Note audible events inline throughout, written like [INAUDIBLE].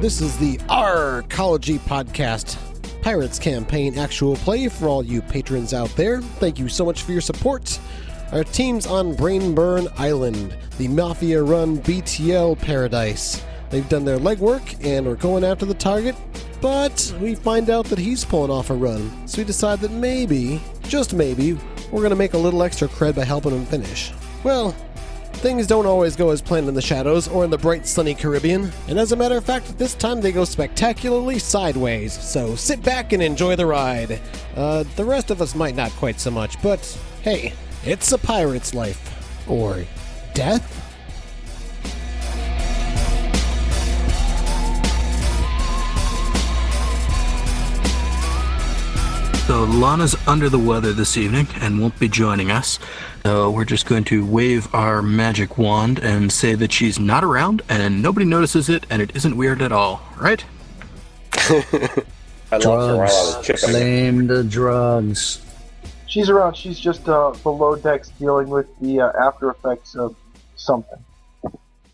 This is the Arcology Podcast Pirates Campaign Actual Play for all you patrons out there. Thank you so much for your support. Our team's on Brainburn Island, the Mafia run BTL paradise. They've done their legwork and we're going after the target, but we find out that he's pulling off a run. So we decide that maybe, just maybe, we're going to make a little extra cred by helping him finish. Well, Things don't always go as planned in the shadows or in the bright sunny Caribbean, and as a matter of fact, this time they go spectacularly sideways, so sit back and enjoy the ride. Uh, the rest of us might not quite so much, but hey, it's a pirate's life. Or death? So Lana's under the weather this evening and won't be joining us. So we're just going to wave our magic wand and say that she's not around and nobody notices it and it isn't weird at all, right? I lost her while I was Drugs. chipping. Blame the drugs. She's around. She's just uh, below decks dealing with the uh, after effects of something.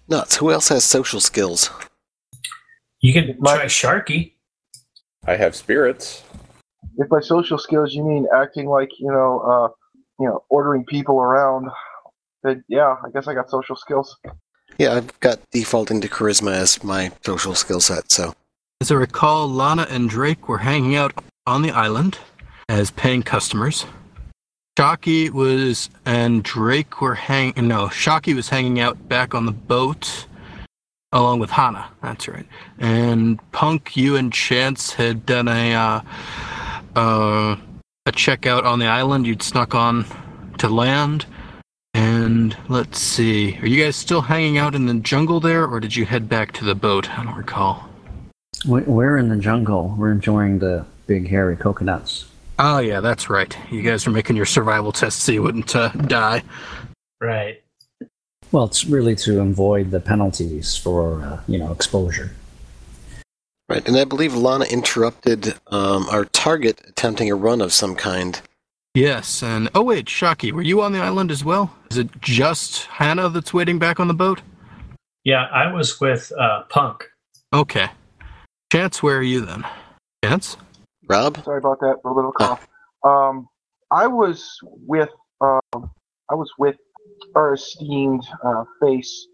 Nuts. Who else has social skills? You can My- try Sharky. I have spirits. If by social skills you mean acting like you know, uh, you know, ordering people around, then yeah, I guess I got social skills. Yeah, I've got defaulting to charisma as my social skill set, so. As I recall, Lana and Drake were hanging out on the island as paying customers. Shocky was and Drake were hang no, Shocky was hanging out back on the boat along with Hana. That's right. And Punk, you and Chance had done a uh, uh, a checkout on the island. You'd snuck on to land. And let's see. Are you guys still hanging out in the jungle there or did you head back to the boat? I don't recall. We- We're in the jungle. We're enjoying the big hairy coconuts. Oh yeah, that's right. You guys are making your survival test so you wouldn't uh, die. Right. Well, it's really to avoid the penalties for uh, you know exposure. Right, and I believe Lana interrupted um, our target attempting a run of some kind. Yes, and oh wait, Shocky, were you on the island as well? Is it just Hannah that's waiting back on the boat? Yeah, I was with uh, Punk. Okay. Chance, where are you then? Chance? Rob? Sorry about that. A little bit of a [LAUGHS] cough. Um, I was with um, I was with our esteemed uh, face,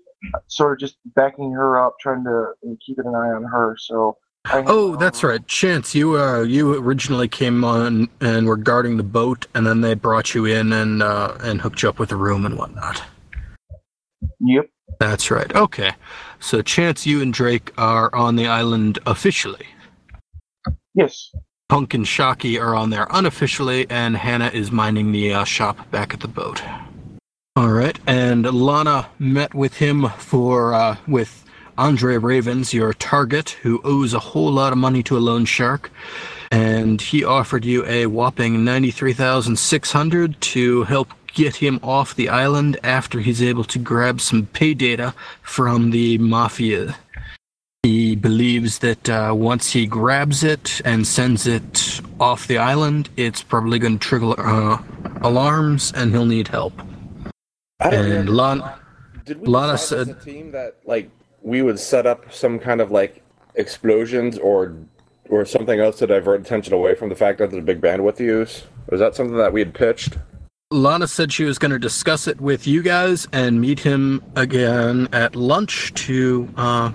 sort of just backing her up, trying to uh, keeping an eye on her. So. I um, Oh, that's right. right. Chance, you uh, you originally came on and were guarding the boat, and then they brought you in and uh, and hooked you up with a room and whatnot. Yep. That's right. Okay, so Chance, you and Drake are on the island officially. Yes. Punk and Shocky are on there unofficially, and Hannah is minding the uh, shop back at the boat. All right, and Lana met with him for uh, with Andre Ravens, your target, who owes a whole lot of money to a loan shark, and he offered you a whopping ninety-three thousand six hundred to help get him off the island after he's able to grab some pay data from the mafia. He believes that uh, once he grabs it and sends it off the island, it's probably going to trigger uh, alarms and he'll need help. I don't And remember. Lana, Did we Lana decide said- as a team that like we would set up some kind of like explosions or or something else to divert attention away from the fact that there's a big bandwidth use? Was that something that we had pitched? Lana said she was going to discuss it with you guys and meet him again at lunch to, uh,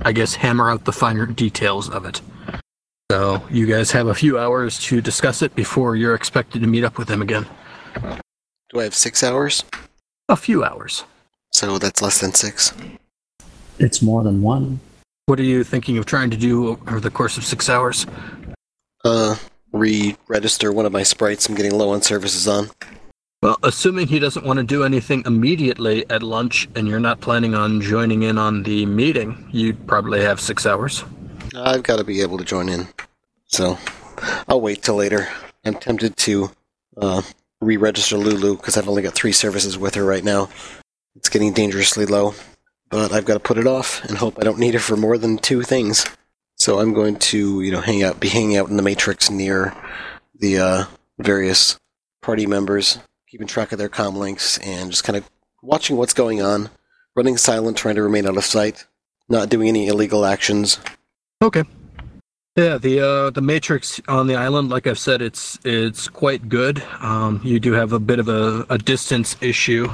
I guess, hammer out the finer details of it. So you guys have a few hours to discuss it before you're expected to meet up with him again. Do I have six hours? A few hours. So that's less than six. It's more than one. What are you thinking of trying to do over the course of six hours? Uh, re register one of my sprites. I'm getting low on services on. Well, assuming he doesn't want to do anything immediately at lunch and you're not planning on joining in on the meeting, you'd probably have six hours. I've got to be able to join in. So I'll wait till later. I'm tempted to uh, re register Lulu because I've only got three services with her right now. It's getting dangerously low. But I've got to put it off and hope I don't need her for more than two things. So I'm going to, you know, hang out, be hanging out in the Matrix near the uh, various party members, keeping track of their comm links, and just kind of watching what's going on, running silent, trying to remain out of sight, not doing any illegal actions, Okay. Yeah, the uh, the matrix on the island, like I've said, it's it's quite good. Um, you do have a bit of a, a distance issue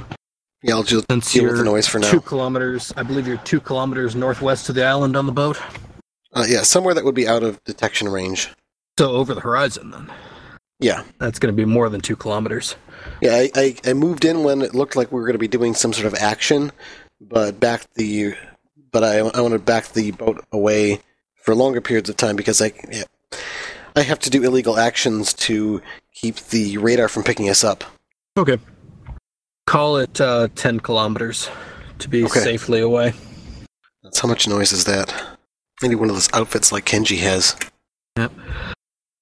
Yeah, I'll just since deal with the you're noise for now. two kilometers. I believe you're two kilometers northwest of the island on the boat. Uh, yeah, somewhere that would be out of detection range. So over the horizon, then. Yeah. That's going to be more than two kilometers. Yeah, I, I, I moved in when it looked like we were going to be doing some sort of action, but backed the but I I want to back the boat away for longer periods of time because I yeah, I have to do illegal actions to keep the radar from picking us up. Okay. Call it uh, 10 kilometers to be Okay. safely away. That's how much noise is that? Maybe one of those outfits like Kenji has.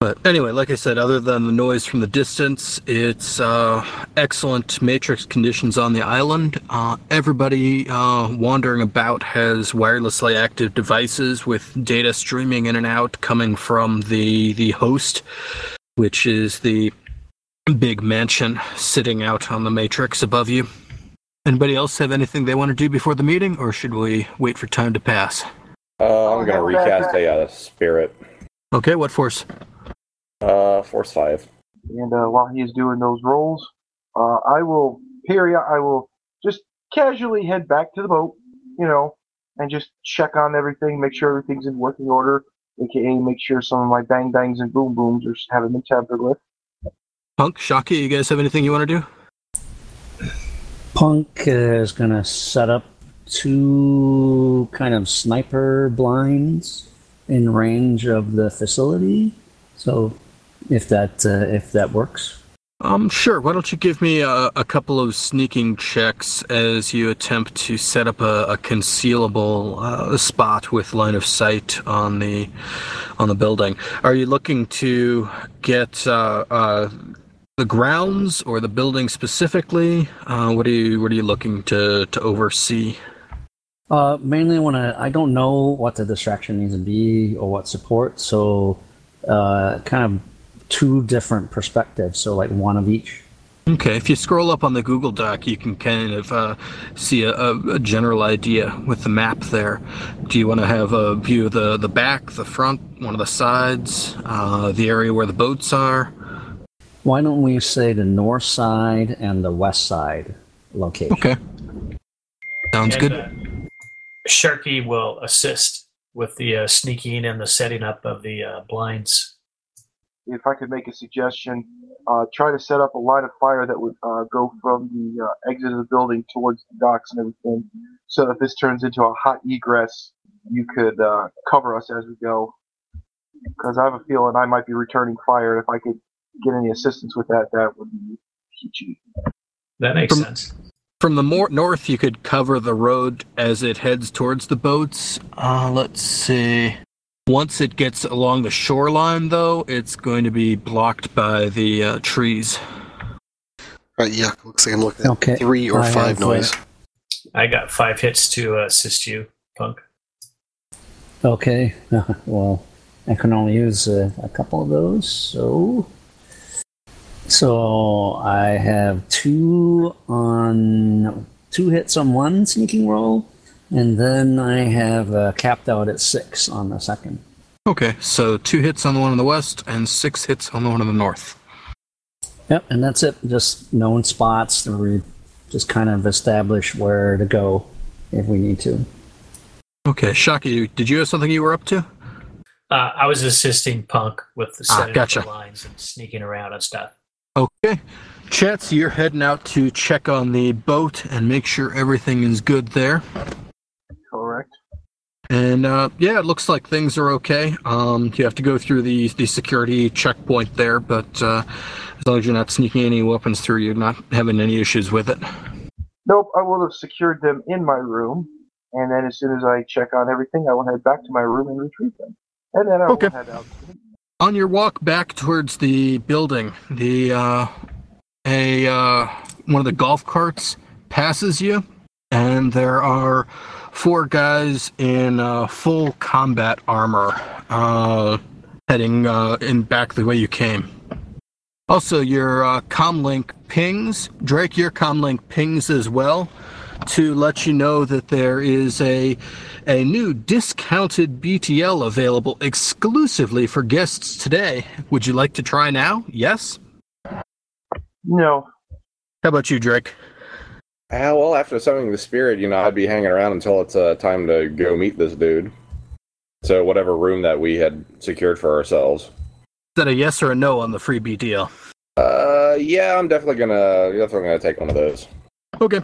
But anyway, like I said, other than the noise from the distance, it's uh, excellent matrix conditions on the island. Uh, everybody uh, wandering about has wirelessly active devices with data streaming in and out coming from the the host, which is the big mansion sitting out on the matrix above you. Anybody else have anything they want to do before the meeting, or should we wait for time to pass? Uh, I'm gonna recast a uh, spirit. Okay, what force? Uh, force five. And uh, while he is doing those rolls, uh, I will period. I will just casually head back to the boat, you know, and just check on everything, make sure everything's in working order, aka make sure some of my bang bangs and boom booms are haven't been tampered with. Punk, Shocky, you guys have anything you want to do? Punk uh, is going to set up two kind of sniper blinds in range of the facility. So, if that uh, if that works, Um, sure. Why don't you give me a, a couple of sneaking checks as you attempt to set up a, a concealable uh, spot with line of sight on the on the building? Are you looking to get uh, uh, the grounds or the building specifically? Uh, what are you What are you looking to to oversee? uh, mainly want to. I don't know what the distraction needs to be or what support. So, uh, kind of two different perspectives. So, like one of each. Okay, if you scroll up on the Google Doc, you can kind of uh, see a, a, a general idea with the map there. Do you want to have a view of the, the back, the front, one of the sides, uh, the area where the boats are? Why don't we say the north side and the west side location? Okay. Sounds And, good. uh, Sharky will assist with the uh, sneaking and the setting up of the uh, blinds. If I could make a suggestion, uh, try to set up a line of fire that would uh, go from the uh, exit of the building towards the docks and everything, so that if this turns into a hot egress, you could uh, cover us as we go. Because I have a feeling I might be returning fire, and if I could get any assistance with that, that would be huge. That makes From- sense. From the more north, you could cover the road as it heads towards the boats. Uh, let's see. Once it gets along the shoreline, though, it's going to be blocked by the uh, trees. Right, yuck. Looks like I'm looking at Okay. three or I have, five uh, noise. I got five hits to uh, assist you, Punk. Okay. [LAUGHS] well, I can only use uh, a couple of those, so. So I have two on two hits on one sneaking roll, and then I have uh, capped out at six on the second. Okay, so two hits on the one in the west and six hits on the one in the north. Yep, and that's it. Just known spots to re- just kind of establish where to go if we need to. Okay, Shaki, did you have something you were up to? Uh, I was assisting Punk with the Ah, setting gotcha. up the lines and sneaking around and stuff. Okay. Chats, you're heading out to check on the boat and make sure everything is good there. Correct. And uh, yeah, it looks like things are okay. Um, you have to go through the the security checkpoint there, but uh, as long as you're not sneaking any weapons through, you're not having any issues with it. Nope, I will have secured them in my room, and then as soon as I check on everything, I will head back to my room and retrieve them. And then I Okay. will head out. to the- On your walk back towards the building, the uh, a uh, one of the golf carts passes you, and there are four guys in uh, full combat armor uh, heading uh, in back the way you came. Also, your uh, comlink pings. Drake, your comlink pings as well. to let you know that there is a a new discounted BTL available exclusively for guests today. Would you like to try now? Yes. No. How about you, Drake? Ah, well, after summoning the spirit, you know, I'd be hanging around until it's uh, time to go meet this dude. So whatever room that we had secured for ourselves. Is that a yes or a no on the free BTL? Uh, yeah, I'm definitely gonna definitely gonna take one of those. Okay.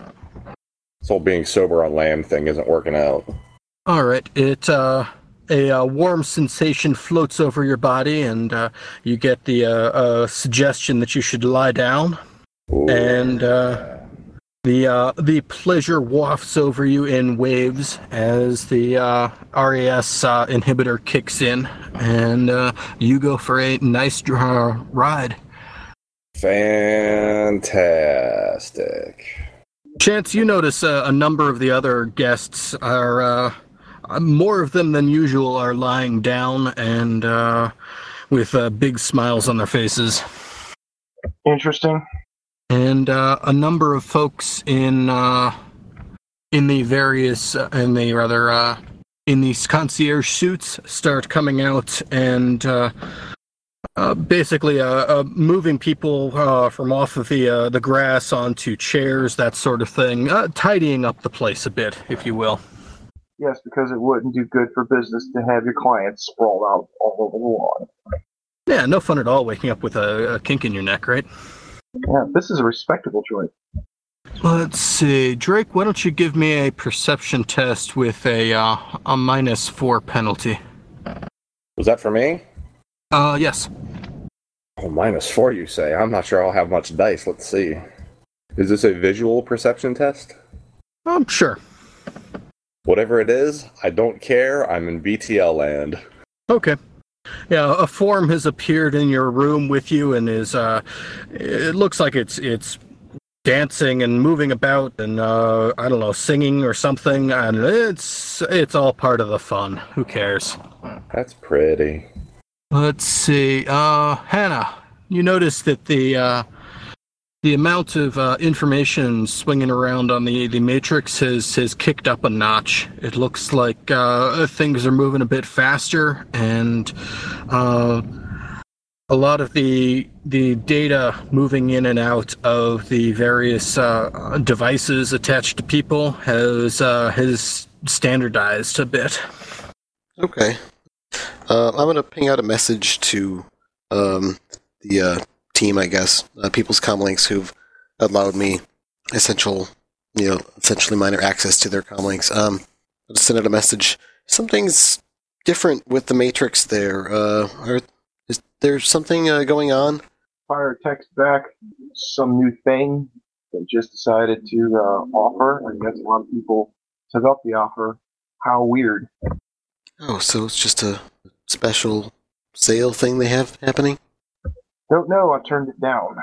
This whole being sober on lamb thing isn't working out. All right. It uh, a uh, warm sensation floats over your body, and uh, you get the uh, uh, suggestion that you should lie down, Ooh. and uh, the uh, the pleasure wafts over you in waves as the uh, RAS uh, inhibitor kicks in, and uh, you go for a nice uh, ride. Fantastic. Chance, you notice uh, a number of the other guests are uh, uh, more of them than usual are lying down and uh, with uh, big smiles on their faces, Interesting. and uh, a number of folks in uh, in the various uh, in the rather uh, in these concierge suits start coming out and. Uh, uh, basically, uh, uh, moving people uh, from off of the uh, the grass onto chairs, that sort of thing, uh, tidying up the place a bit, if you will. Yes, because it wouldn't do good for business to have your clients sprawled out all over the lawn. Yeah, no fun at all waking up with a, a kink in your neck, right? Yeah, this is a respectable joint. Let's see, Drake. Why don't you give me a perception test with a uh, a minus four penalty? Was that for me? Uh, yes. Oh, minus four, you say? I'm not sure I'll have much dice. Let's see. Is this a visual perception test? I'm Um, sure. Whatever it is, I don't care. I'm in BTL land. Okay. Yeah, a form has appeared in your room with you and is uh it looks like it's it's dancing and moving about and uh I don't know, singing or something and it's it's all part of the fun. Who cares? That's pretty. [LAUGHS] Let's see. Uh, Hannah, you notice that the uh, the amount of uh, information swinging around on the, the matrix has, has kicked up a notch. It looks like uh, things are moving a bit faster, and uh, a lot of the the data moving in and out of the various uh, devices attached to people has uh, has standardized a bit. Okay. Uh, I'm gonna ping out a message to um, the uh, team, I guess, uh, People's Comlinks, who've allowed me essential, you know, essentially minor access to their comlinks. Um, I'll just send out a message. Something's different with the Matrix. There, uh, are, is there something uh, going on? Fire text back some new thing they just decided to uh, offer. I guess a lot of people took up the offer. How weird. Oh, so it's just a special sale thing they have happening. Don't know. I turned it down.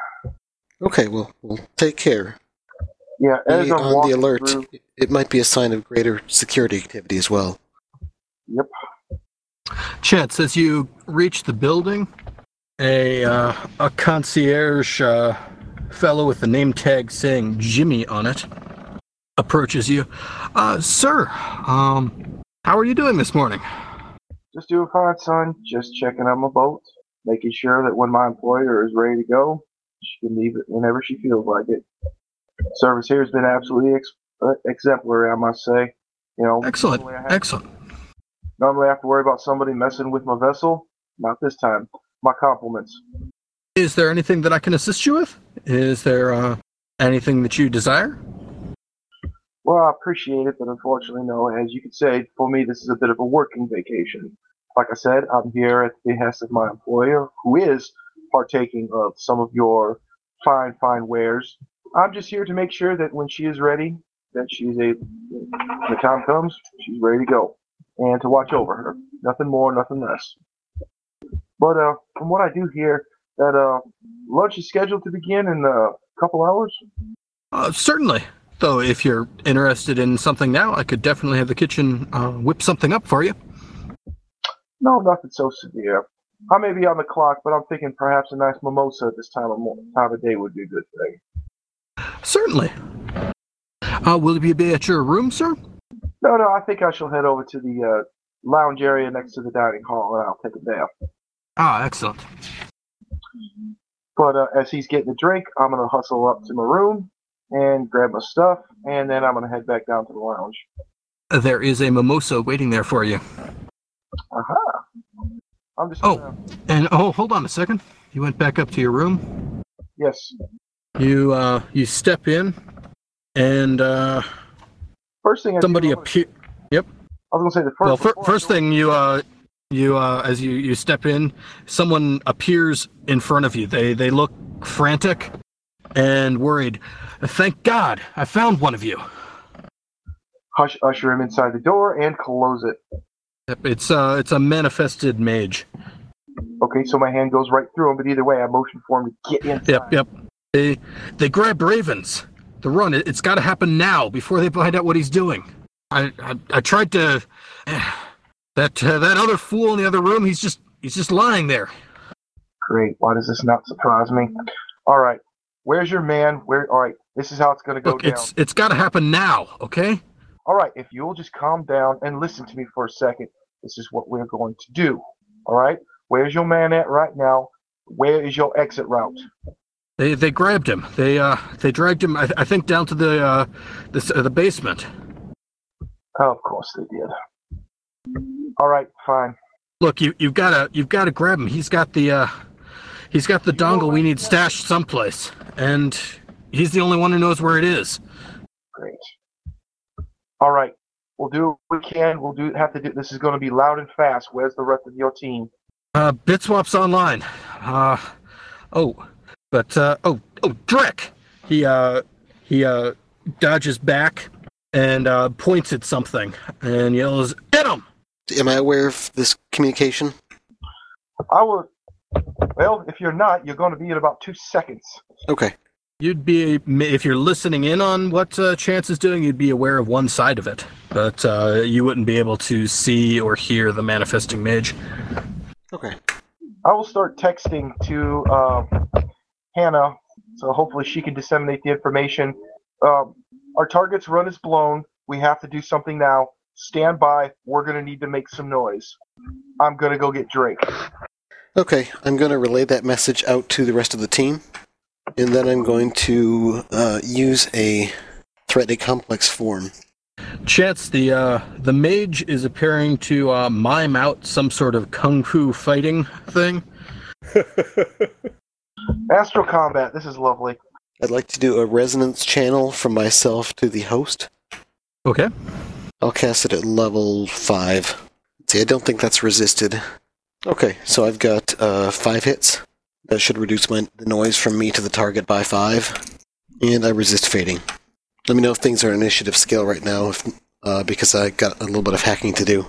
Okay, well, we'll take care. Yeah, as Be I'm on the walking alert. through- It- It might be a sign of greater security activity as well. Yep. Chance, as you reach the building, a uh, a concierge uh, fellow with the name tag saying Jimmy on it approaches you. Uh, sir, um, how are you doing this morning? Just doing fine, son. Just checking on my boat, making sure that when my employer is ready to go, she can leave it whenever she feels like it. Service here has been absolutely ex- uh, exemplary, I must say. You know, Excellent, normally I, have, excellent. normally I have to worry about somebody messing with my vessel. Not this time. My compliments. Is there anything that I can assist you with? Is there uh, anything that you desire? Well, I appreciate it, but unfortunately, no. As you could say, for me, this is a bit of a working vacation. Like I said, I'm here at the behest of my employer, who is partaking of some of your fine, fine wares. I'm just here to make sure that when she is ready, that she's a when the time comes, she's ready to go, and to watch over her. Nothing more, nothing less. But uh, from what I do hear, that uh, lunch is scheduled to begin in a couple hours. Uh, certainly. Though, if you're interested in something now, I could definitely have the kitchen uh, whip something up for you. No, nothing so severe. I may be on the clock, but I'm thinking perhaps a nice mimosa at this time of mo- time of day would be a good thing. Certainly. Uh, will you be at your room, sir? No, no, I think I shall head over to the uh, lounge area next to the dining hall and I'll take a nap. Ah, excellent. But uh, as he's getting a drink, I'm going to hustle up to my room and grab my stuff, and then I'm going to head back down to the lounge. There is a mimosa waiting there for you. Aha! I'm just. Oh. gonna- And oh, hold on a second. You went back up to your room. yes. You uh, you step in, and uh, First thing I do, somebody I'm gonna- appears. I was going to say the first. Well, fir- before I first go- thing you uh, you uh, as you you step in, someone appears in front of you. They they look frantic and worried. Thank God, I found one of you. Hush, usher him inside the door and close it. Yep, It's uh, it's a manifested mage. Okay, so my hand goes right through him, but either way, I motion for him to get inside. Yep, yep. They they grab Ravens. The run. It, it's got to happen now before they find out what he's doing. I I, I tried to. [SIGHS] That uh, that other fool in the other room. He's just he's just lying there. Great. Why does this not surprise me? All right. Where's your man? Where? All right. This is how it's going to go Look, down. it's it's got to happen now. Okay. All right. If you'll just calm down and listen to me for a second, this is what we're going to do. All right. Where's your man at right now? Where is your exit route? They they grabbed him. They uh they dragged him. I, I think down to the uh this uh, the basement. Oh, of course they did. All right. Fine. Look, you you've gotta you've gotta grab him. He's got the uh he's got the dongle we need stashed someplace, and he's the only one who knows where it is. Great. All right. We'll do what we can. We'll do have to do. This is going to be loud and fast. Where's the rest of your team? Uh, Bitswap's online. Uh, oh, but uh, oh, oh, Drek. He uh, he uh, dodges back and uh, points at something and yells, "Get him!" Am I aware of this communication? I will. Well, if you're not, you're going to be in about two seconds. Okay. You'd be if you're listening in on what uh, Chance is doing, you'd be aware of one side of it, but uh, you wouldn't be able to see or hear the manifesting mage. Okay. I will start texting to um, Hannah, so hopefully she can disseminate the information. Um, our target's run is blown. We have to do something now. Stand by. We're going to need to make some noise. I'm going to go get Drake. Okay. I'm going to relay that message out to the rest of the team, and then I'm going to uh, use a threat a complex form. Chance, the uh, the mage is appearing to uh, mime out some sort of kung fu fighting thing. Astro Combat. This is lovely. I'd like to do a resonance channel from myself to the host. Okay. I'll cast it at level 5. See, I don't think that's resisted. Okay, so I've got uh, 5 hits. That should reduce my, the noise from me to the target by 5. And I resist fading. Let me know if things are initiative scale right now, if, uh, because I got a little bit of hacking to do.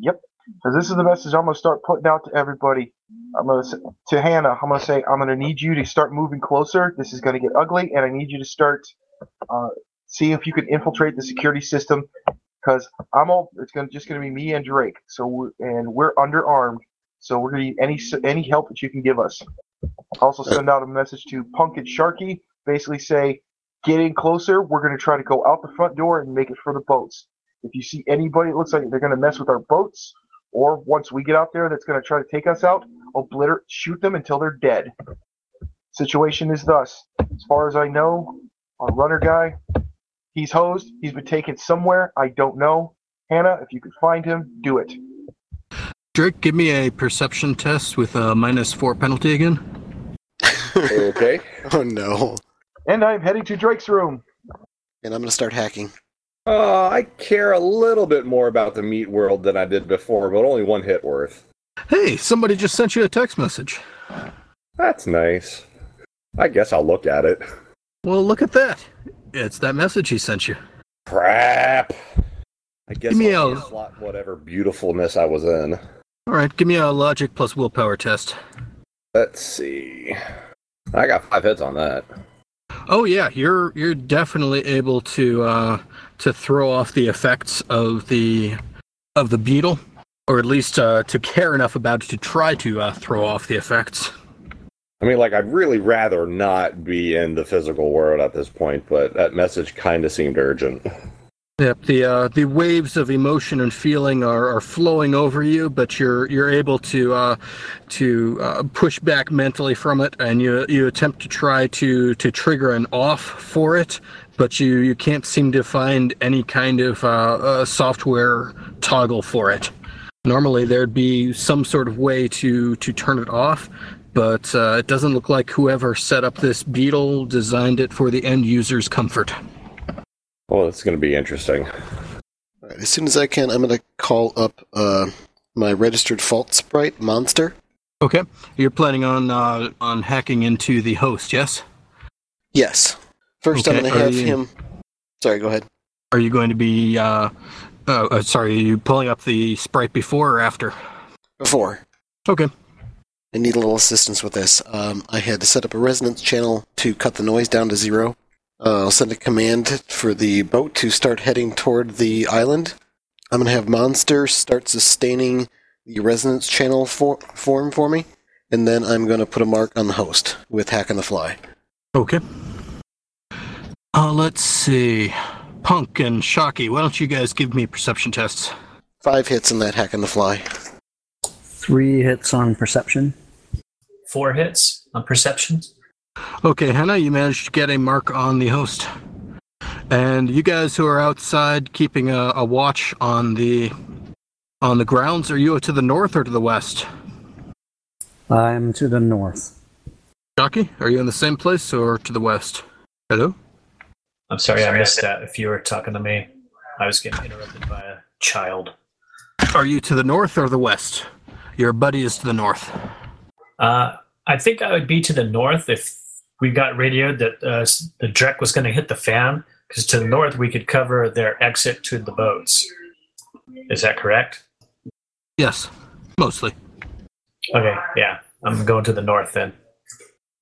Because this is the message I'm going to start putting out to everybody. I'm going to to Hannah. I'm going to say I'm going to need you to start moving closer. This is going to get ugly, and I need you to start uh, see if you can infiltrate the security system. Because I'm all it's going to just going to be me and Drake. So we're, and we're underarmed. So we're going to need any s- any help that you can give us. Also send out a message to Punk and Sharky. Basically say get in closer. We're going to try to go out the front door and make it for the boats. If you see anybody, it looks like they're going to mess with our boats or once we get out there that's going to try to take us out, obliterate, shoot them until they're dead. Situation is thus. As far as I know, our runner guy, he's hosed. He's been taken somewhere. I don't know. Hannah, if you could find him, do it. Drake, give me a perception test with a minus four penalty again. okay. [LAUGHS] Oh no. And I'm heading to Drake's room. And I'm going to start hacking. Uh, I care a little bit more about the meat world than I did before, but only one hit worth. Hey, somebody just sent you a text message. That's nice. I guess I'll look at it. Well, look at that. It's that message he sent you. Crap. I guess Give me I'll a- slot whatever beautifulness I was in. All right, give me a logic plus willpower test. Let's see. I got five hits on that. Oh yeah, you're you're definitely able to uh, to throw off the effects of the of the beetle, or at least uh, to care enough about it to try to uh, throw off the effects. I mean, like, I'd really rather not be in the physical world at this point, but that message kind of seemed urgent. Yep, the uh, the waves of emotion and feeling are, are flowing over you, but you're you're able to uh, to uh, push back mentally from it, and you you attempt to try to to trigger an off for it, but you you can't seem to find any kind of uh, uh, software toggle for it. Normally, there'd be some sort of way to to turn it off, but uh, it doesn't look like whoever set up this beetle designed it for the end user's comfort. Well, it's going to be interesting. All right, as soon as I can, I'm going to call up uh, my registered fault sprite, Monster. Okay, you're planning on uh, on hacking into the host, yes? Yes. First, I'm Okay, going to are have you- him. Sorry, go ahead. Are you going to be? Uh, oh, uh, sorry, are you pulling up the sprite before or after? Before. Okay. I need a little assistance with this. Um, I had to set up a resonance channel to cut the noise down to zero. Uh, I'll send a command for the boat to start heading toward the island. I'm going to have Monster start sustaining the resonance channel for- form for me, and then I'm going to put a mark on the host with Hack on the Fly. Okay. Uh, let's see. Punk and Shocky, why don't you guys give me perception tests? Five hits on that Hack on the Fly. Three hits on perception. Four hits on perception. Okay, Hannah, you managed to get a mark on the host. And you guys who are outside keeping a, a watch on the on the grounds, are you to the north or to the west? I'm to the north. Shocky, are you in the same place or to the west? Hello? I'm sorry, I missed that. If you were talking to me, I was getting interrupted by a child. Are you to the north or the west? Your buddy is to the north. Uh, I think I would be to the north if we got radioed that uh, s- the Drek was going to hit the fan, because to the north we could cover their exit to the boats. Is that correct? Yes, mostly. Okay, yeah. I'm going to the north then.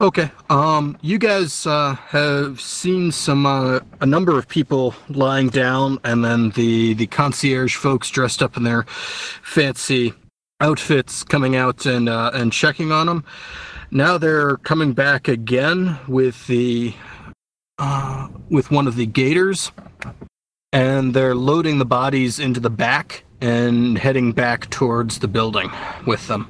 Okay. Um, you guys uh, have seen some uh, a number of people lying down, and then the the concierge folks dressed up in their fancy outfits coming out and uh, and checking on them. Now they're coming back again with the uh, with one of the gators, and they're loading the bodies into the back and heading back towards the building with them.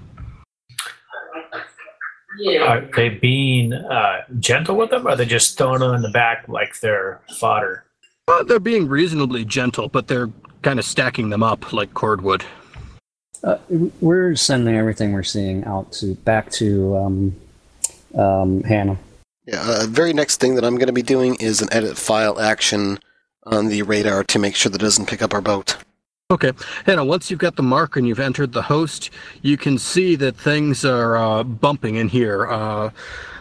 Are they being uh, gentle with them, or are they just throwing them in the back like they're fodder? Uh, they're being reasonably gentle, but they're kind of stacking them up like cordwood. Uh, we're sending everything we're seeing out to back to um, um, Hannah. Yeah, uh, very next thing that I'm going to be doing is an edit file action on the radar to make sure that it doesn't pick up our boat. Okay, Hannah, once you've got the mark and you've entered the host, you can see that things are uh, bumping in here. Uh,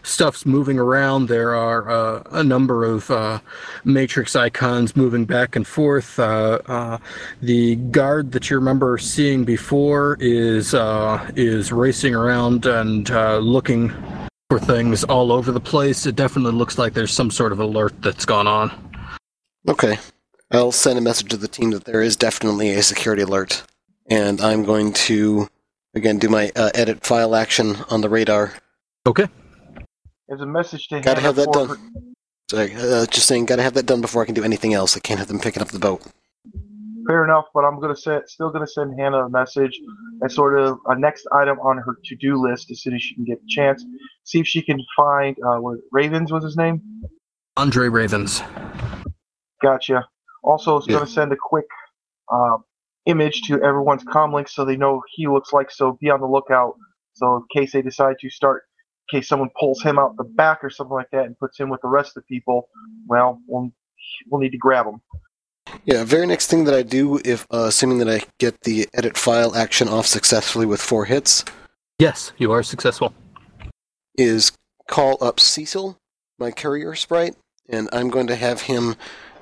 stuff's moving around. There are uh, a number of uh, matrix icons moving back and forth. Uh, uh, the guard that you remember seeing before is uh, is racing around and uh, looking for things all over the place. It definitely looks like there's some sort of alert that's gone on. Okay. I'll send a message to the team that there is definitely a security alert. And I'm going to, again, do my uh, edit file action on the radar. Okay. As a message to Gotta Hannah have that for done. Sorry, uh, just saying, gotta have that done before I can do anything else. I can't have them picking up the boat. her- fair enough, but I'm gonna send, still gonna send Hannah a message as sort of a next item on her to-do list as soon as she can get the chance. See if she can find uh, what Ravens was his name. Andre Ravens. Gotcha. Also, it's Yeah. going to send a quick uh, image to everyone's comlink so they know what he looks like. So be on the lookout. So in case they decide to start, in case someone pulls him out the back or something like that and puts him with the rest of the people, well, we'll, we'll need to grab him. Yeah, very next thing that I do, if uh, assuming that I get the edit file action off successfully with four hits, Yes, you are successful. is call up Cecil, my courier sprite, and I'm going to have him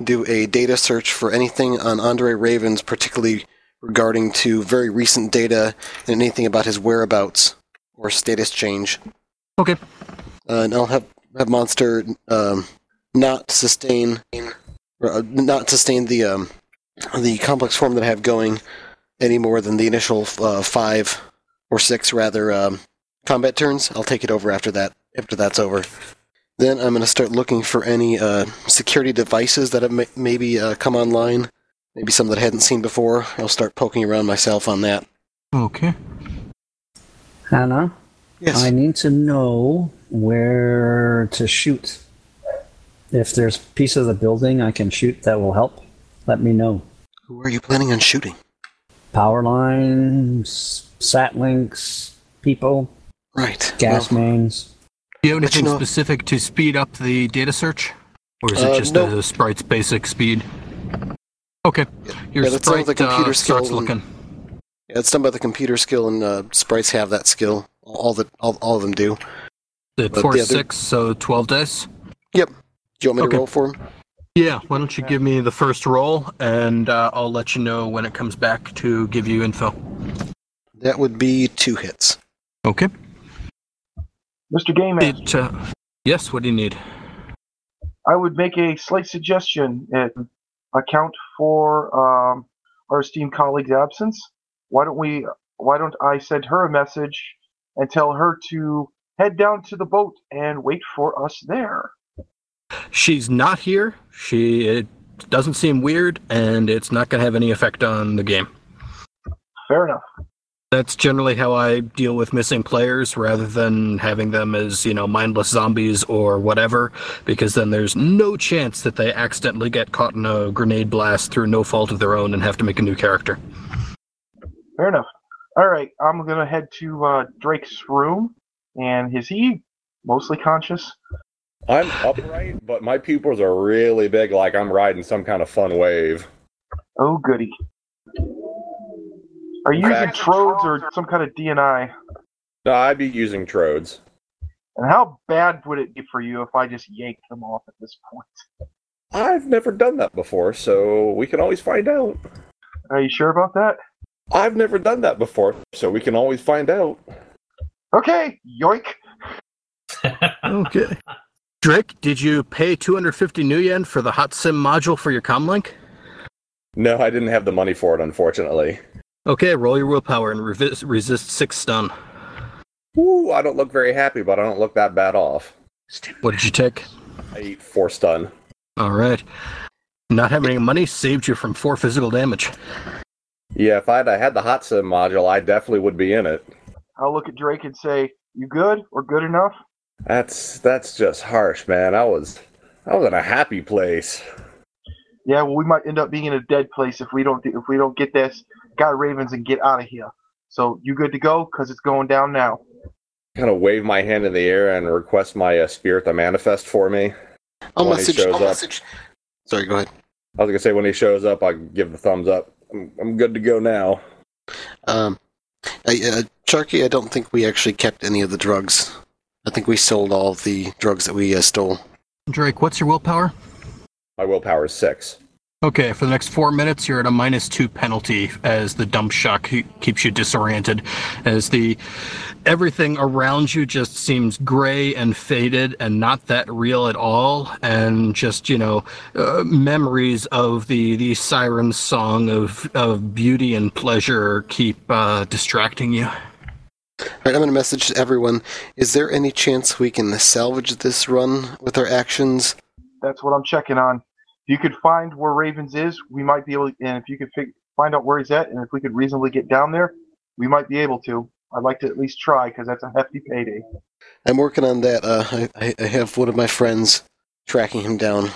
do a data search for anything on Andre Ravens, particularly regarding to very recent data and anything about his whereabouts or status change. Okay. Uh, and I'll have have Monster um, not sustain or, uh, not sustain the um, the complex form that I have going any more than the initial uh, five or six rather um, combat turns. I'll take it over after that. after that's over. Then I'm going to start looking for any uh, security devices that have ma- maybe uh, come online, maybe some that I hadn't seen before. I'll start poking around myself on that. Okay. Hannah, Yes. I need to know where to shoot. If there's a piece of the building I can shoot that will help, let me know. Who are you planning on shooting? Power lines, sat links, people, Right. gas Well, mains. Do you have But you anything know- specific to speed up the data search? Or is it Uh, just no. the sprite's basic speed? Okay. Your Yeah, that sounds sprite like computer uh, starts skill and- looking. it's done by the computer skill, and uh, sprites have that skill. All the all, all of them do. The but four the other- six, so twelve dice. Do you want me Okay. to roll for them? Yeah, why don't you give me the first roll, and uh, I'll let you know when it comes back to give you info. That would be two hits. Okay. Mr. Game Master, It, uh, yes, what do you need? I would make a slight suggestion and account for um, our esteemed colleague's absence. Why don't we? Why don't I send her a message and tell her to head down to the boat and wait for us there? She's not here. She it doesn't seem weird, and it's not going to have any effect on the game. Fair enough. That's generally how I deal with missing players rather than having them as, you know, mindless zombies or whatever, because then there's no chance that they accidentally get caught in a grenade blast through no fault of their own and have to make a new character. Fair enough. All right, I'm gonna head to uh, Drake's room, and is he mostly conscious? I'm upright, but my pupils are really big, like I'm riding some kind of fun wave. Oh goody. Are you using Back. trodes or some kind of DNI? No, I'd be using Trodes. And how bad would it be for you if I just yanked them off at this point? I've never done that before, so we can always find out. Are you sure about that? I've never done that before, so we can always find out. Okay, yoink. Okay. [LAUGHS] Drake, did you pay 250 new yen for the hot sim module for your comlink? No, I didn't have the money for it, unfortunately. Okay, roll your willpower and revis- resist six stun. Ooh, I don't look very happy, but I don't look that bad off. What did you take? I eat four stun. All right. Not having any money saved you from four physical damage. Yeah, if I'd had the hot sim module, I definitely would be in it. I'll look at Drake and say, You good or good enough? That's that's just harsh, man. I was I was in a happy place. Yeah, well we might end up being in a dead place if we don't do, if we don't get this guy Ravens and get out of here. So you good to go? Cause it's going down now. Kind of wave my hand in the air and request my uh, spirit to manifest for me. I'll When he message. shows I'll up. message. Sorry, go ahead. I was gonna say when he shows up, I give the thumbs up. I'm, I'm good to go now. Um, I, uh, Sharky, I don't think we actually kept any of the drugs. I think we sold all of the drugs that we uh, stole. Drake, what's your willpower? My willpower is six. Okay, for the next four minutes, you're at a minus two penalty as the dump shock he- keeps you disoriented, as the everything around you just seems gray and faded and not that real at all, and just you know uh, memories of the the siren song of of beauty and pleasure keep uh, distracting you. All right, I'm going to message everyone. Is there any chance we can salvage this run with our actions? That's what I'm checking on. If you could find where Ravens is, we might be able. And if you could fig- find out where he's at, and if we could reasonably get down there, we might be able to. I'd like to at least try because that's a hefty payday. I'm working on that. Uh, I- I, I have one of my friends tracking him down. In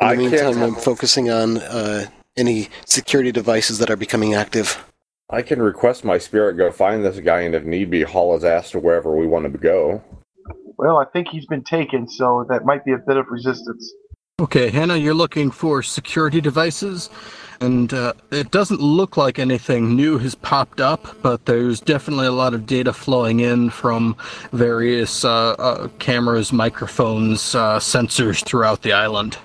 the I meantime, can't- I'm focusing on uh, any security devices that are becoming active. I can request my spirit go find this guy and if need be haul his ass to wherever we want him to go. Well, I think he's been taken, so that might be a bit of resistance. Okay, Hannah, you're looking for security devices, and uh, it doesn't look like anything new has popped up, but there's definitely a lot of data flowing in from various uh, uh, cameras, microphones, uh, sensors throughout the island.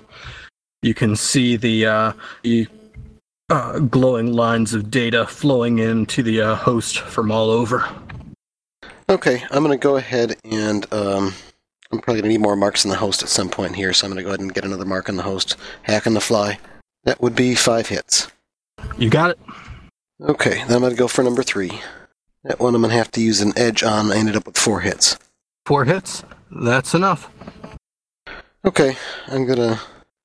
You can see the, uh, the uh, glowing lines of data flowing into the uh, host from all over. Okay, I'm going to go ahead and um, I'm probably going to need more marks on the host at some point here, so I'm going to go ahead and get another mark on the host. Hack on the fly. That would be five hits. You got it? Okay, then I'm going to go for number three. That one I'm going to have to use an edge on. I ended up with four hits. Four hits? That's enough. Okay, I'm gonna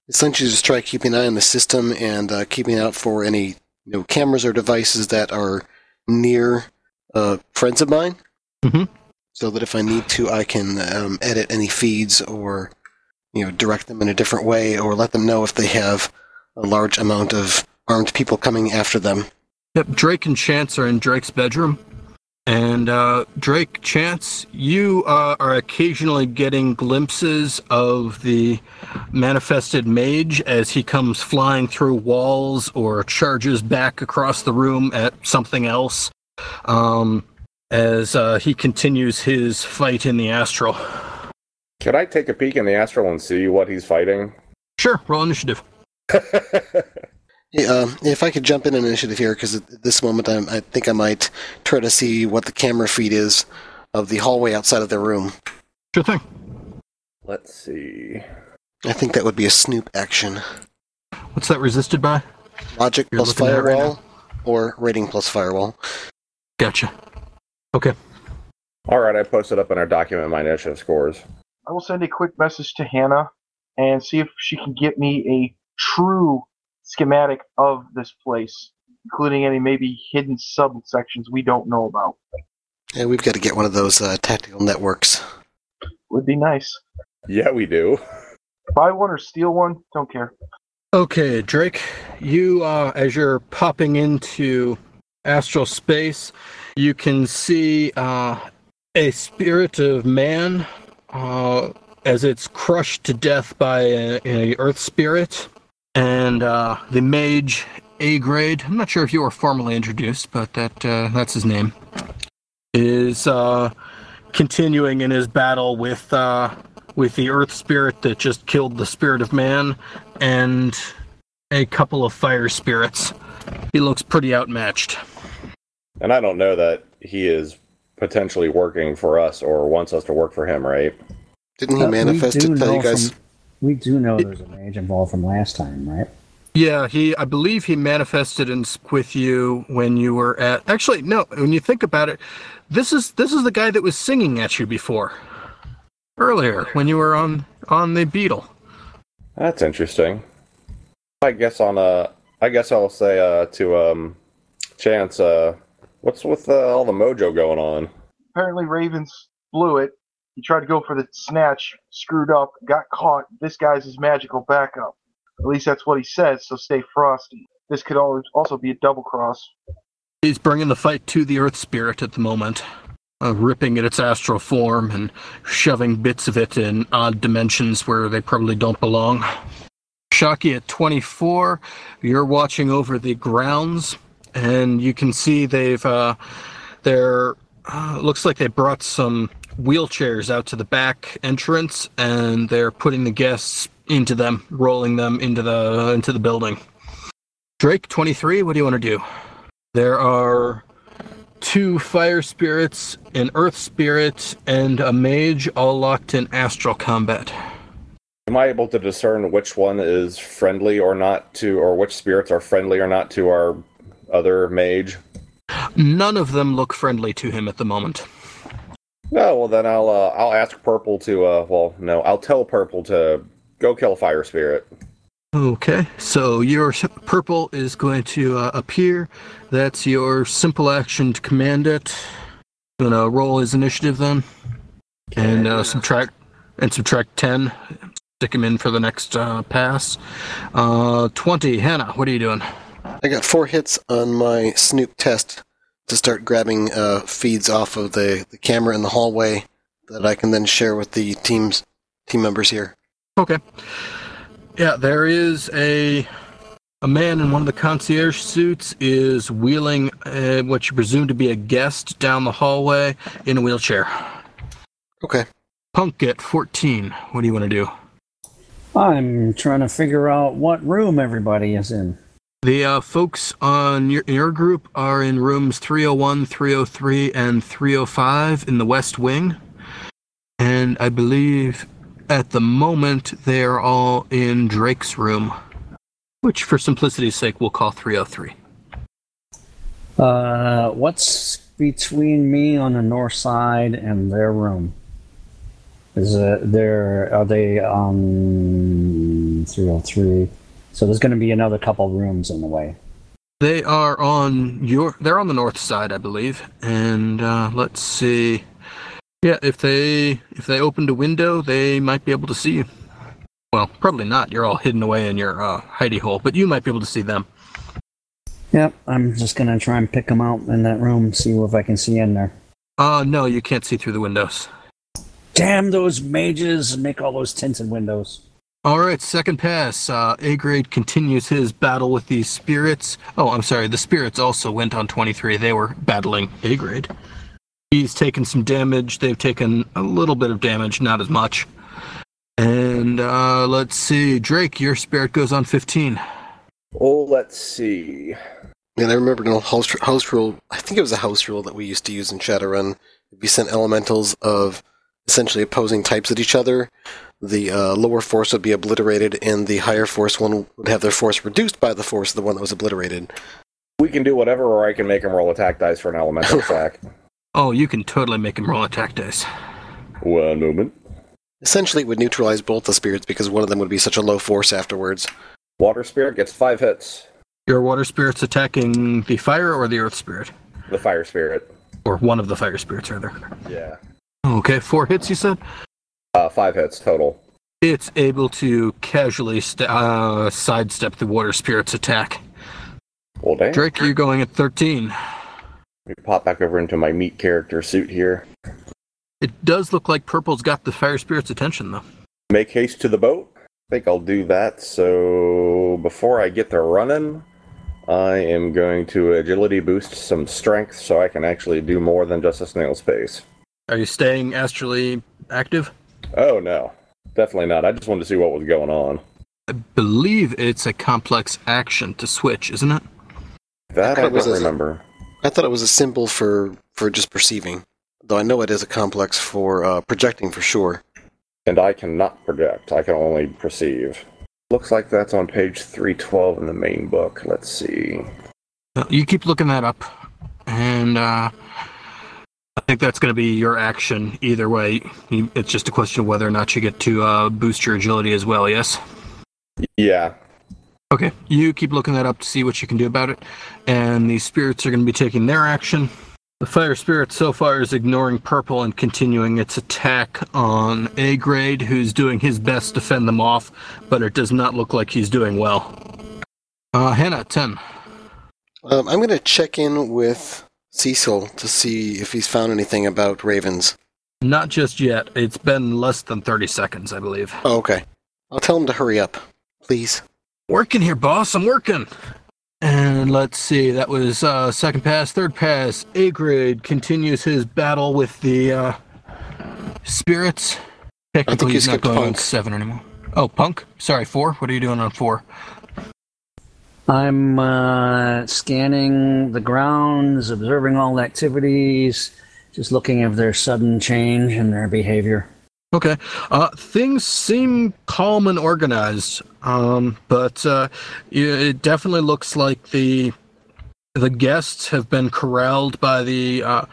essentially just try keeping an eye on the system and uh, keeping out for any you know cameras or devices that are near uh, friends of mine, Mhm. so that if I need to, I can um, edit any feeds or you know direct them in a different way or let them know if they have a large amount of armed people coming after them. Yep, Drake and Chance are in Drake's bedroom. And uh, Drake, Chance, you uh, are occasionally getting glimpses of the manifested mage as he comes flying through walls or charges back across the room at something else um, as uh, he continues his fight in the astral. Could I take a peek in the astral and see what he's fighting? [LAUGHS] Sure, roll initiative. Yeah, Uh, if I could jump in on initiative here, because at this moment I'm, I think I might try to see what the camera feed is of the hallway outside of their room. Sure thing. Let's see. I think that would be a snoop action. What's that resisted by? Logic You're plus looking at it right firewall, or rating plus firewall. Gotcha. All right, I posted up in our document my initiative scores. I will send a quick message to Hannah and see if she can get me a true schematic of this place, including any maybe hidden subsections we don't know about. Yeah, we've got to get one of those uh, tactical networks. Would be nice. Yeah, we do. Buy one or steal one, don't care. Okay, Drake, you uh, as you're popping into astral space, you can see uh, a spirit of man uh, as it's crushed to death by a, a earth spirit, and uh, the mage A grade. I'm not sure if you were formally introduced, but that uh, that's his name. Is uh, continuing in his battle with uh, with the earth spirit that just killed the spirit of man and a couple of fire spirits. He looks pretty outmatched. And I don't know that he is potentially working for us or wants us to work for him, right? Didn't he Uh, we manifest do to tell know you guys? From, we do know there's a mage involved from last time, right? Yeah, he I believe he manifested in s- with you when you were at Actually, no, when you think about it, this is this is the guy that was singing at you before. Earlier when you were on on the beetle. That's interesting. I guess on uh, I guess I'll say uh, to um, Chance, uh, what's with uh, all the mojo going on? Apparently, Ravens blew it. He tried to go for the snatch, screwed up, got caught. This guy's his magical backup. At least that's what he says, so stay frosty. This could al- also be a double cross. He's bringing the fight to the Earth Spirit at the moment, uh, ripping at its astral form and shoving bits of it in odd dimensions where they probably don't belong. Shaki at 24, you're watching over the grounds, and you can see they've uh, they're uh, looks like they brought some wheelchairs out to the back entrance, and they're putting the guests into them, rolling them into the into the building. Drake 23, what do you want to do? There are two fire spirits, an earth spirit, and a mage all locked in astral combat. Am I able to discern which one is friendly or not to, or which spirits are friendly or not to our other mage? None of them look friendly to him at the moment. No, well then I'll uh, I'll ask Purple to uh, well no I'll tell Purple to go kill Fire Spirit. Okay, so your s- purple is going to uh, appear. That's your simple action to command it. Gonna roll his initiative then, and uh, subtract and subtract ten. Stick him in for the next uh, pass. Uh, Twenty, Hannah. What are you doing? I got four hits on my snoop test to start grabbing uh, feeds off of the, the camera in the hallway that I can then share with the teams team members here. Okay. Yeah, there is a a man in one of the concierge suits is wheeling uh, what you presume to be a guest down the hallway in a wheelchair. Okay. Punk at 14. What do you want to do? I'm trying to figure out what room everybody is in. The uh, folks on your, your group are in rooms 301, 303, and 305 in the West Wing. And I believe at the moment they are all in Drake's room, which for simplicity's sake we'll call 303. Uh, what's between me on the north side and their room? Is uh, there are they on three hundred three? So there's going to be another couple rooms in the way. They are on your. They're on the north side, I believe. And uh, let's see. Yeah, if they if they opened a window, they might be able to see you. Well, probably not. You're all hidden away in your uh, hidey hole, but you might be able to see them. Yep, I'm just going to try and pick them out in that room, see if I can see in there. Uh no, you can't see through the windows. Damn those mages! Make all those tinted windows. All right, second pass. Uh, A grade continues his battle with these spirits. Oh, I'm sorry. The spirits also went on 23. They were battling A grade. He's taken some damage. They've taken a little bit of damage, not as much. And uh, let's see. Drake, your spirit goes on 15. Oh, let's see. And I remember an old house, house rule. I think it was a house rule that we used to use in Shadowrun. If you sent elementals of essentially opposing types at each other, the uh, lower force would be obliterated, and the higher force one would have their force reduced by the force of the one that was obliterated. We can do whatever, or I can make him roll attack dice for an elemental attack. Oh, you can totally make him roll attack dice. One moment. Essentially, it would neutralize both the spirits because one of them would be such a low force afterwards. Water spirit gets five hits. Your water spirit's attacking the fire or the earth spirit? The fire spirit. Or one of the fire spirits, rather. Yeah. Okay, four hits, you said? Uh, five hits total. It's able to casually st- uh, sidestep the water spirit's attack. Well, damn. Drake, you're going at 13. Let me pop back over into my meat character suit here. It does look like purple's got the fire spirit's attention, though. Make haste to the boat. I think I'll do that. So before I get to running, I am going to agility boost some strength so I can actually do more than just a snail's pace. Are you staying astrally active? Oh no, definitely not. I just wanted to see what was going on. I believe it's a complex action to switch, isn't it? That I That was don't a- remember. I thought it was a symbol for, for just perceiving, though I know it is a complex for uh, projecting for sure. And I cannot project. I can only perceive. Looks like that's on page 312 in the main book. Let's see. Uh, You keep looking that up, and uh, I think that's going to be your action either way. You, it's just a question of whether or not you get to uh, boost your agility as well. Yes. Yeah. Okay. You keep looking that up to see what you can do about it, and the spirits are going to be taking their action. The fire spirit so far is ignoring purple and continuing its attack on A grade, who's doing his best to fend them off, but it does not look like he's doing well. Uh, Hannah, ten. Um, I'm going to check in with Cecil to see if he's found anything about ravens. Not just yet. It's been less than 30 seconds, I believe. Oh, okay. I'll tell him to hurry up, please. Working here, boss. I'm working. And let's see. That was uh, second pass, third pass. A grade continues his battle with the uh, spirits. Technically, you he's not skipped going on Punk. seven anymore. Oh, punk. Sorry, four. What are you doing on four? I'm uh, scanning the grounds, observing all activities, just looking if there's sudden change in their behavior. Okay. Uh, things seem calm and organized, um, but uh, yeah, it definitely looks like the the guests have been corralled by the uh,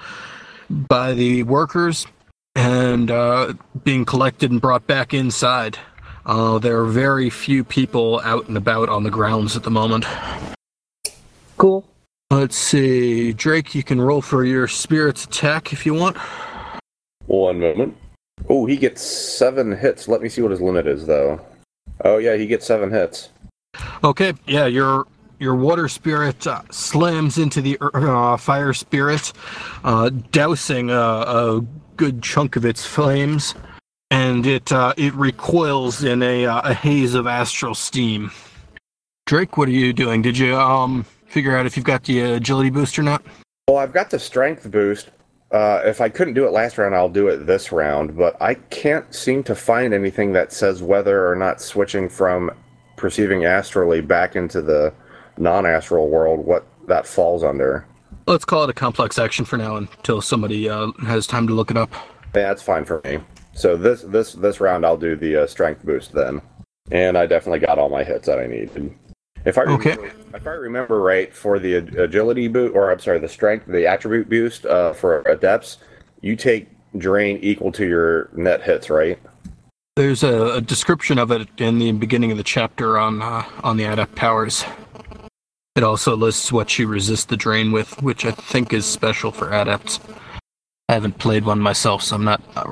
by the workers and uh, being collected and brought back inside. Uh, there are very few people out and about on the grounds at the moment. Cool. Let's see, Drake. You can roll for your spirit's attack if you want. One moment. Oh, he gets seven hits. Let me see what his limit is, though. Oh, yeah, he gets seven hits. Okay, yeah, your your water spirit uh, slams into the er- uh, fire spirit, uh, dousing a, a good chunk of its flames, and it uh, it recoils in a uh, a haze of astral steam. Drake, what are you doing? Did you um figure out if you've got the agility boost or not? Well, I've got the strength boost. Uh, if I couldn't do it last round, I'll do it this round, but I can't seem to find anything that says whether or not switching from perceiving astrally back into the non astral world, what that falls under. Let's call it a complex action for now until somebody uh, has time to look it up. Yeah, that's fine for me. So this this this round, I'll do the uh, strength boost then, and I definitely got all my hits that I needed. If I Okay. remember, if I remember right, for the ag- agility boost, or I'm sorry, the strength, the attribute boost uh, for adepts, you take drain equal to your net hits, right? There's a, a description of it in the beginning of the chapter on uh, on the adept powers. It also lists what you resist the drain with, which I think is special for adepts. I haven't played one myself, so I'm not uh,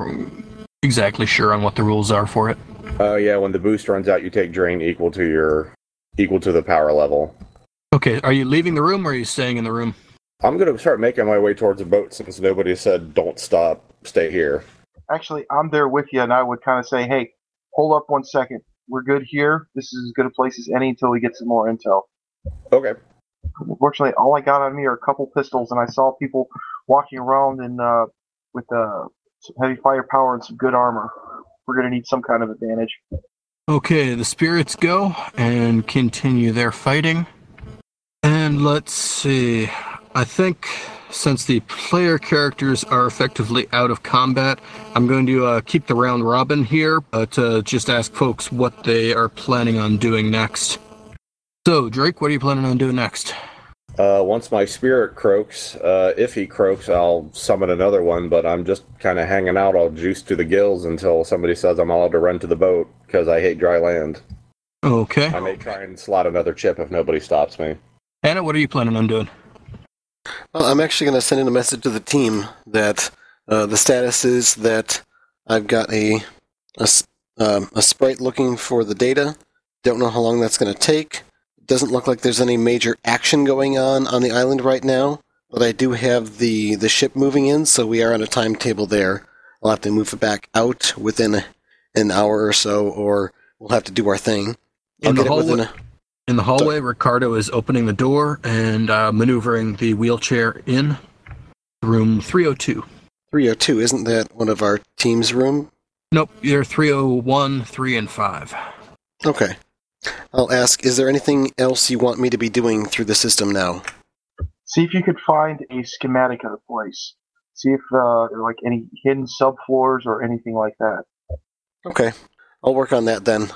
exactly sure on what the rules are for it. Oh yeah, when the boost runs out, you take drain equal to your equal to the power level. Okay, are you leaving the room or are you staying in the room? I'm gonna start making my way towards the boat since nobody said don't stop, stay here. Actually, I'm there with you, and I would kind of say, hey, hold up one second. We're good here. This is as good a place as any until we get some more intel. Okay. Unfortunately, all I got on me are a couple pistols, and I saw people walking around in uh, with uh, some heavy firepower and some good armor. We're gonna need some kind of advantage. Okay, the spirits go and continue their fighting. And let's see. I think since the player characters are effectively out of combat, I'm going to uh, keep the round robin here, but uh, just ask folks what they are planning on doing next. So, Drake, what are you planning on doing next? Uh, once my spirit croaks, uh, if he croaks, I'll summon another one, but I'm just kind of hanging out all juiced to the gills until somebody says I'm allowed to run to the boat because I hate dry land. Okay. I may try and slot another chip if nobody stops me. Anna, what are you planning on doing? Well, I'm actually going to send in a message to the team that uh, the status is that I've got a a, s- um, a sprite looking for the data. Don't know how long that's going to take. Doesn't look like there's any major action going on on the island right now, but I do have the the ship moving in, so we are on a timetable there. I'll have to move it back out within an hour or so, or we'll have to do our thing. I'll In the get it within hallway- a- In the hallway, Ricardo is opening the door and uh, maneuvering the wheelchair in room 302. 302. Isn't that one of our team's room? Nope, you're 301, 3, and 5. Okay. I'll ask, is there anything else you want me to be doing through the system now? See if you could find a schematic of the place. See if uh, there are like any hidden subfloors or anything like that. Okay. I'll work on that then.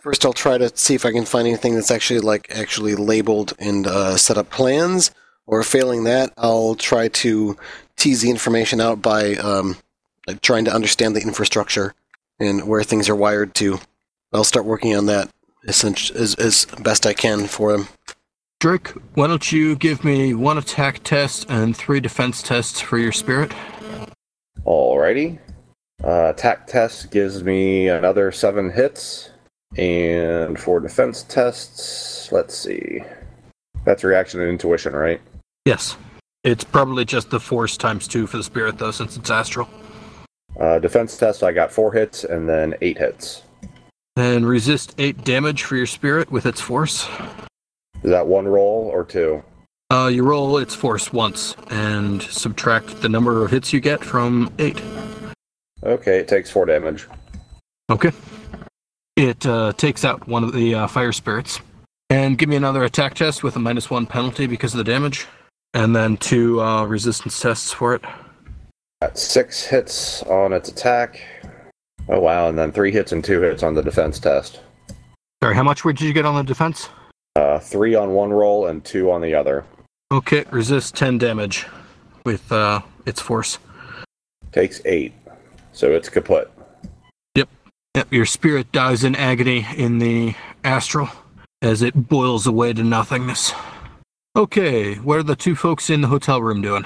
First, I'll try to see if I can find anything that's actually like actually labeled and uh, set up plans. Or failing that, I'll try to tease the information out by um, like, trying to understand the infrastructure and where things are wired to. I'll start working on that essentially as, as best I can for them. Drake, why don't you give me one attack test and three defense tests for your spirit? Alrighty. Uh, attack test gives me another seven hits, and for defense tests, let's see. That's reaction and intuition, right? Yes. It's probably just the force times two for the spirit, though, since it's astral. Uh, defense test, I got four hits and then eight hits. And resist eight damage for your spirit with its force. Is that one roll or two? Uh, you roll its force once and subtract the number of hits you get from eight. Okay, it takes four damage. Okay. It uh, takes out one of the uh, fire spirits. And give me another attack test with a minus one penalty because of the damage. And then two uh, resistance tests for it. Got six hits on its attack. Oh wow, and then three hits and two hits on the defense test. Sorry, how much did you get on the defense? Uh, three on one roll and two on the other. Okay, resist 10 damage with uh, its force. Takes eight, so it's kaput. Yep, your spirit dies in agony in the astral as it boils away to nothingness. Okay, what are the two folks in the hotel room doing?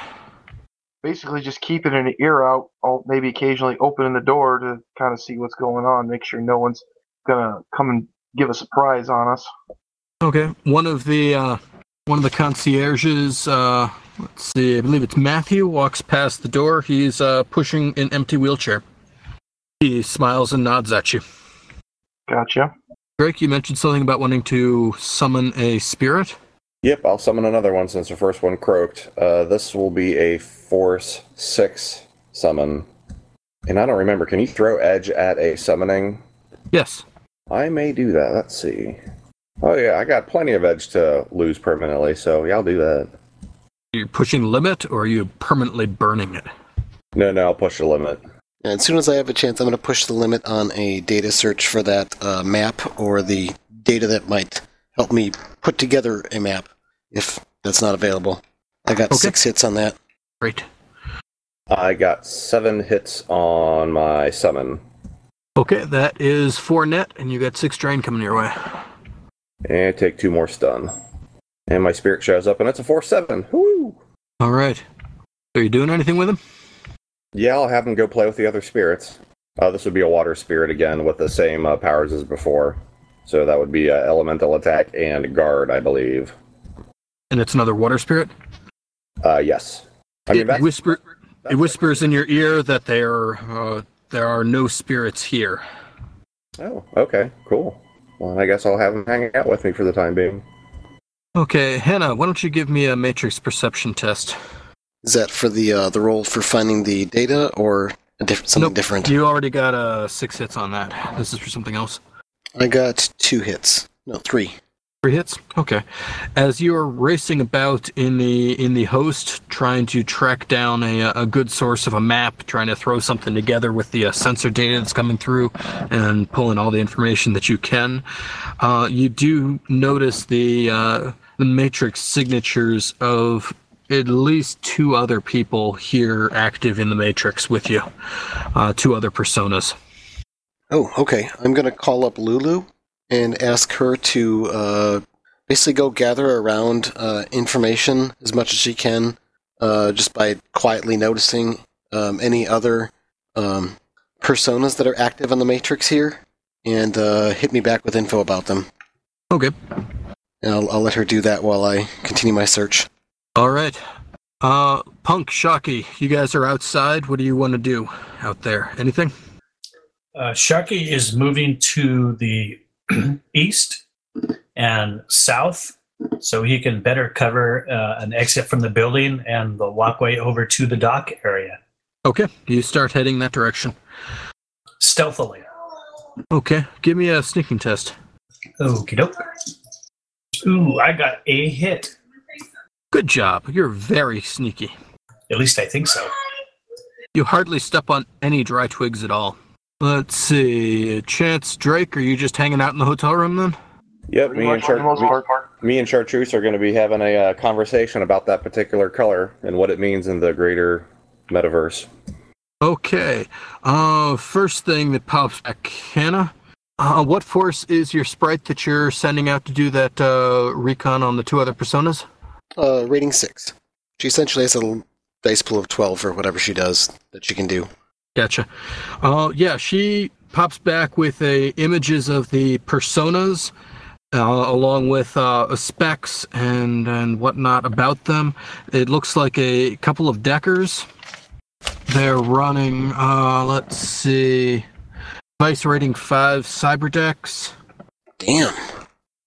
Basically, just keeping an ear out, or maybe occasionally opening the door to kind of see what's going on, make sure no one's gonna come and give a surprise on us. Okay, one of the uh, one of the concierges, uh, let's see, I believe it's Matthew, walks past the door. He's uh, pushing an empty wheelchair. He smiles and nods at you. Gotcha. Drake, you mentioned something about wanting to summon a spirit. Yep, I'll summon another one since the first one croaked. Uh, this will be a force six summon. And I don't remember, can you throw edge at a summoning? Yes. I may do that. Let's see. Oh yeah, I got plenty of edge to lose permanently, so yeah, I'll do that. You're pushing limit, or are you permanently burning it? No, no, I'll push the limit. And as soon as I have a chance, I'm going to push the limit on a data search for that uh, map or the data that might help me put together a map if that's not available. I got Okay. six hits on that. Great. I got seven hits on my summon. Okay, that is four net, and you got six drain coming your way. And I take two more stun. And my spirit shows up, and it's a 4 7. Woo! All right. Are you doing anything with him? Yeah, I'll have him go play with the other spirits. Uh, this would be a water spirit again with the same uh, powers as before. So that would be uh, elemental attack and guard, I believe. And it's another water spirit. Uh, yes. I It that's- whisper. that's- It whispers in your ear that there uh, there are no spirits here. Oh, okay, cool. Well, then I guess I'll have him hanging out with me for the time being. Okay, Hannah, why don't you give me a matrix perception test? Is that for the uh, the role for finding the data or a diff- something Nope. different? You already got uh, six hits on that. This is for something else. I got two hits. No, three. Three hits. Okay. As you are racing about in the in the host, trying to track down a, uh, a good source of a map, trying to throw something together with the uh, sensor data that's coming through, and pulling all the information that you can, uh, you do notice the uh, the matrix signatures of at least two other people here active in the matrix with you, uh, two other personas. Oh, okay. I'm gonna call up Lulu and ask her to uh, basically go gather around uh, information as much as she can, uh, just by quietly noticing um, any other um, personas that are active on the matrix here, and uh, hit me back with info about them. Okay. And I'll, I'll let her do that while I continue my search. All right. Uh, Punk, Shocky, you guys are outside. What do you want to do out there? Anything? Uh, Sharky is moving to the [CLEARS THROAT] east and south so he can better cover uh, an exit from the building and the walkway over to the dock area Okay. You start heading that direction. stealthily. Okay. Give me a sneaking test. Okie doke. Ooh, I got a hit. Good job. You're very sneaky. At least I think so. You hardly step on any dry twigs at all. Let's see. Chance Drake, are you just hanging out in the hotel room then? Yep, Pretty me and, much for the most Char- part. part. me, me and Chartreuse are going to be having a uh, conversation about that particular color and what it means in the greater metaverse. Okay. Uh, first thing that pops back, Hannah. Uh, what force is your sprite that you're sending out to do that uh, recon on the two other personas? Uh, rating six. She essentially has a little dice pool of twelve or whatever she does that she can do. Gotcha. Uh, yeah, she pops back with a images of the personas, uh, along with uh, specs and and whatnot about them. It looks like a couple of deckers. They're running. Uh, let's see, vice rating five cyber decks. Damn.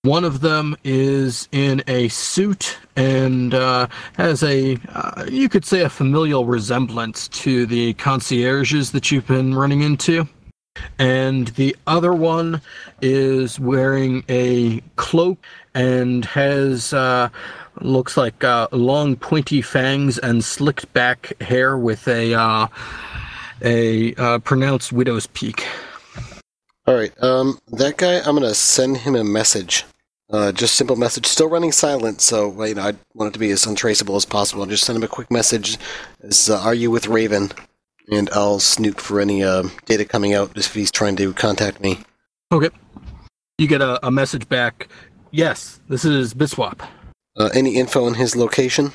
One of them is in a suit and uh, has a, uh, you could say, a familial resemblance to the concierges that you've been running into. And the other one is wearing a cloak and has, uh, looks like uh, long pointy fangs and slicked back hair with a, uh, a uh, pronounced widow's peak. All right. Um, that guy, I'm gonna send him a message. Uh, just simple message. Still running silent, so you know I want it to be as untraceable as possible. I'll just send him a quick message. It's, uh, Are you with Raven? And I'll snoop for any uh, data coming out if he's trying to contact me. Okay. You get a, a message back. Yes, this is Biswap. Uh, any info on his location?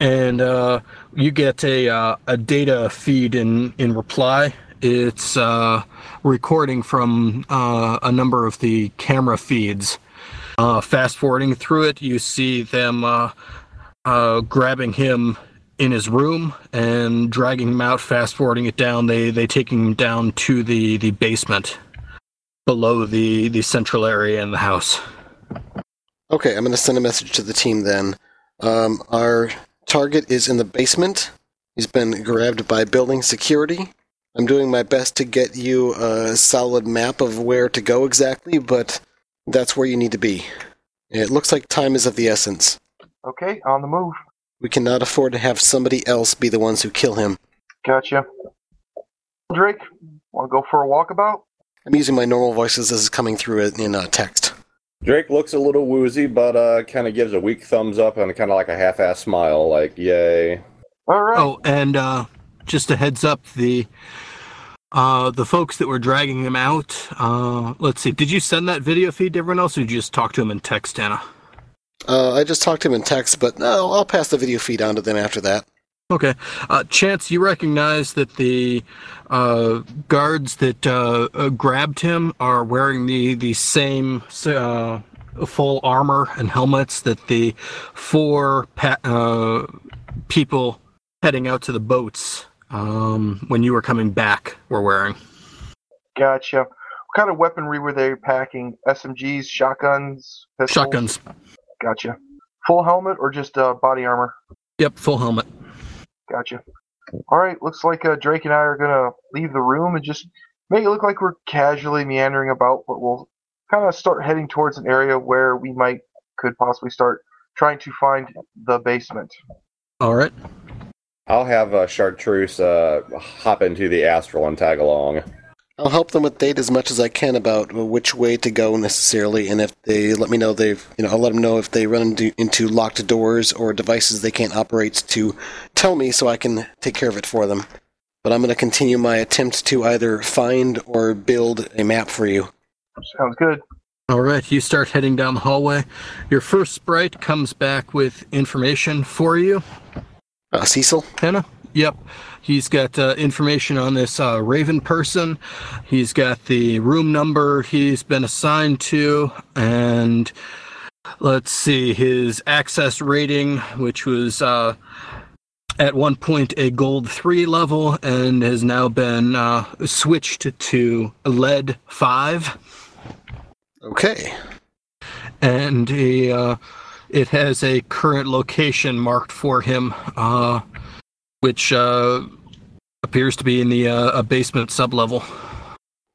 And uh, you get a, uh, a data feed in, in reply. It's uh, recording from uh, a number of the camera feeds. Uh, fast forwarding through it, you see them uh, uh, grabbing him in his room and dragging him out. Fast forwarding it down, they they take him down to the, the basement below the, the central area in the house. Okay, I'm going to send a message to the team then. Um, our target is in the basement. He's been grabbed by building security. I'm doing my best to get you a solid map of where to go exactly, but that's where you need to be. It looks like time is of the essence. Okay, on the move. We cannot afford to have somebody else be the ones who kill him. Gotcha. Drake, want to go for a walkabout? I'm using my normal voices. This is coming through in- in uh, text. Drake looks a little woozy, but uh, kind of gives a weak thumbs up and kind of like a half ass smile, like, yay. All right. Oh, and uh, just a heads up, the uh, the folks that were dragging them out. Uh, let's see. Did you send that video feed to everyone else, or did you just talk to them in text, Anna? Uh, I just talked to him in text, but no, I'll pass the video feed on to them after that. Okay. Uh, Chance, you recognize that the uh, guards that uh, uh, grabbed him are wearing the, the same uh, full armor and helmets that the four pa- uh, people heading out to the boats um, when you were coming back were wearing. Gotcha. What kind of weaponry were they packing? SMGs, shotguns, pistols? Shotguns. Gotcha. Full helmet or just uh, body armor? Yep, full helmet. Gotcha. All right, looks like uh, Drake and I are gonna leave the room and just make it look like we're casually meandering about, but we'll kind of start heading towards an area where we might could possibly start trying to find the basement. All right. I'll have uh, Chartreuse uh, hop into the Astral and tag along. I'll help them with data as much as I can about uh, which way to go necessarily, and if they let me know they've, you know, I'll let them know if they run into, into locked doors or devices they can't operate to tell me so I can take care of it for them. But I'm going to continue my attempt to either find or build a map for you. Sounds good. All right, you start heading down the hallway. Your first sprite comes back with information for you. Uh, Cecil? Hannah? Yep. He's got uh, information on this uh, Raven person. He's got the room number he's been assigned to, and let's see his access rating, which was uh, at one point a gold three level and has now been uh, switched to lead five. Okay. And he, uh, it has a current location marked for him. Uh, which uh, appears to be in the uh, a basement sublevel.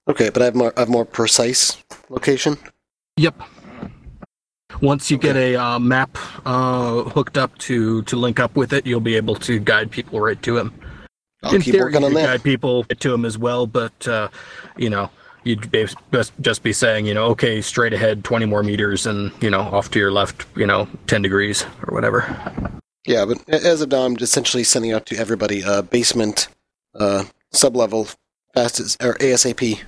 Okay, but I have more, I have more precise location. Yep. Once you get a uh, map uh, hooked up to to link up with it, you'll be able to guide people right to him. I'll keep working you on could that. guide people to him as well, but uh, you know you'd be, best- just be saying you know okay straight ahead twenty more meters and you know off to your left you know ten degrees or whatever. Yeah, but a- as of now, I'm essentially sending out to everybody uh, basement, uh, sublevel, fastest or ASAP.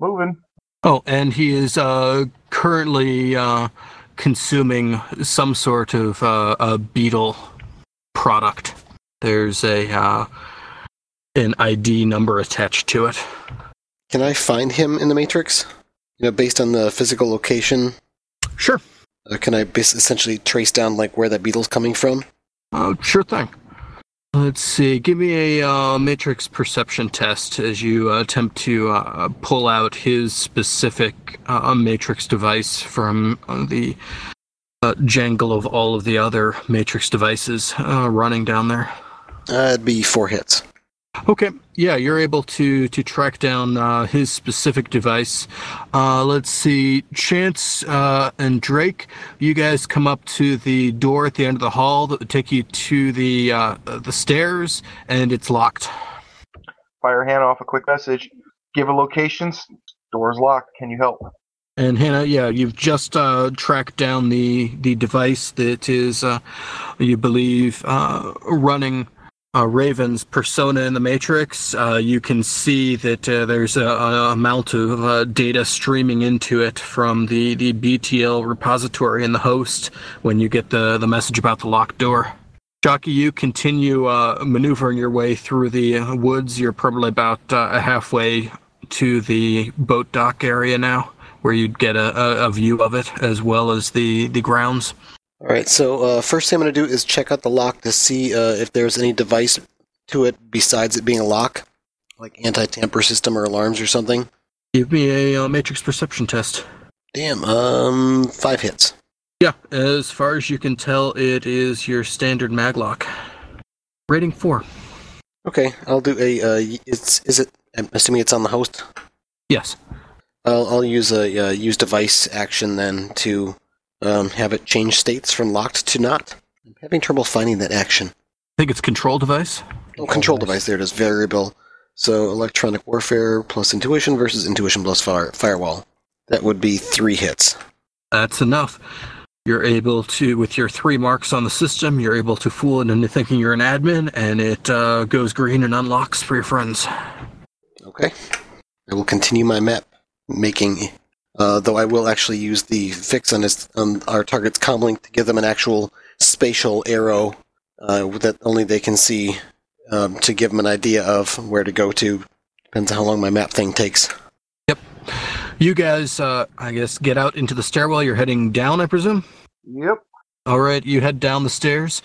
Moving. Oh, and he is uh, currently uh, consuming some sort of uh, a beetle product. There's a uh, an ID number attached to it. Can I find him in the matrix? You know, based on the physical location, Sure. uh, can I bas- essentially trace down like where that beetle's coming from? Oh, sure thing. Let's see. Give me a uh, matrix perception test as you uh, attempt to uh, pull out his specific uh, matrix device from uh, the uh, jangle of all of the other matrix devices uh, running down there. Uh, it'd be four hits. Okay, yeah, you're able to to track down uh, his specific device. Uh, let's see, Chance uh, and Drake, you guys come up to the door at the end of the hall that would take you to the uh, the stairs, and it's locked. Fire hand off a quick message. Give a location. Door's locked. Can you help? And Hannah, yeah, you've just uh, tracked down the the device that is, uh, you believe, uh, running uh, Raven's persona in the Matrix. Uh, you can see that uh, there's a, a amount of uh, data streaming into it from the the BTL repository and the host when you get the the message about the locked door. Jockey, you continue uh, maneuvering your way through the uh, woods. You're probably about uh, halfway to the boat dock area now, where you'd get a, a, a view of it as well as the, the grounds. All right. So uh, first thing I'm gonna do is check out the lock to see uh, if there's any device to it besides it being a lock, like anti-tamper system or alarms or something. Give me a uh, matrix perception test. Damn. Um, five hits. Yeah, as far as you can tell, it is your standard maglock. Rating four. Okay, I'll do a. Uh, y- it's is it? I'm assuming it's on the host. Yes. I'll, I'll use a uh, use device action then to um, have it change states from locked to not. I'm having trouble finding that action. I think it's control device. Oh, control device. There it is. Variable. So electronic warfare plus intuition versus intuition plus fire, firewall. That would be three hits. That's enough. You're able to, with your three marks on the system, you're able to fool it into thinking you're an admin, and it uh, goes green and unlocks for your friends. Okay. I will continue my map making, uh, though I will actually use the fix on, his, on our target's comlink to give them an actual spatial arrow uh, that only they can see um, to give them an idea of where to go to. Depends on how long my map thing takes. You guys, uh, I guess, get out into the stairwell. You're heading down, I presume. Yep. All right, you head down the stairs,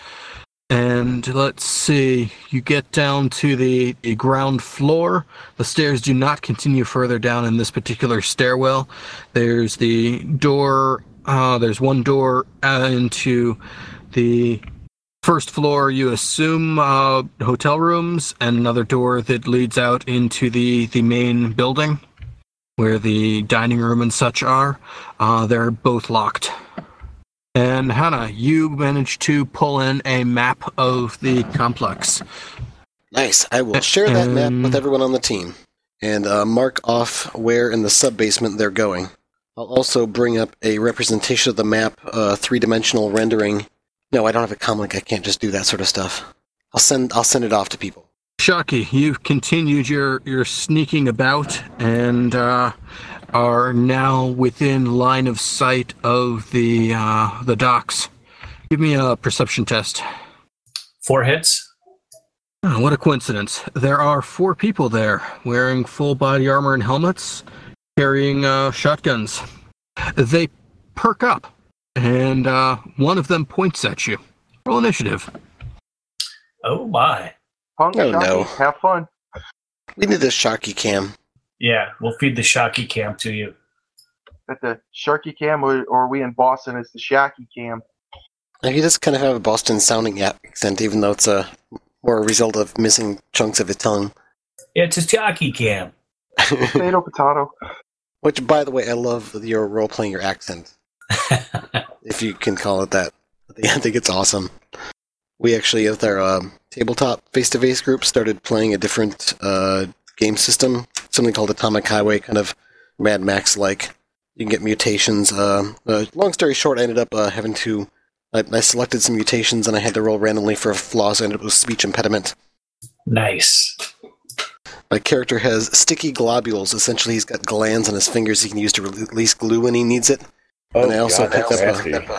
and let's see. You get down to the, the ground floor. The stairs do not continue further down in this particular stairwell. There's the door. Uh, there's one door uh, into the first floor. You assume uh, hotel rooms, and another door that leads out into the the main building, where the dining room and such are. Uh, they're both locked. And Hannah, you managed to pull in a map of the complex. Nice. I will share that map with Um, everyone on the team and uh, mark off where in the sub basement they're going. I'll also bring up a representation of the map, uh, three dimensional rendering. No, I don't have a comlink. I can't just do that sort of stuff. I'll send. I'll send it off to people. Shocky, you've continued your, your sneaking about and uh, are now within line of sight of the uh, the docks. Give me a perception test. Four hits. Oh, what a coincidence. There are four people there wearing full body armor and helmets, carrying uh, shotguns. They perk up, and uh, one of them points at you. Roll initiative. Oh my. Punk, Oh, Johnny, no. Have fun. We need this shocky cam. Yeah, we'll feed the Shocky Cam to you. At the Sharky Cam, or, or we in Boston, it's the Shacky [LAUGHS] Cam. Now, He does kind of have a Boston sounding accent, even though it's a more a result of missing chunks of his tongue. [LAUGHS] It's a Shocky Cam. [LAUGHS] Potato, potato. Which, by the way, I love your role playing your accent. if you can call it that. I think- [LAUGHS] I think it's awesome. We actually, at our um, tabletop face to face group, started playing a different uh, game system, something called Atomic Highway, kind of Mad Max like. You can get mutations. Uh, uh, long story short, I ended up uh, having to. I, I selected some mutations and I had to roll randomly for flaws. I ended up with speech impediment. Nice. My character has sticky globules. Essentially, he's got glands on his fingers he can use to re- release glue when he needs it. and I also picked up Oh, that's a, nasty.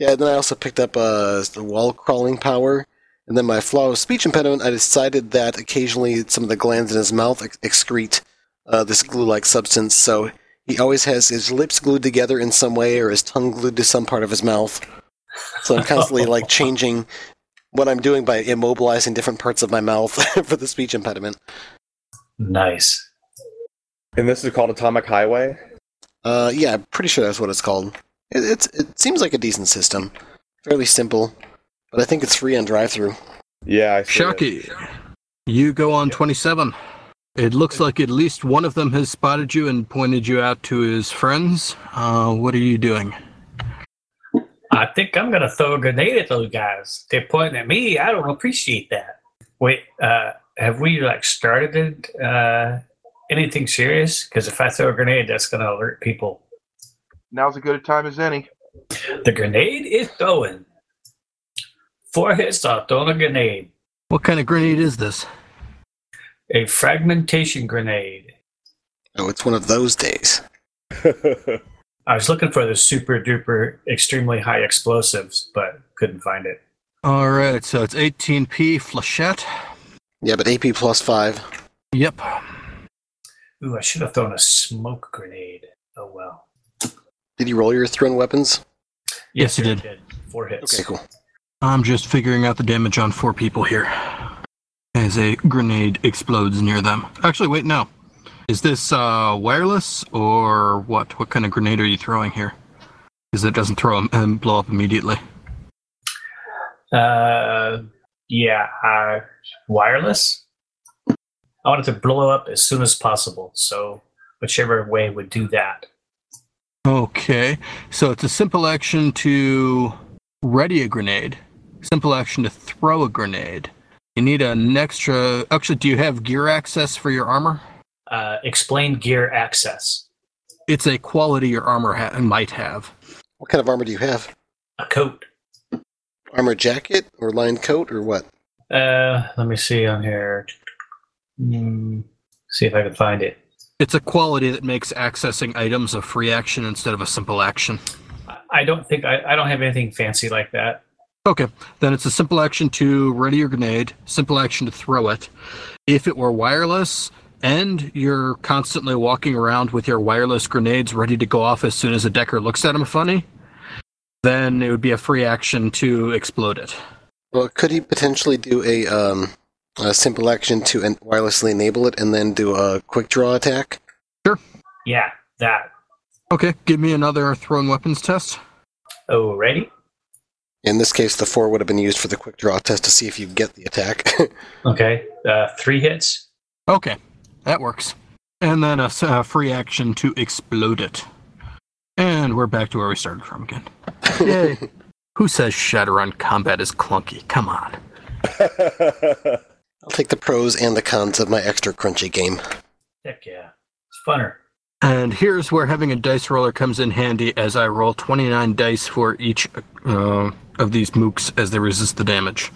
yeah, and then I also picked up uh, the wall crawling power. And then my flaw was speech impediment. I decided that occasionally some of the glands in his mouth ex- excrete uh, this glue-like substance, so he always has his lips glued together in some way or his tongue glued to some part of his mouth. So I'm constantly like changing what I'm doing by immobilizing different parts of my mouth [LAUGHS] for the speech impediment. Nice. And this is called Atomic Highway. Uh, yeah, I'm pretty sure that's what it's called. It, it's it seems like a decent system, fairly simple, but I think it's free on drive-through. Yeah, I see it. Shocky, you go on 27. It looks like at least one of them has spotted you and pointed you out to his friends. Uh, what are you doing? I think I'm gonna throw a grenade at those guys. They're pointing at me. I don't appreciate that. Wait, uh, have we like started uh, anything serious? Because if I throw a grenade, that's gonna alert people. Now's as good a time as any. The grenade is going. Four hits off throwing a grenade. What kind of grenade is this? A fragmentation grenade. Oh, it's one of those days. I was looking for the super duper extremely high explosives, but couldn't find it. All right, so it's 18p flechette. Yeah, but AP plus five. Yep. Ooh, I should have thrown a smoke grenade. Oh well. Did you roll your thrown weapons? Yes, you sure I did. Four hits. Okay, cool. I'm just figuring out the damage on four people here. As a grenade explodes near them. Actually, wait, no. Is this uh, wireless or what? What kind of grenade are you throwing here? Because it doesn't throw 'em and blow up immediately. Uh, yeah, uh, wireless. I wanted to blow up as soon as possible, so whichever way would do that. Okay, so it's a simple action to ready a grenade, simple action to throw a grenade. You need an extra. Actually, do you have gear access for your armor? Uh, explain gear access. It's a quality your armor ha- might have. What kind of armor do you have? a coat. Armor jacket or lined coat or what? Uh, let me see on here. Mm, see if I can find it. It's a quality that makes accessing items a free action instead of a simple action. I- I don't think I, I don't have anything fancy like that. Okay, then it's a simple action to ready your grenade, simple action to throw it. If it were wireless and you're constantly walking around with your wireless grenades ready to go off as soon as a decker looks at them funny, then it would be a free action to explode it. Well, could he potentially do a, um, a simple action to en- wirelessly enable it and then do a quick draw attack? Yeah, that. Okay, give me another thrown weapons test. Oh, ready? In this case, the four would have been used for the quick draw test to see if you get the attack. [LAUGHS] Okay. Uh, three hits. Okay, that works. And then a, s- a free action to explode it. And we're back to where we started from again. Yay. Who says Shadowrun combat is clunky? Come on. I'll take the pros and the cons of my extra crunchy game. Heck yeah. It's funner. And here's where having a dice roller comes in handy as I roll 29 dice for each uh, of these mooks as they resist the damage.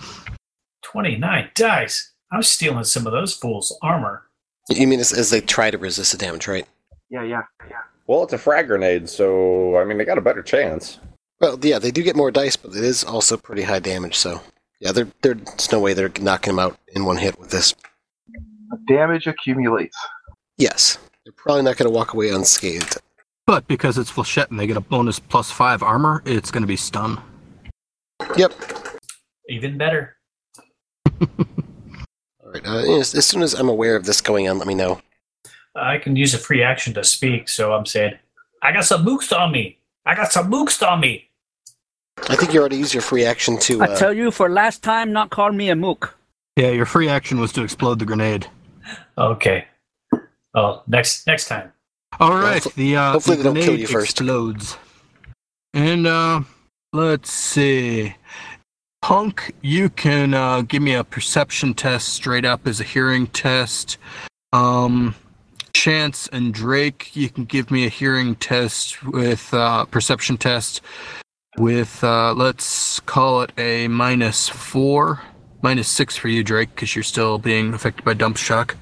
29 dice. I'm stealing some of those fools' armor. You mean as, as they try to resist the damage, right? Yeah, yeah, yeah. [LAUGHS] well, it's a frag grenade, so I mean they got a better chance. Well, yeah, they do get more dice, but it is also pretty high damage. So, yeah, there there's no way they're knocking him out in one hit with this. Damage accumulates. Yes, they're probably not going to walk away unscathed. But because it's Flechette and they get a bonus plus 5 armor, it's going to be stun. Yep. Even better. All right. Uh, as, as soon as I'm aware of this going on, let me know. I can use a free action to speak, so I'm saying, I got some mooks on me. I got some mooks on me. I think you already used your free action to. I Uh, tell you for last time, not call me a mook. Yeah, your free action was to explode the grenade. Okay. Oh, next next time. All right, hopefully- the uh, hopefully they don't kill grenade you first. explodes. And uh, let's see, Punk, you can uh, give me a perception test straight up as a hearing test. Um, Chance and Drake, you can give me a hearing test with uh, perception test with uh, let's call it a minus four, minus six for you, Drake, because you're still being affected by dump shock.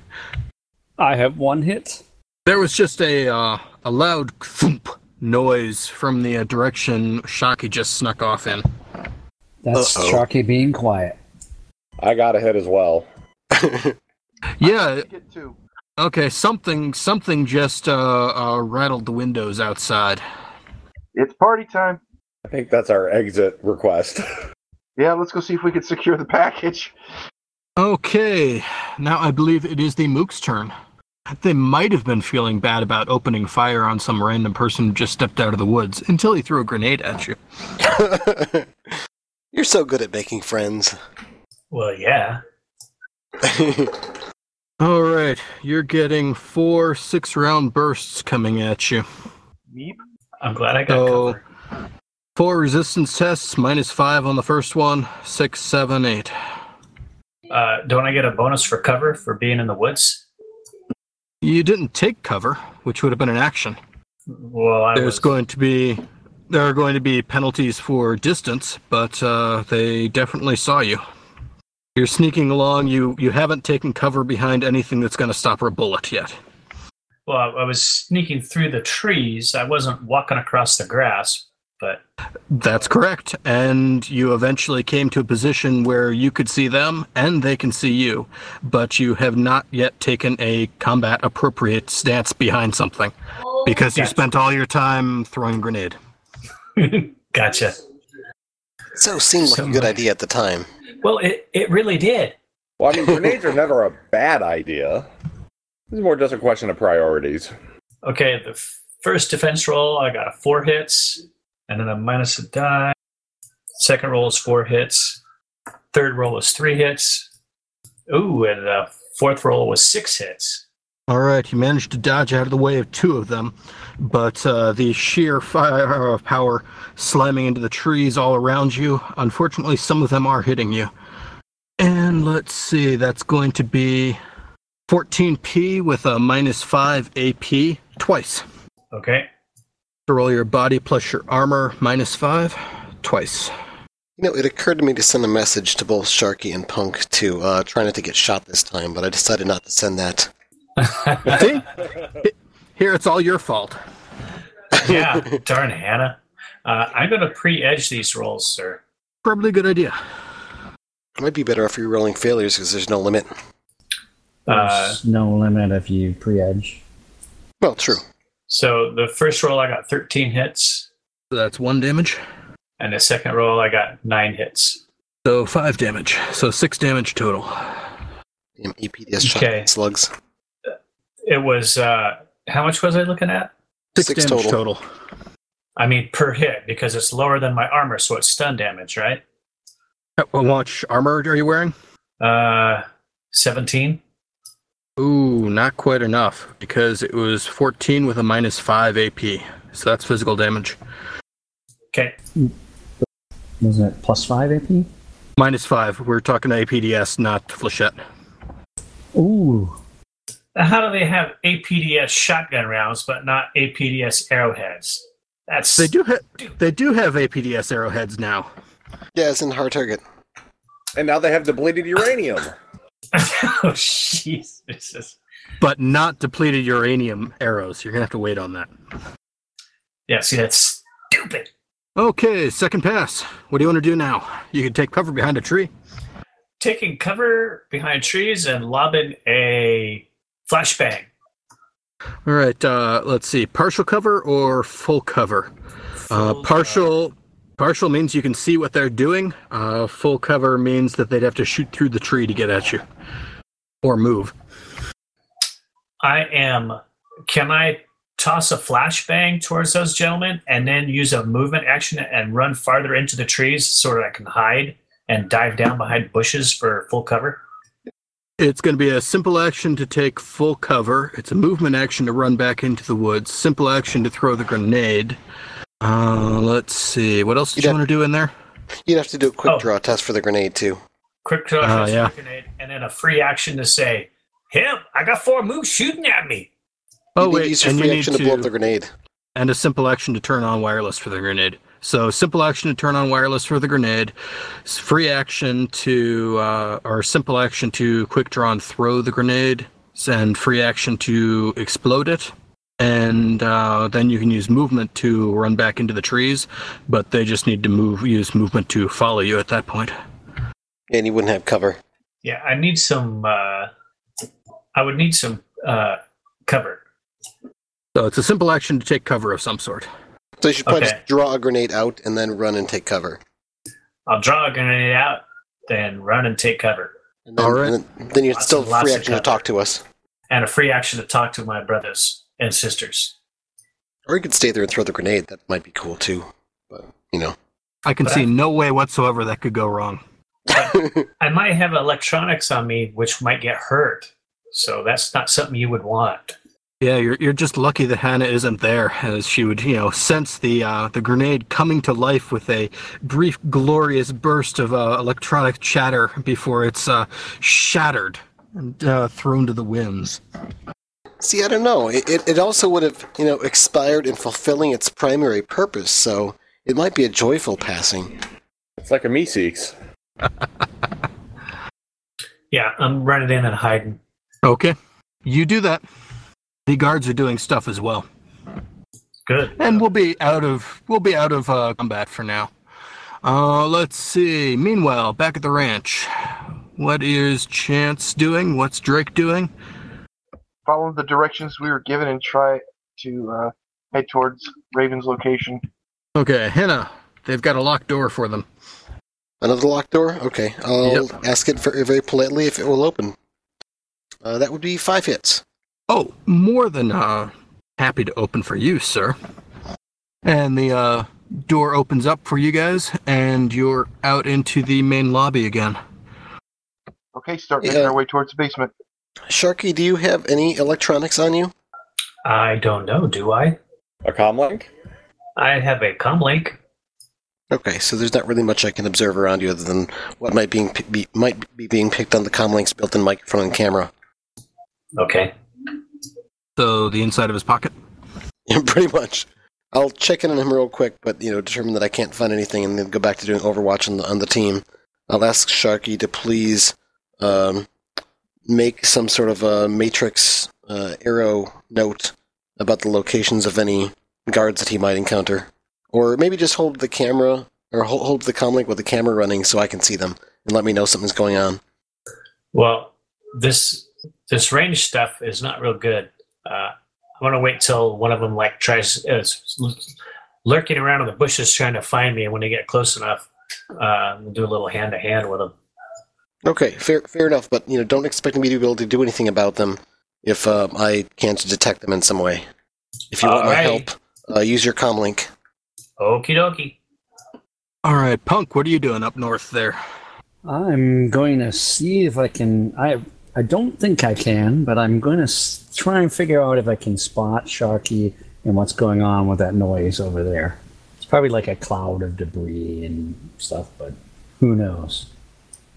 I have one hit. There was just a uh, a loud thump noise from the uh, direction Shocky just snuck off in. That's Uh-oh. Sharky being quiet. I got a hit as well. Yeah, Get two. okay, something something just uh, uh, rattled the windows outside. It's party time. I think that's our exit request. [LAUGHS] Yeah, let's go see if we can secure the package. [LAUGHS] Okay, now I believe it is the Mook's turn. They might have been feeling bad about opening fire on some random person who just stepped out of the woods until he threw a grenade at you. uh, [LAUGHS] You're so good at making friends. [LAUGHS] Well, yeah. All right, you're getting four six round bursts coming at you. Meep. I'm glad I got So- covered. Four resistance tests, minus five on the first one, six, seven, eight. Uh, don't I get a bonus for cover for being in the woods? You didn't take cover, which would have been an action. Well, I There's was going to be there are going to be penalties for distance, but uh, they definitely saw you. You're sneaking along. You you haven't taken cover behind anything that's going to stop her bullet yet. Well, I- I was sneaking through the trees. I wasn't walking across the grass, but [LAUGHS] That's correct. And you eventually came to a position where you could see them and they can see you, but you have not yet taken a combat appropriate stance behind something because you Gotcha. spent all your time throwing a grenade. gotcha. so seemed like a good Somebody- idea at the time. Well, it, it really did. Well, [LAUGHS] I mean, grenades are never a bad idea. It's more just a question of priorities. Okay, the f- first defense roll, I got four hits, and then I minus a die. Second roll is four hits. Third roll is three hits. Ooh, and the fourth roll was six hits. All right, you managed to dodge out of the way of two of them, but uh, the sheer fire of power slamming into the trees all around you. Unfortunately, some of them are hitting you. And let's see, that's going to be 14p with a minus 5 AP twice. Okay, To roll your body plus your armor minus 5 [LAUGHS] twice. You know, it occurred to me to send a message to both Sharky and Punk to uh, try not to get shot this time, but I decided not to send that. See? Here, it's all your fault. yeah, darn Hannah. Uh, I'm going to pre-edge these rolls, sir. Probably a good idea. It might be better off you rolling failures because there's no limit. Uh, There's no limit if you pre-edge. Well, true. so the first roll I got 13 hits, So that's one damage. and the second roll I got nine hits. So five damage. So six damage total. Damn E APDS shot Okay. slugs. It was uh, how much was I looking at? Six, Six damage total. total. I mean per hit because it's lower than my armor, so it's stun damage, right? Uh, Well, Watch armor are you wearing? Uh, 17. Ooh, not quite enough because it was 14 with a minus 5 AP. So that's physical damage. Okay. Wasn't it plus five AP? Minus 5. We're talking to APDS, not Flechette. Ooh, Now, How do they have APDS shotgun rounds but not APDS arrowheads? That's They do ha- they do have APDS arrowheads now. Yeah, it's in hard target. And now they have depleted uranium. [LAUGHS] oh jeez. This is- but not depleted uranium arrows. You're gonna have to wait on that. Yeah, see that's stupid. Okay, second pass. What do you want to do now? You can take cover behind a tree. Taking cover behind trees and lobbing a flashbang. All right. Uh, let's see. Partial cover or full cover. Uh, Full, partial. Partial means you can see what they're doing. Uh, full cover means that they'd have to shoot through the tree to get at you, or move. I am can I toss a flashbang towards those gentlemen and then use a movement action and run farther into the trees so that I can hide and dive down behind bushes for full cover? It's going to be a simple action to take full cover. It's a movement action to run back into the woods. Simple action to throw the grenade. Uh, let's see. What else did Yeah. you want to do in there? You'd have to do a quick Oh. draw test for the grenade, too. Quick draw Oh, for yeah. grenade and then a free action to say, Him, I got four moves shooting at me. Oh you need to wait, use your and free you need action to blow up to- the grenade. and a simple action to turn on wireless for the grenade. So simple action to turn on wireless for the grenade, s- free action to uh, or simple action to quick draw and throw the grenade, s- and free action to explode it, and uh, then you can use movement to run back into the trees. But they just need to move use movement to follow you at that point. And you wouldn't have cover. Yeah, I need some uh I would need some uh cover. So it's a simple action to take cover of some sort. So you should probably Okay. just draw a grenade out and then run and take cover. I'll draw a grenade out, then run and take cover. And then, All right. and then, then you Lots still and lots free of action to cover. talk to us. And a free action to talk to my brothers and sisters. Or you could stay there and throw the grenade. That might be cool, too. But, you know. I can But see I- no way whatsoever that could go wrong. I might have electronics on me, which might get hurt. So that's not something you would want. Yeah, you're you're just lucky that Hannah isn't there, as she would, you know, sense the uh, the grenade coming to life with a brief, glorious burst of uh, electronic chatter before it's uh, shattered and uh, thrown to the winds. See, I don't know. It, it, it also would have, you know, expired in fulfilling its primary purpose, so it might be a joyful passing. It's like a Meeseeks. Yeah, I'm running in and hiding. Okay, you do that. The guards are doing stuff as well, Good. and we'll be out of we'll be out of uh, combat for now. Uh, let's see. Meanwhile, back at the ranch, what is Chance doing? What's Drake doing? Follow the directions we were given and try to uh, head towards Raven's location. Okay, Hannah, they've got a locked door for them. Another locked door? Okay. I'll ask it very, very politely if it will open. Uh, that would be five hits. Oh, more than uh, happy to open for you, sir. And the uh, door opens up for you guys, and you're out into the main lobby again. Okay, start making Yeah. our way towards the basement. Sharky, do you have any electronics on you? I don't know, do I? A comlink? I have a comlink. Okay, so there's not really much I can observe around you other than what might being pi- be might be being picked on the comlink's built-in microphone and camera. Okay. So the inside of his pocket. [LAUGHS] Pretty much. I'll check in on him real quick, but you know, determine that I can't find anything, and then go back to doing Overwatch on the on the team. I'll ask Sharky to please um, make some sort of a matrix uh, arrow note about the locations of any guards that he might encounter, or maybe just hold the camera or hold, hold the comlink with the camera running so I can see them and let me know something's going on. Well, this this range stuff is not real good. Uh, I want to wait till one of them like tries is lurking around in the bushes trying to find me, and when they get close enough, uh, we'll do a little hand to hand with them. Okay, fair, fair enough. But you know, don't expect me to be able to do anything about them if um, I can't detect them in some way. If you want my Alright. help, uh, use your comlink. Okie dokie. All right, Punk, what are you doing up north there? I'm going to see if I can. I I don't think I can, but I'm going to s- try and figure out if I can spot Sharky and what's going on with that noise over there. It's probably like a cloud of debris and stuff, but who knows?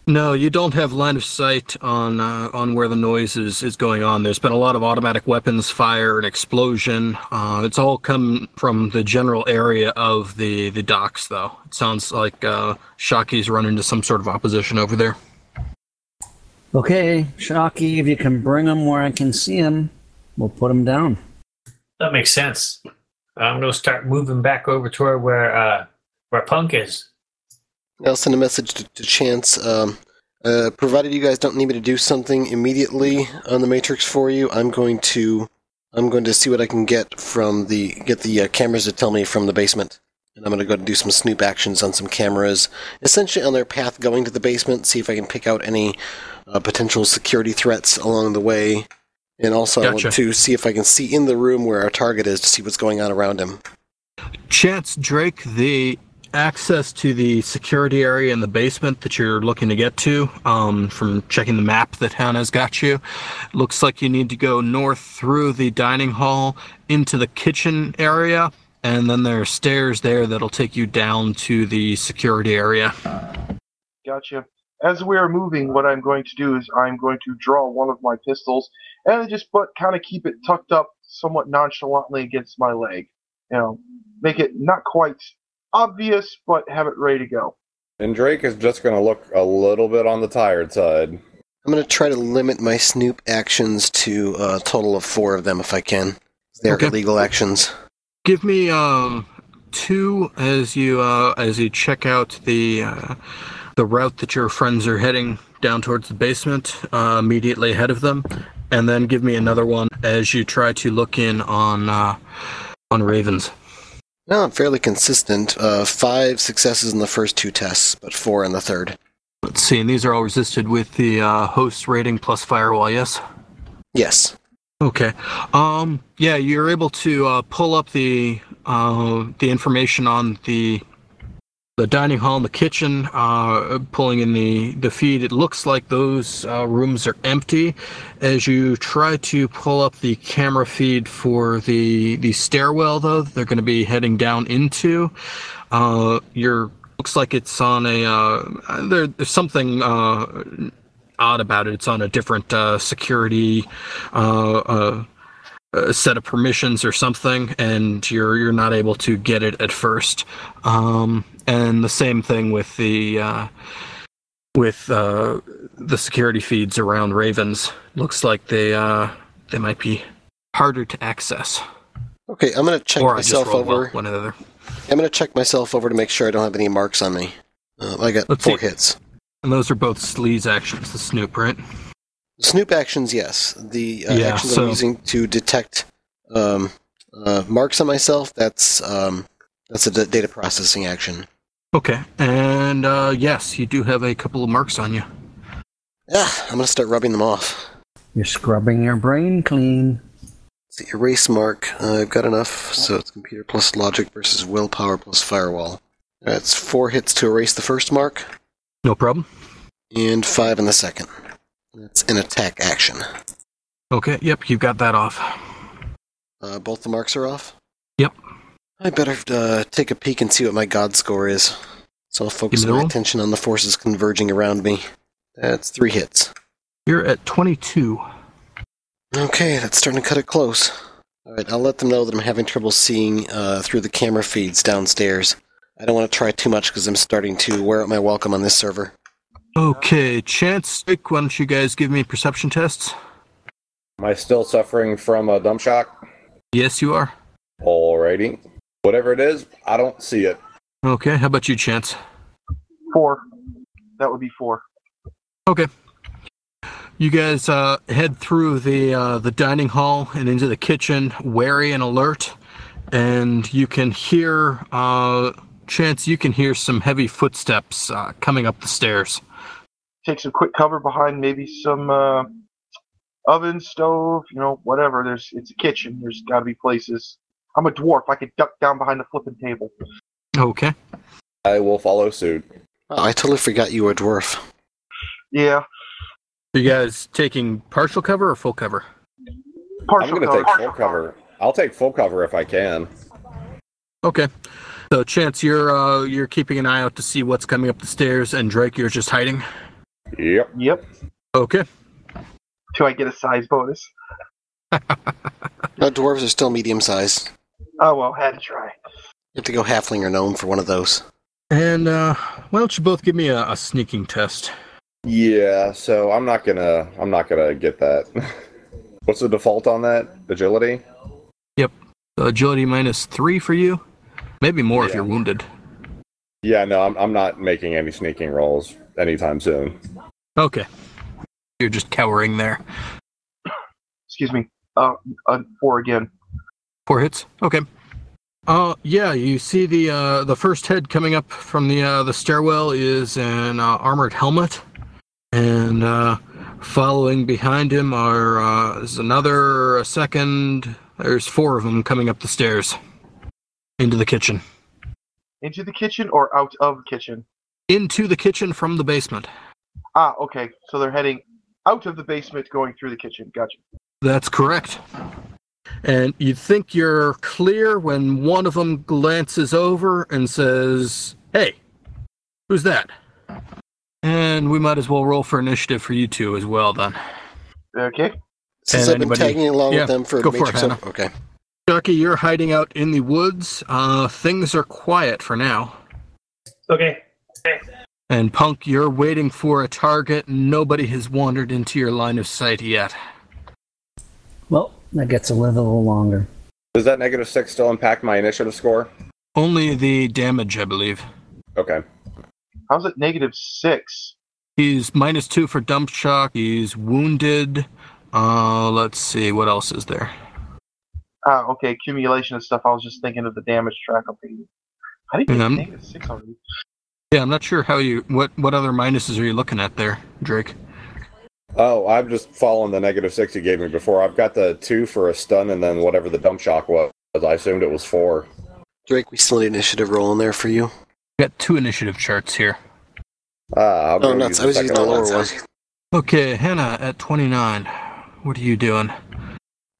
No, you don't have line of sight on uh, on where the noise is, is going on. There's been a lot of automatic weapons fire and explosion. Uh, it's all come from the general area of the, the docks, though. It sounds like uh, Shaki's run into some sort of opposition over there. Okay, Sharky, if you can bring him where I can see him, we'll put him down. That makes sense. I'm gonna start moving back over toward where uh, where Punk is. I'll send a message to, to Chance. Um, uh, provided you guys don't need me to do something immediately on the matrix for you, I'm going to I'm going to see what I can get from the get the uh, cameras to tell me from the basement, and I'm going to go do some snoop actions on some cameras, essentially on their path going to the basement. See if I can pick out any uh, potential security threats along the way, and also I Gotcha. want to see if I can see in the room where our target is to see what's going on around him. Chance Drake, the access to the security area in the basement that you're looking to get to um, from checking the map that Hannah's got you, looks like you need to go north through the dining hall into the kitchen area, and then there are stairs there that'll take you down to the security area. Gotcha. As we are moving, what I'm going to do is I'm going to draw one of my pistols and just but kind of keep it tucked up somewhat nonchalantly against my leg. You know, make it not quite obvious, but have it ready to go. And Drake is just going to look a little bit on the tired side. I'm going to try to limit my snoop actions to a total of four of them if I can. They're Okay. illegal actions. Give me um, two as you uh, as you check out the uh, the route that your friends are heading down towards the basement uh, immediately ahead of them, and then give me another one as you try to look in on uh, on Ravens. No, I'm fairly consistent. Uh, five successes in the first two tests, but four in the third. Let's see, and these are all resisted with the uh, host rating plus firewall. Yes. Yes. Okay. Um, yeah, you're able to uh, pull up the uh, the information on the the dining hall and the kitchen. Uh, pulling in the the feed, it looks like those uh, rooms are empty. As you try to pull up the camera feed for the the stairwell, though, that they're going to be heading down into. Uh, your looks like it's on a uh, there, there's something uh, odd about it. It's on a different uh, security uh, uh, uh, set of permissions or something, and you're you're not able to get it at first. Um, and the same thing with the uh, with uh, the security feeds around Ravens. Looks like they uh, they might be harder to access. Okay, I'm going to check or I just myself rolled over. well, one or the other. I'm going to check myself over to make sure I don't have any marks on me. Uh, I got Let's four see. hits. And those are both sleaze actions. The snoop, right? Snoop actions, yes. The uh, Yeah, actions so- I'm using to detect um, uh, marks on myself, that's um, that's a d- data processing action. Okay. And uh, yes, you do have a couple of marks on you. Ah, I'm going to start rubbing them off. You're scrubbing your brain clean. the erase mark. Uh, I've got enough, so it's computer plus logic versus willpower plus firewall. That's four hits to erase the first mark, No problem. and five in the second. That's an attack action. Okay. Yep. You've got that off. Uh, both the marks are off? Yep. I better uh, take a peek and see what my god score is. So I'll focus Give me the my roll. attention on the forces converging around me. That's three hits. You're at 22. Okay, that's starting to cut it close. All right, I'll let them know that I'm having trouble seeing uh, through the camera feeds downstairs. I don't want to try too much because I'm starting to wear out my welcome on this server. Okay, Chance, Nick, why don't you guys give me perception tests? Am I still suffering from a dump shock? Yes, you are. Alrighty. Whatever it is, I don't see it. Okay, how about you, Chance? Four. That would be four. Okay. You guys uh, head through the uh, the dining hall and into the kitchen, wary and alert, and you can hear uh, Chance. You can hear some heavy footsteps uh, coming up the stairs. Take some quick cover behind maybe some uh, oven, stove, you know, whatever. There's it's a kitchen. There's got to be places. I'm a dwarf. I could duck down behind the flipping table. Okay. I will follow suit. Oh, I totally forgot you were a dwarf. Yeah, Are you guys taking partial cover or full cover? I'm partial going to cover. take full cover. I'll take full cover if I can. Okay. So Chance, you're uh, you're keeping an eye out to see what's coming up the stairs, and Drake, you're just hiding. Yep. Yep. Okay. Till I get a size bonus. [LAUGHS] No, dwarves are still medium sized. Oh well, had to try. You have to go halfling or gnome for one of those. And uh, why don't you both give me a, a sneaking test? Yeah, so I'm not going to I'm not going to get that. [LAUGHS] What's the default on that? Agility? So agility minus three for you, maybe more if Yeah. you're wounded. Yeah, no, I'm I'm not making any sneaking rolls anytime soon. Okay. You're just cowering there. Excuse me. Uh, uh four again. Four hits. Okay. Uh, yeah. You see the uh, the first head coming up from the uh, the stairwell is an uh, armored helmet, and uh, following behind him are uh, is another a second. There's four of them coming up the stairs into the kitchen, Into the kitchen or out of the kitchen? into the kitchen from the basement. Ah, okay. So they're heading out of the basement, going through the kitchen. Gotcha. That's correct. And you think you're clear when one of them glances over and says, Hey, who's that? And we might as well roll for initiative for you two as well, then. Okay. Since And I've been anybody- tagging along yeah, with them for go for it, Matrix. Hannah. okay. Ducky, you're hiding out in the woods. Uh, things are quiet for now. Okay. And Punk, you're waiting for a target. Nobody has wandered into your line of sight yet. Well, that gets a little longer. Does that negative 6 still impact my initiative score? Only the damage, I believe. Okay. How's it negative six? He's minus two for dump shock. He's wounded. Uh, let's see what else is there. Ah, okay. Accumulation of stuff. I was just thinking of the damage track I'm thinking. How do you get Yeah. negative six already? Yeah, I'm not sure how you what what other minuses are you looking at there, Drake? Oh, I'm just following the negative six you gave me before. I've got the two for a stun and then whatever the dump shock was. I assumed it was four. Drake, we still need initiative roll in there for you. Got two initiative charts here. Ah, I'll Oh, go nuts. use I was the using the second lower one. one. Okay, Hannah at 29. What are you doing? All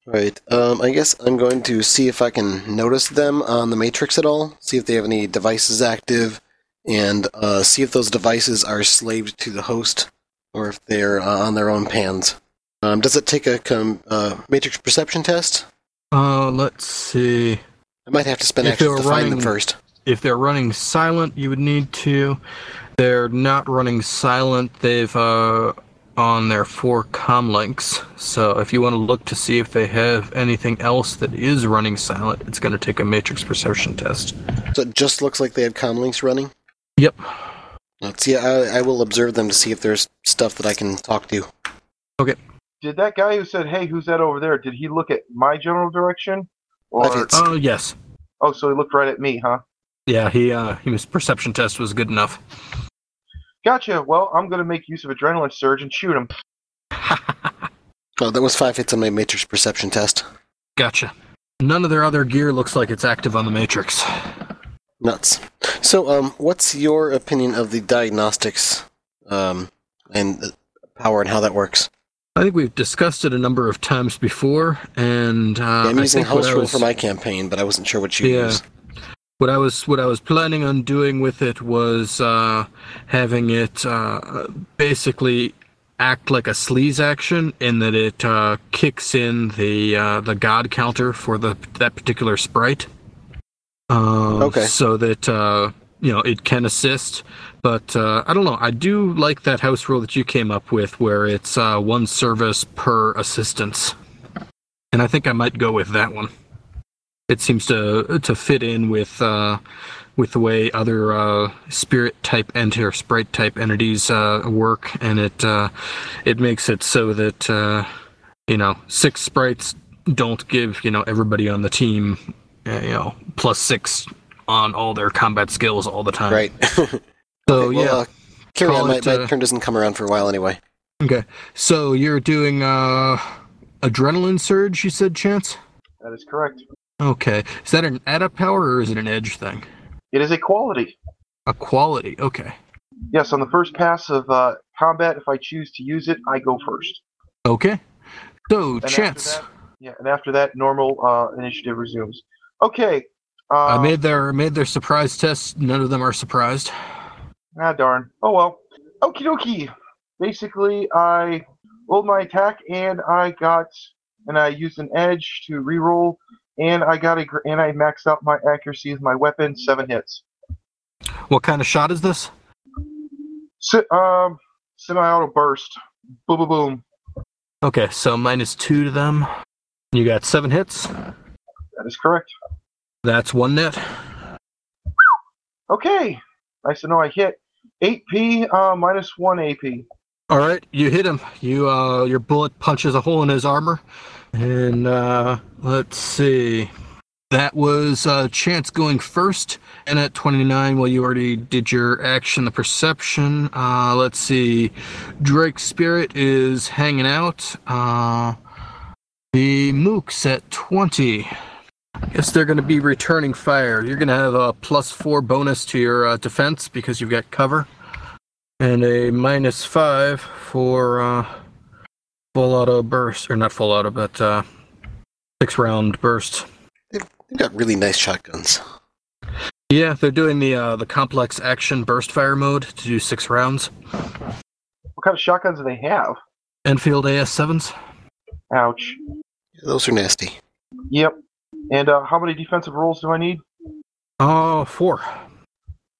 right. Um, I guess I'm going to see if I can notice them on the Matrix at all, see if they have any devices active, and uh, see if those devices are slaved to the host or if they're uh, on their own pans. Um, does it take a com- uh, Matrix perception test? Uh, let's see. I might have to spend If action they were to find them running- first. If they're running silent, you would need to. They're not running silent. They've uh on their four com links. So if you want to look to see if they have anything else that is running silent, it's going to take a matrix perception test. So it just looks like they have comlinks running. Yep. Let's see. I, I will observe them to see if there's stuff that I can talk to. Did that guy who said, "Hey, who's that over there?" Did he look at my general direction? I've Or hit Oh, yes. oh, so he looked right at me, huh? Yeah, he uh his perception test was good enough. Gotcha. Well, I'm gonna make use of adrenaline surge and shoot him. Oh, that was five hits on my matrix perception test. Gotcha. None of their other gear looks like it's active on the Matrix. Nuts. So, um, what's your opinion of the diagnostics, um, and the power and how that works? I think we've discussed it a number of times before, and uh, Yeah, I'm I using think what host I rule was, for my campaign, but I wasn't sure what you Yeah. use. what I was what I was planning on doing with it was uh, having it uh, basically act like a sleaze action in that it uh, kicks in the uh, the god counter for the that particular sprite. Uh, Okay. So that uh, you know it can assist, but uh, I don't know. I do like that house rule that you came up with, where it's uh, one service per assistance, and I think I might go with that one. It seems to to fit in with uh, with the way other uh, spirit type ent or sprite type entities uh, work, and it uh, it makes it so that uh, you know six sprites don't give you know everybody on the team uh, you know plus six on all their combat skills all the time. Right. [LAUGHS] So well, uh, oh, yeah. uh, carry Call on. My, it, my uh, turn doesn't come around for a while anyway. okay. uh, So you're doing uh, adrenaline surge. You said chance. That is correct. Okay. Is that an add up power or is it an edge thing? It is a quality. A quality. Okay. Yes, on the first pass of uh, combat, if I choose to use it, I go first. Okay. So after chance. that- yeah, and after that, normal uh, initiative resumes. Okay. Um, I made their made their surprise tests. None of them are surprised. Ah, darn. Oh well. Okie dokie. Basically, I rolled my attack and I got, and I used an edge to reroll, and I got a, gr- and I maxed out my accuracy of my weapon, seven hits. What kind of shot is this? Si- um, semi-auto burst. Boom, boom, boom. Okay, so minus two to them. You got seven hits. That is correct. That's one net. Okay. Nice to know I hit. 8p uh, minus 1 AP. All right, you hit him. You uh, your bullet punches a hole in his armor, and uh, let's see. That was uh, Chance going first, and at 29, well, you already did your action, the perception. Uh, let's see. Drake Spirit is hanging out. Uh, the Mooks at 20. Guess they're going to be returning fire. You're going to have a plus four bonus to your uh, defense because you've got cover and a minus five for uh, full auto burst, or not full auto, but uh, six round burst. They've got really nice shotguns. Yeah, they're doing the uh, the complex action burst fire mode to do six rounds. What kind of shotguns do they have? Enfield AS sevens. Ouch. Those are nasty. Yep. And uh, how many defensive rolls do I need? Oh, four.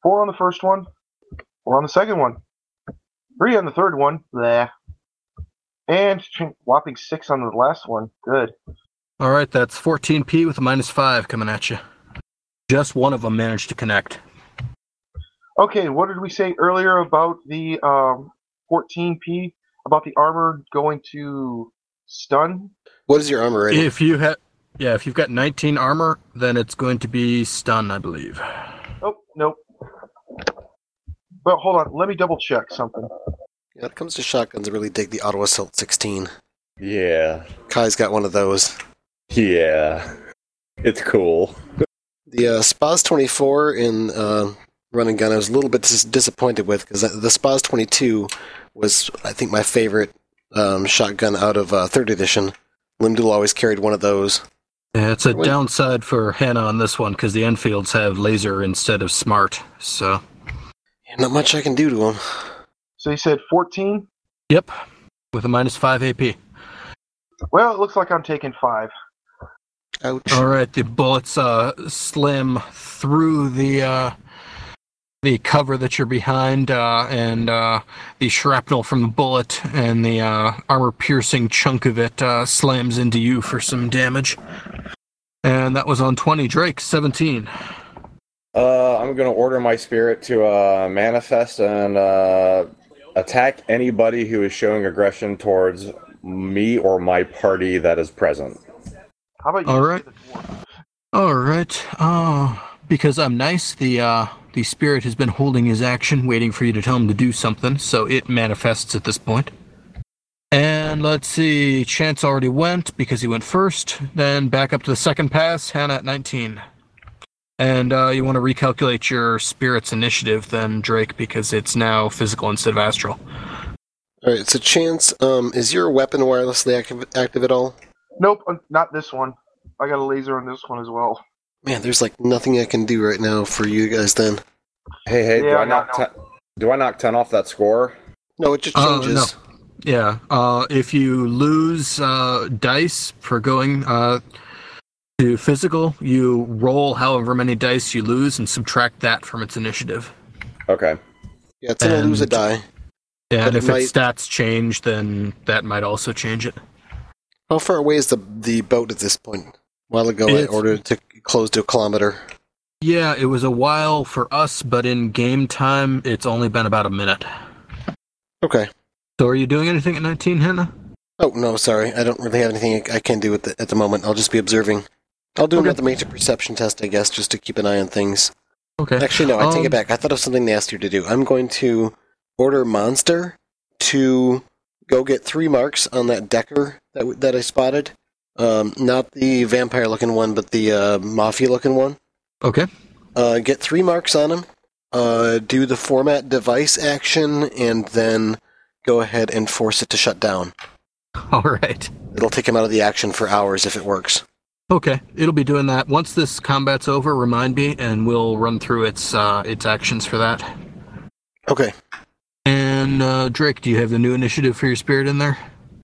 Four on the first one. Four on the second one. Three on the third one. Bleh. And whopping six on the last one. Good. All right, that's 14p with a minus five coming at you. Just one of them managed to connect. Okay, what did we say earlier about the um, 14p? About the armor going to stun? What is your armor rating? If you have, yeah, if you've got 19 armor, then it's going to be stun, I believe. Nope, nope. But hold on, let me double check something. Yeah, when it comes to shotguns, I really dig the Ottawa Assault 16. Yeah. Kai's got one of those. Yeah. It's cool. The uh, Spaz 24 in uh, Run and Gun, I was a little bit dis- disappointed with because the Spaz 22 was, I think, my favorite um, shotgun out of uh, third edition. Limdul always carried one of those. Yeah, it's a Wait. downside for Hannah on this one because the Enfields have laser instead of smart. So, Not much I can do to him. So you said 14? yep, with a minus five AP. Well, it looks like I'm taking five. Ouch. All right, the bullets uh, slam through the uh, the cover that you're behind, uh, and uh, the shrapnel from the bullet and the uh, armor-piercing chunk of it uh, slams into you for some damage. And that was on 20. Drake, 17. Uh, I'm gonna order my spirit to uh, manifest and uh, attack anybody who is showing aggression towards me or my party that is present. How about you? All just right. do the dwarf? All right. Uh, because I'm nice, the uh, the spirit has been holding his action, waiting for you to tell him to do something, so it manifests at this point. And let's see, Chance already went because he went first. Then back up to the second pass, Hannah at 19. And uh, you want to recalculate your spirit's initiative then, Drake, because it's now physical instead of astral. All right, so Chance, um, is your weapon wirelessly active, active at all? Nope, uh, not this one. I got a laser on this one as well. Man, there's like nothing I can do right now for you guys then. Hey, hey, do Yeah, I no, knock no. ten? Do I knock ten off that score? No, it just Oh, changes. Yeah. Uh, if you lose uh, dice for going uh, to physical, you roll however many dice you lose and subtract that from its initiative. Okay. Yeah, it's gonna lose a And- die. Yeah, But and it if its stats change, then that might also change it. How far away is the the boat at this point? A while ago, I It's- ordered to close to a kilometer. Yeah, it was a while for us, but in game time, it's only been about a minute. Okay. So, are you doing anything at 19, Hannah? Oh no, sorry. I don't really have anything I can do at the, at the moment. I'll just be observing. I'll do Okay. another major perception test, I guess, just to keep an eye on things. Okay. Actually, no, I take Um, it back. I thought of something they asked you to do. I'm going to order Monster to go get three marks on that Decker that w- that I spotted. Um, not the vampire-looking one, but the uh, mafia-looking one. Okay. [LAUGHS] Uh, get three marks on him. Uh, do the format device action, and then go ahead and force it to shut down. All right. It'll take him out of the action for hours if it works. Okay, it'll be doing that. Once this combat's over, remind me, and we'll run through its uh, its actions for that. Okay. And uh, Drake, do you have the new initiative for your spirit in there?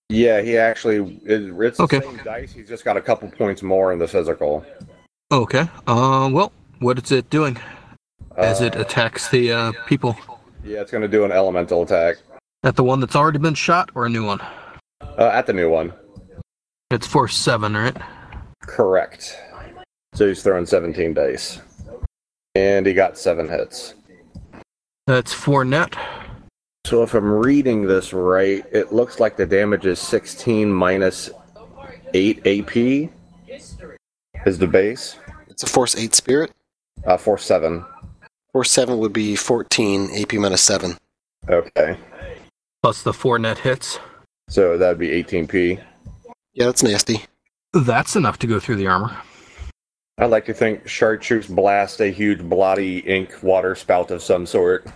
Yeah, he actually it, it's Okay. the same dice. He's just got a couple points more in the physical. Okay. Uh, well, what is it doing Uh, as it attacks the uh, people? Yeah, it's going to do an elemental attack At the one that's already been shot, or a new one? uh, at the new one. It's force seven, right? Correct. So he's throwing 17 dice, and he got seven hits. That's four net. So if I'm reading this right, it looks like the damage is 16 minus 8 AP is the base. It's a force eight spirit. Uh, force seven. Force seven would be fourteen AP minus seven. Okay, Plus the four net hits. so that'd be 18p. Yeah, that's nasty. That's enough to go through the armor. I'd like to think Chartreuse blast a huge bloody ink water spout of some sort.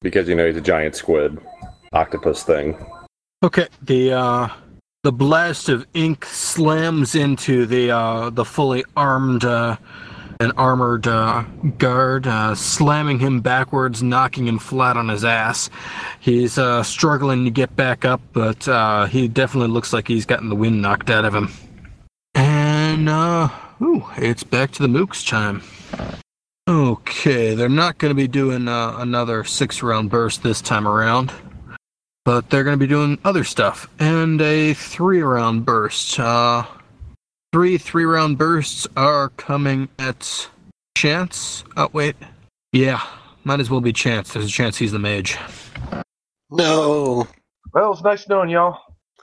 Because you know he's a giant squid octopus thing. Okay. The uh, the blast of ink slams into the uh, the fully armed uh, and armored uh, guard, uh, slamming him backwards, knocking him flat on his ass. He's uh, struggling to get back up, but uh, he definitely looks like he's gotten the wind knocked out of him. And uh, ooh, it's back to the Mooks time. Okay, they're not going to be doing uh, another six-round burst this time around but they're going to be doing other stuff and a three round burst uh three three round bursts are coming at chance oh wait yeah might as well be chance there's a chance he's the mage No, Well, it's nice knowing y'all.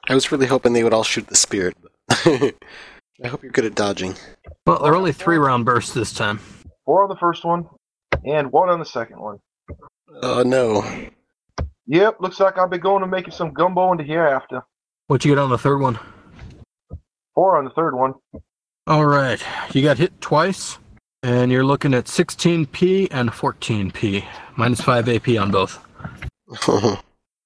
I was really hoping they would all shoot the spirit. [LAUGHS] I hope you're good at dodging. well they're only three round bursts this time Four on the first one, and one on the second one. Oh no. [LAUGHS] Yep, looks like I'll be going to making some gumbo into hereafter. what you get on the third one Four on the third one. all right you got hit twice and you're looking at 16p and 14p minus 5 ap on both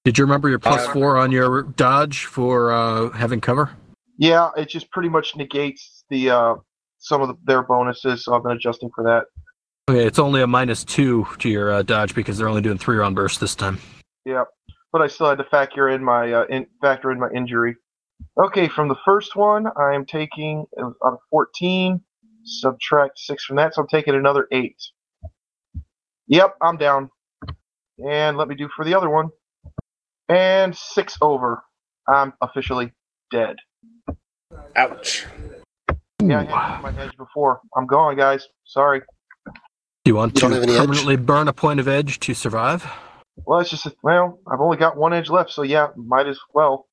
did you remember your plus Uh, four on your dodge for uh, having cover Yeah, it just pretty much negates the uh, some of the, their bonuses, so I've been adjusting for that. Okay, it's only a minus two to your uh, dodge because they're only doing three round bursts this time. Yeah, but I still had to factor in my uh, in, factor in my injury. Okay, from the first one, I am taking it was out of fourteen, subtract six from that, so I'm taking another eight. Yep, I'm down. And let me do for the other one. And six over. I'm officially dead. Ouch. Yeah, I had my edge before. I'm gone, guys. Sorry. Do you want You don't to have any edge? permanently burn a point of edge to survive? Well, it's just well, I've only got one edge left, so yeah, might as well.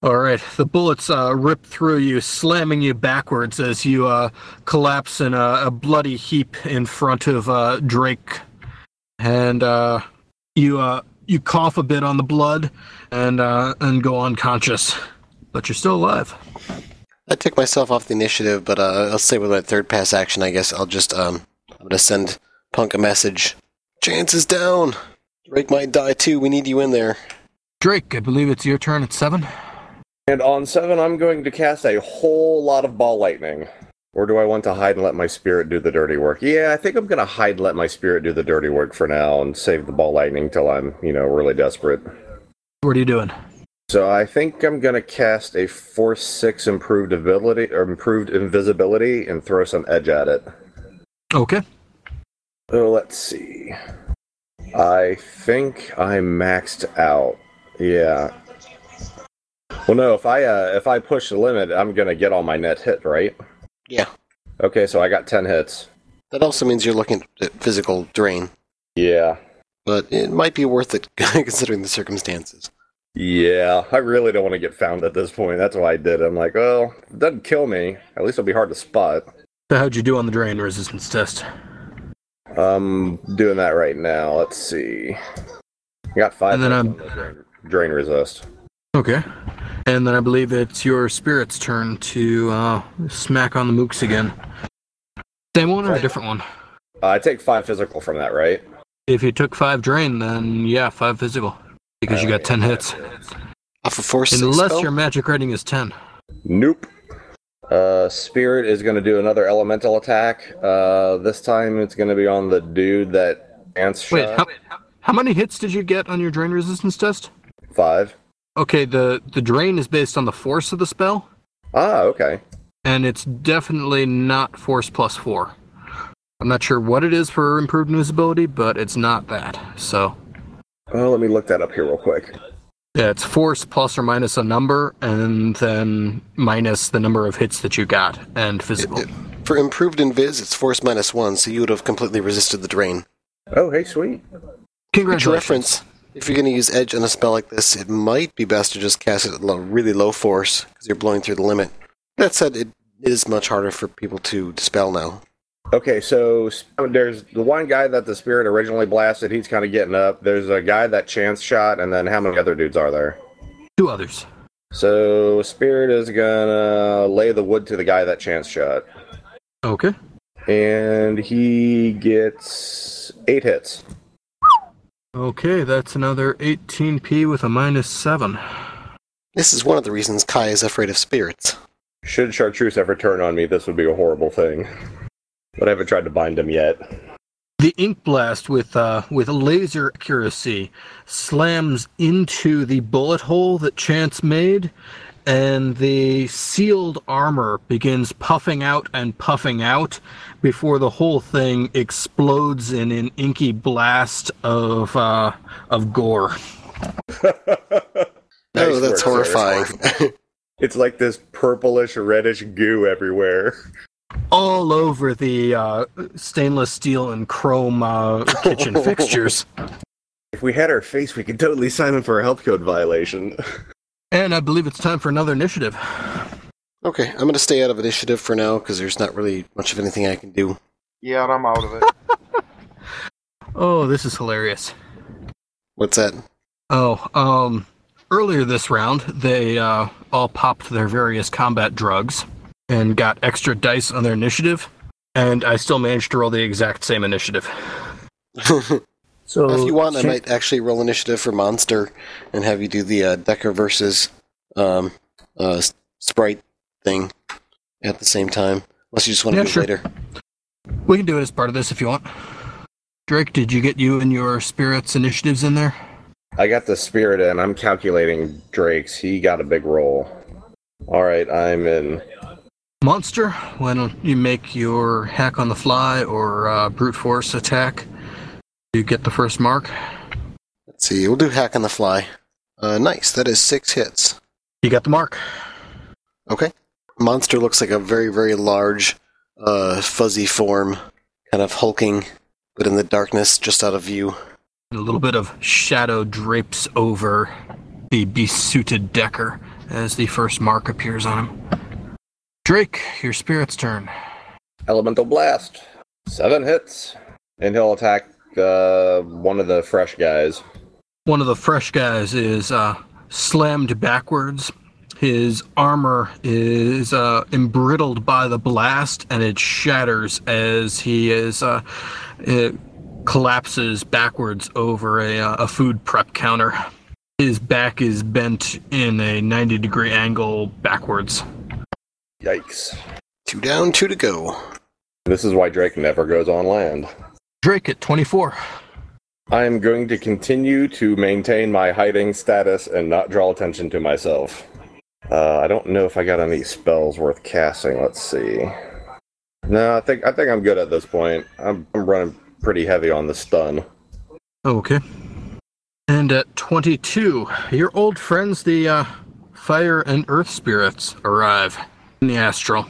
All right, the bullets uh, rip through you, slamming you backwards as you uh, collapse in a, a bloody heap in front of uh, Drake, and uh, you uh, you cough a bit on the blood and uh, and go unconscious, but you're still alive. I took myself off the initiative, but uh, I'll say with my third pass action, I guess I'll just um, I'm gonna send Punk a message. Chance is down. Drake might die too. We need you in there. Drake, I believe it's your turn at seven. And on seven, I'm going to cast a whole lot of ball lightning. Or do I want to hide and let my spirit do the dirty work? Yeah, I think I'm going to hide and let my spirit do the dirty work for now and save the ball lightning till I'm, you know, really desperate. What are you doing? So I think I'm gonna cast a force six improved ability or improved invisibility and throw some edge at it. Okay. Oh, let's see. I think I maxed out. Yeah. Well, no. If I uh, if I push the limit, I'm gonna get all my net hit, right? Yeah. Okay, so I got ten hits. That also means you're looking at physical drain, Yeah. but it might be worth it [LAUGHS] considering the circumstances. Yeah, I really don't want to get found at this point. That's why I did. it. I'm like, well, if it doesn't kill me. At least it'll be hard to spot. So how'd you do on the drain resistance test? Um, doing that right now. Let's see. I got five. And then hits I'm- on the drain, drain resist. Okay. And then I believe it's your spirit's turn to uh, smack on the mooks again. Same one or a different one? Uh, I take five physical from that, right? If you took five drain, then yeah, five physical. Because you got ten hits. Off a force six Unless spell? your magic rating is ten. Nope. Uh, Spirit is going to do another elemental attack. Uh, this time it's going to be on the dude that ants shot. Wait, how, how many hits did you get on your drain resistance test? Five. Okay, the, the drain is based on the force of the spell, Ah, okay. and it's definitely not force plus four. I'm not sure what it is for improved invisibility, but it's not that. So Well, Oh, let me look that up here real quick. Yeah, it's force plus or minus a number, and then minus the number of hits that you got, and physical. For improved invis, it's force minus one, so you would have completely resisted the drain. Oh, hey, sweet. To Congratulations. reference, if you're going to use edge on a spell like this, it might be best to just cast it at low, really low force because you're blowing through the limit. That said, it is much harder for people to dispel now. Okay, so s- there's the one guy that the Spirit originally blasted. He's kind of getting up. There's a guy that chance shot, and then how many other dudes are there? Two others. So Spirit is gonna lay the wood to the guy that chance shot, Okay. and he gets eight hits. Okay, that's another 18p with a minus seven. This is one of the reasons Kai is afraid of spirits. Should Chartreuse ever turn on me, this would be a horrible thing. But I haven't tried to bind him yet. [LAUGHS] The ink blast with uh, with laser accuracy slams into the bullet hole that Chance made, and the sealed armor begins puffing out and puffing out before the whole thing explodes in an inky blast of uh, of gore. oh, Nice that's work, sir. horrifying. [LAUGHS] It's like this purplish, reddish goo everywhere. all over the uh, stainless steel and chrome uh, kitchen fixtures. If we had our face, we could totally sign him for a health code violation. And I believe it's time for another initiative. okay, I'm going to stay out of initiative for now because there's not really much of anything I can do. Yeah, and I'm out of it. Oh, this is hilarious. What's that? Oh, um, earlier this round, they uh, all popped their various combat drugs and got extra dice on their initiative, and I still managed to roll the exact same initiative. if So you want, I Chan- might actually roll initiative for monster and have you do the uh, Decker versus um, uh, s- sprite thing at the same time. Unless you just want to Yeah, do sure. it later. We can do it as part of this if you want. Drake, did you get you and your spirits initiatives in there? I got the spirit and I'm calculating Drake's. He got a big roll. All right, I'm in. Monster, why don't you make your hack on the fly or uh, brute force attack? You get the first mark. Let's see, we'll do hack on the fly. Uh, nice, that is six hits. You got the mark. Okay. Monster looks like a very, very large, uh, fuzzy form, kind of hulking, but in the darkness, just out of view. A little bit of shadow drapes over the besuited Decker as the first mark appears on him. Drake, your spirit's turn. Elemental blast. Seven hits. And he'll attack uh, one of the fresh guys. One of the fresh guys is uh, slammed backwards. His armor is uh, embrittled by the blast, and it shatters as he is uh, it collapses backwards over a, uh, a food prep counter. His back is bent in a 90 degree angle backwards. Yikes. Two down, two to go. This is why Drake never goes on land. Drake at 24. I am going to continue to maintain my hiding status and not draw attention to myself. Uh, I don't know if I got any spells worth casting. Let's see. No, I think I think I'm good at this point. I'm, I'm running pretty heavy on the stun. Okay. And at 22, your old friends, the uh, fire and earth spirits, arrive in the astral.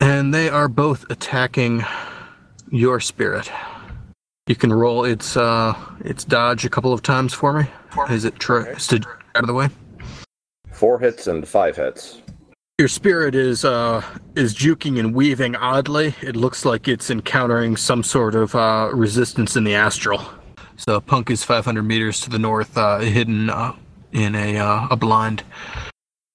And they are both attacking your spirit. You can roll its uh, its dodge a couple of times for me. Is it tries to out of the way? Four hits and five hits. Your spirit is uh, is juking and weaving oddly. It looks like it's encountering some sort of uh, resistance in the astral. So Punk is 500 meters to the north, uh, hidden uh, in a uh, a blind.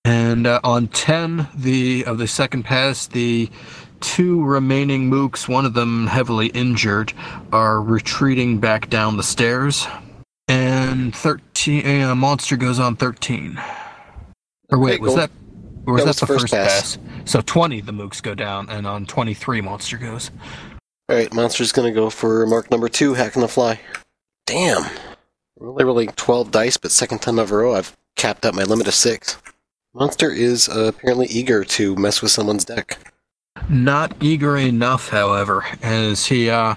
And uh, on 10 the of the second pass, the two remaining mooks, one of them heavily injured, are retreating back down the stairs. And 13 a monster goes on 13. Or wait, Okay, was go- that or was that that was the first first pass. pass? So 20 the mooks go down and on 23 monster goes. All right, monster's gonna go for mark number two, hack on the fly. Damn. Well, they were like twelve dice, but second time in a row I've capped out my limit of six. Monster is uh, apparently eager to mess with someone's deck. Not eager enough, however, as he uh,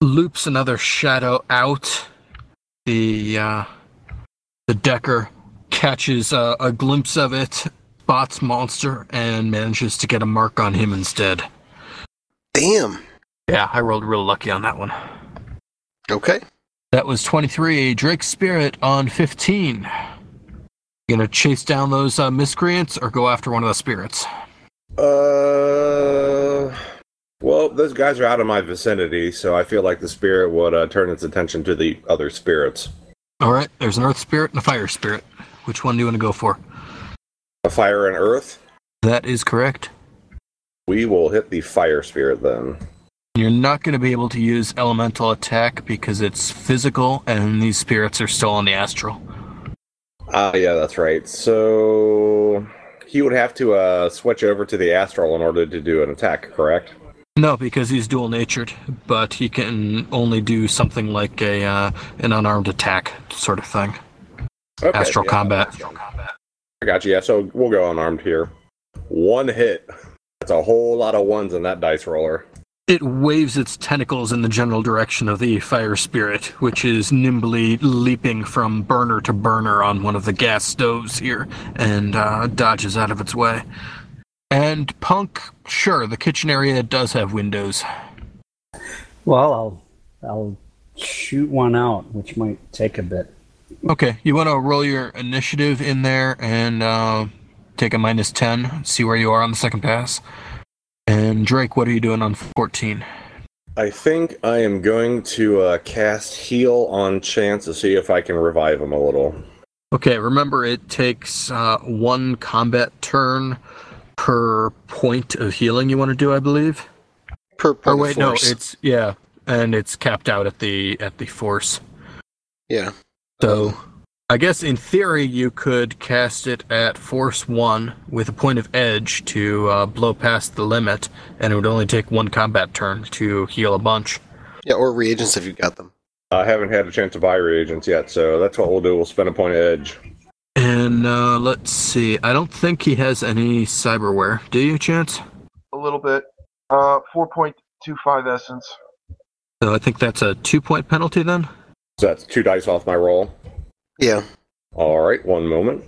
loops another shadow out. The uh, the Decker catches uh, a glimpse of it, spots monster, and manages to get a mark on him instead. Damn. Yeah, I rolled real lucky on that one. Okay. That was 23. Drake Spirit on 15. gonna chase down those uh, miscreants or go after one of the spirits. Uh, well, those guys are out of my vicinity, so I feel like the spirit would uh, turn its attention to the other spirits. All right, there's an Earth Spirit and a Fire Spirit. Which one do you want to go for? A fire and earth. That is correct. We will hit the fire spirit then. You're not going to be able to use elemental attack because it's physical and these spirits are still on the astral. Ah, yeah, that's right. So he would have to uh, switch over to the astral in order to do an attack, correct? No, because he's dual natured, but he can only do something like a uh, an unarmed attack sort of thing. Okay, astral yeah, combat. I got you. Yeah, so we'll go unarmed here. One hit. That's a whole lot of ones in that dice roller. It waves its tentacles in the general direction of the fire spirit, which is nimbly leaping from burner to burner on one of the gas stoves here and uh, dodges out of its way. And Punk, sure, the kitchen area does have windows. Well, I'll I'll shoot one out, which might take a bit. Okay, you want to roll your initiative in there and uh, take a minus 10, see where you are on the second pass. And Drake, what are you doing on 14? I think I am going to uh, cast heal on chance to see if I can revive him a little. Okay, remember it takes uh, one combat turn per point of healing you want to do, I believe. Per point Or of Oh, wait, no, force. it's yeah, and it's capped out at the at the force. yeah. So I guess in theory you could cast it at force one with a point of edge to uh, blow past the limit, and it would only take one combat turn to heal a bunch. Yeah, or reagents if you got them. I haven't had a chance to buy reagents yet, so that's what we'll do. We'll spend a point of edge. And uh, let's see, I don't think he has any cyberware. Do you, Chance? a little bit. Uh, 4.25 essence. So I think that's a two-point penalty then. So that's two dice off my roll. Yeah. All right, one moment.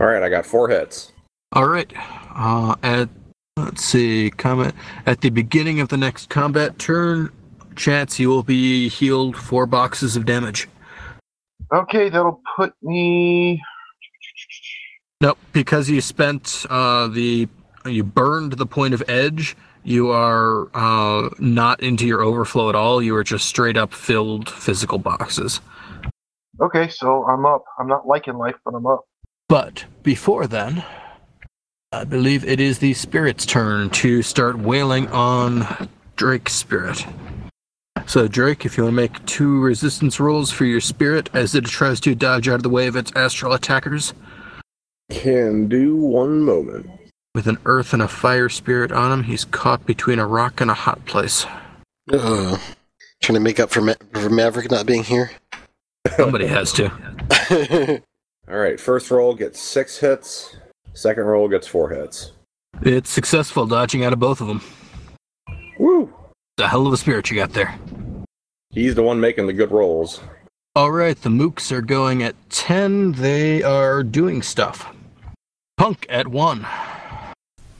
All right, I got four hits. All right. Uh, at let's see, comment at the beginning of the next combat turn, Chance, you will be healed four boxes of damage. Okay, that'll put me. Nope, because you spent uh, the you burned the point of edge. You are uh, not into your overflow at all. You are just straight up filled physical boxes. Okay, so I'm up. I'm not liking life, but I'm up. But before then, I believe it is the spirit's turn to start wailing on Drake's spirit. So, Drake, if you want to make two resistance rolls for your spirit as it tries to dodge out of the way of its astral attackers Can do one moment. with an earth and a fire spirit on him, he's caught between a rock and a hot place. Uh, Trying to make up for, Ma- for Maverick not being here. [LAUGHS] Somebody has to. All right, first roll gets six hits. Second roll gets four hits. It's successful dodging out of both of them. Woo! The hell of a spirit you got there. He's the one making the good rolls. All right, the mooks are going at 10. They are doing stuff. Punk at 1.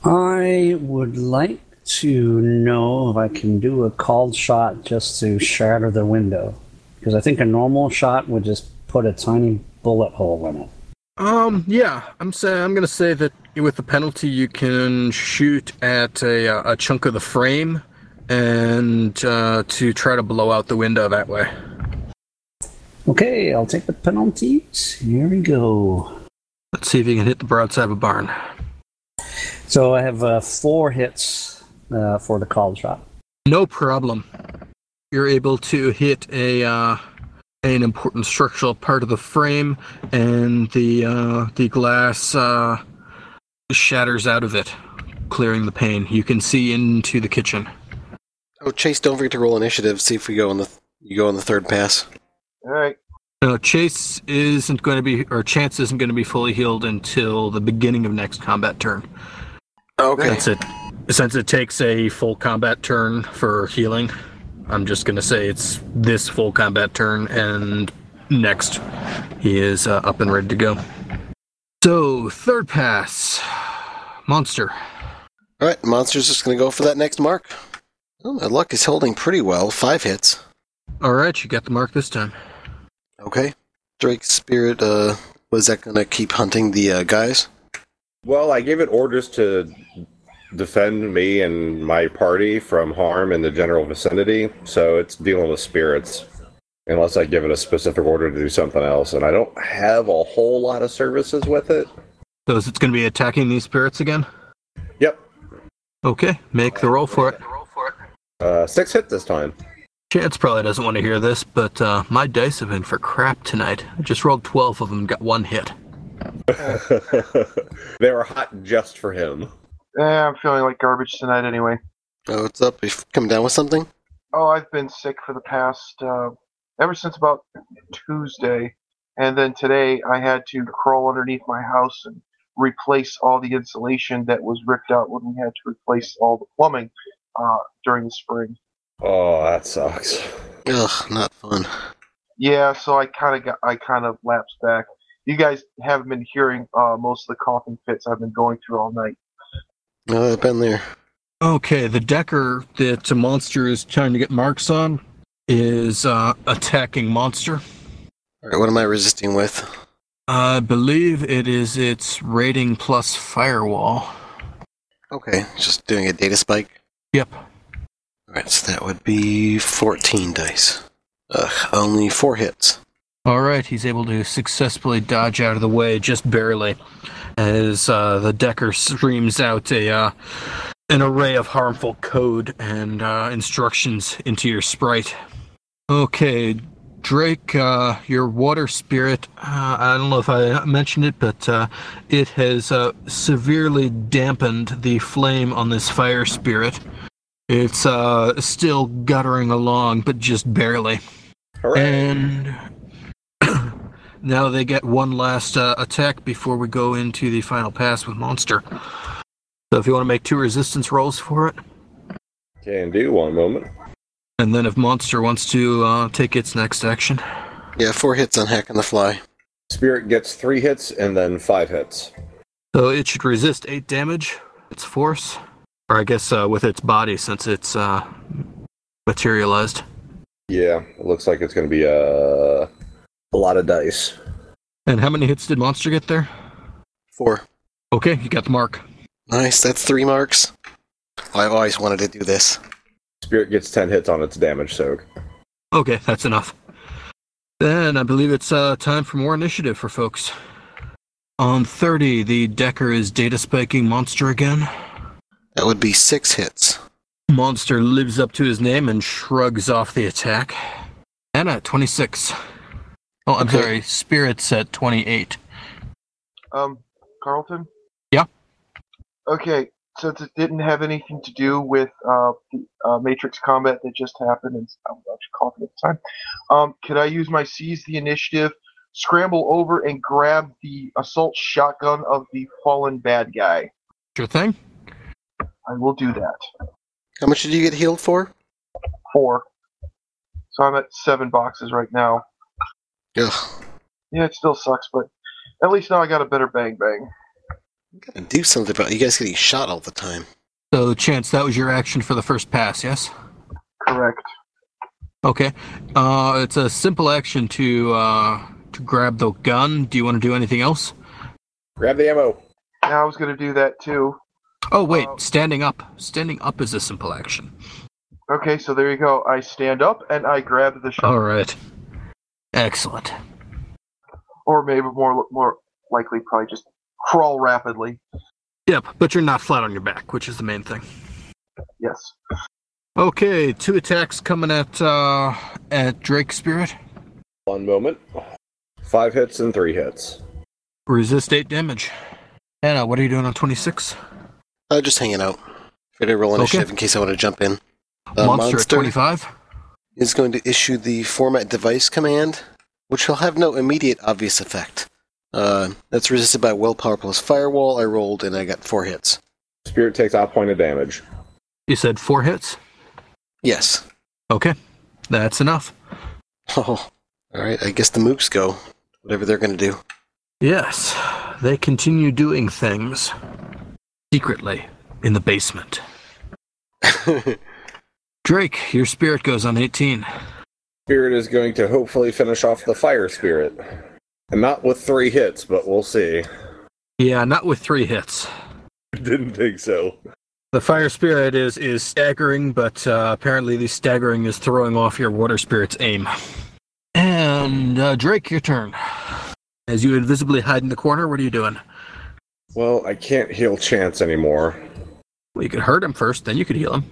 I would like to know if I can do a called shot just to shatter the window. Because I think a normal shot would just put a tiny bullet hole in it. Um, yeah, I'm saying I'm gonna say that with the penalty, you can shoot at a, uh, a chunk of the frame, and uh, to try to blow out the window that way. Okay, I'll take the penalties. Here we go. Let's see if you can hit the broadside of a barn. So I have uh, four hits uh, for the called shot. No problem. You're able to hit a uh, an important structural part of the frame, and the uh, the glass uh, shatters out of it, clearing the pane. You can see into the kitchen. Oh, Chase, don't forget to roll initiative. See if we go on the you go on the third pass. All right. Now, Chase isn't going to be, or Chance isn't going to be fully healed until the beginning of next combat turn. Okay. Since it, since it takes a full combat turn for healing, I'm just gonna say it's this full combat turn, and next he is uh, up and ready to go. So third pass, monster. All right, monster's just gonna go for that next mark. Oh, my luck is holding pretty well. Five hits. All right, you got the mark this time. Okay. Drake's spirit. Uh, was that gonna keep hunting the uh, guys? Well, I gave it orders to defend me and my party from harm in the general vicinity, so it's dealing with spirits. Unless I give it a specific order to do something else, and I don't have a whole lot of services with it. So is it's gonna be attacking these spirits again? Yep, Okay, make the roll for it. uh, six hit this time. Chance probably doesn't want to hear this, but uh, my dice have been for crap tonight. I just rolled 12 of them, got one hit. they were hot just for him. Eh, I'm feeling like garbage tonight anyway. Oh, it's up. You've come down with something. Oh, I've been sick for the past uh, ever since about Tuesday, and then today I had to crawl underneath my house and replace all the insulation that was ripped out when we had to replace all the plumbing uh, during the spring. Oh, that sucks. Ugh, not fun. Yeah, so I kind of got I kind of lapsed back. You guys haven't been hearing uh, most of the coughing fits I've been going through all night. Oh, I've been there. Okay, the decker that the monster is trying to get marks on is uh, attacking monster. All right, what am I resisting with? I believe it is its rating plus firewall. Okay, just doing a data spike. Yep. All right, so that would be 14 dice. Ugh, only four hits. All right, he's able to successfully dodge out of the way just barely as uh, the decker screams out a uh, an array of harmful code and uh, instructions into your sprite. Okay, Drake, uh, your water spirit, uh, I don't know if I mentioned it, but uh, it has uh, severely dampened the flame on this fire spirit. It's uh, still guttering along, but just barely. Hooray. And now they get one last uh, attack before we go into the final pass with Monster. So if you want to make two resistance rolls for it, Can do one moment. and then if Monster wants to uh, take its next action, Yeah, four hits on Hack on the Fly. Spirit gets three hits and then five hits. so it should resist eight damage, its force, or I guess uh, with its body since it's uh, materialized. Yeah, it looks like it's going to be uh, a lot of dice. And how many hits did Monster get there? Four. Okay, you got the mark. Nice, that's three marks. I've always wanted to do this. Spirit gets 10 hits on its damage soak. Okay, that's enough. Then I believe it's uh, time for more initiative for folks. On 30, the Decker is data spiking Monster again. That would be six hits. Monster lives up to his name and shrugs off the attack. Anna, at 26. Oh, I'm Okay. sorry, Spirit's at 28. Um, Carlton. Yeah? Okay, since it didn't have anything to do with uh, the uh, Matrix combat that just happened, and I was actually coughing at the time, um, could I use my seize the initiative, scramble over, and grab the assault shotgun of the fallen bad guy? Sure thing. I will do that. How much did you get healed for? Four. So I'm at seven boxes right now. Ugh. Yeah, it still sucks, but at least now I got a better bang bang. Gotta do something about you guys getting shot all the time. So, Chance, that was your action for the first pass, yes? Correct. Okay. Uh, it's a simple action to uh, to grab the gun. Do you want to do anything else? Grab the ammo. Yeah, I was gonna do that too. Oh, wait. Uh, standing up. Standing up is a simple action. Okay, so there you go. I stand up and I grab the shotgun. All right. Excellent. Oh. or maybe more more likely probably just crawl rapidly. Yep, but you're not flat on your back, which is the main thing. Yes. Okay, two attacks coming at uh, at Drake Spirit. One moment. Five hits and three hits. Resist eight damage. Anna, what are you doing on 26? Uh, just hanging out. Ready to roll initiative Okay. in case I want to jump in. Uh, monster, at 25. is going to issue the format device command, which will have no immediate obvious effect. Uh, that's resisted by willpower plus firewall. I rolled and I got four hits. Spirit takes off point of damage. You said four hits? Yes. [LAUGHS] Okay, that's enough. Oh, all right. I guess the mooks go. Whatever they're going to do. [LAUGHS] Yes, they continue doing things secretly in the basement. Drake, your spirit goes on 18. Spirit is going to hopefully finish off the fire spirit. And not with three hits, but we'll see. [LAUGHS] Yeah, not with three hits. Didn't think so. The fire spirit is is staggering, but uh, apparently the staggering is throwing off your water spirit's aim. And uh, Drake, your turn. As you invisibly hide in the corner, what are you doing? Well, I can't heal Chance anymore. Well, you could hurt him first, then you could heal him.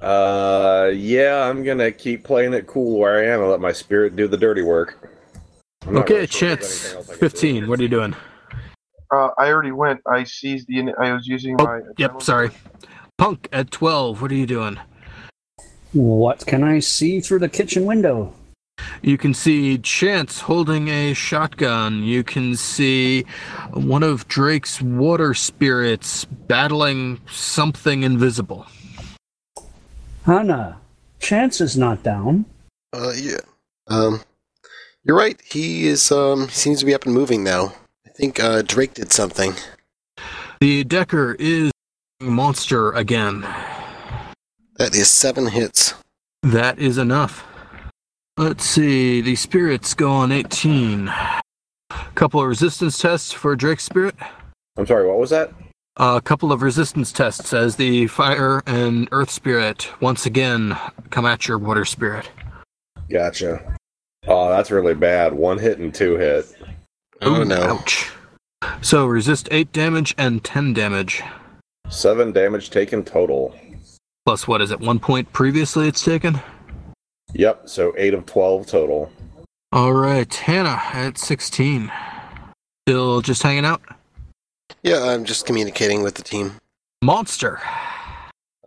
Uh, yeah, I'm gonna keep playing it cool where I am and let my spirit do the dirty work. I'm not okay, really sure if there's Chance, anything else I can do. fifteen. What are you doing? Uh, I already went. I seized the. ini- I was using Oh, my. Yep, sorry. Punk at twelve. What are you doing? What can I see through the kitchen window? You can see Chance holding a shotgun. You can see one of Drake's water spirits battling something invisible. Hannah, Chance is not down. Uh, yeah. Um, you're right. He is. Um, he seems to be up and moving now. I think uh, Drake did something. The Decker is a monster again. That is seven hits. That is enough. Let's see. The spirits go on 18. Couple of resistance tests for Drake's spirit. I'm sorry, what was that? A couple of resistance tests as the fire and earth spirit once again come at your water spirit. Gotcha. Oh, that's really bad. One hit and two hit. Oh Ooh, no. Ouch. So resist 8 damage and 10 damage. Seven damage taken total. Plus, what is it, one point previously it's taken? Yep, so eight of twelve total. All right, Hannah at 16. Still just hanging out? Yeah, I'm just communicating with the team. Monster.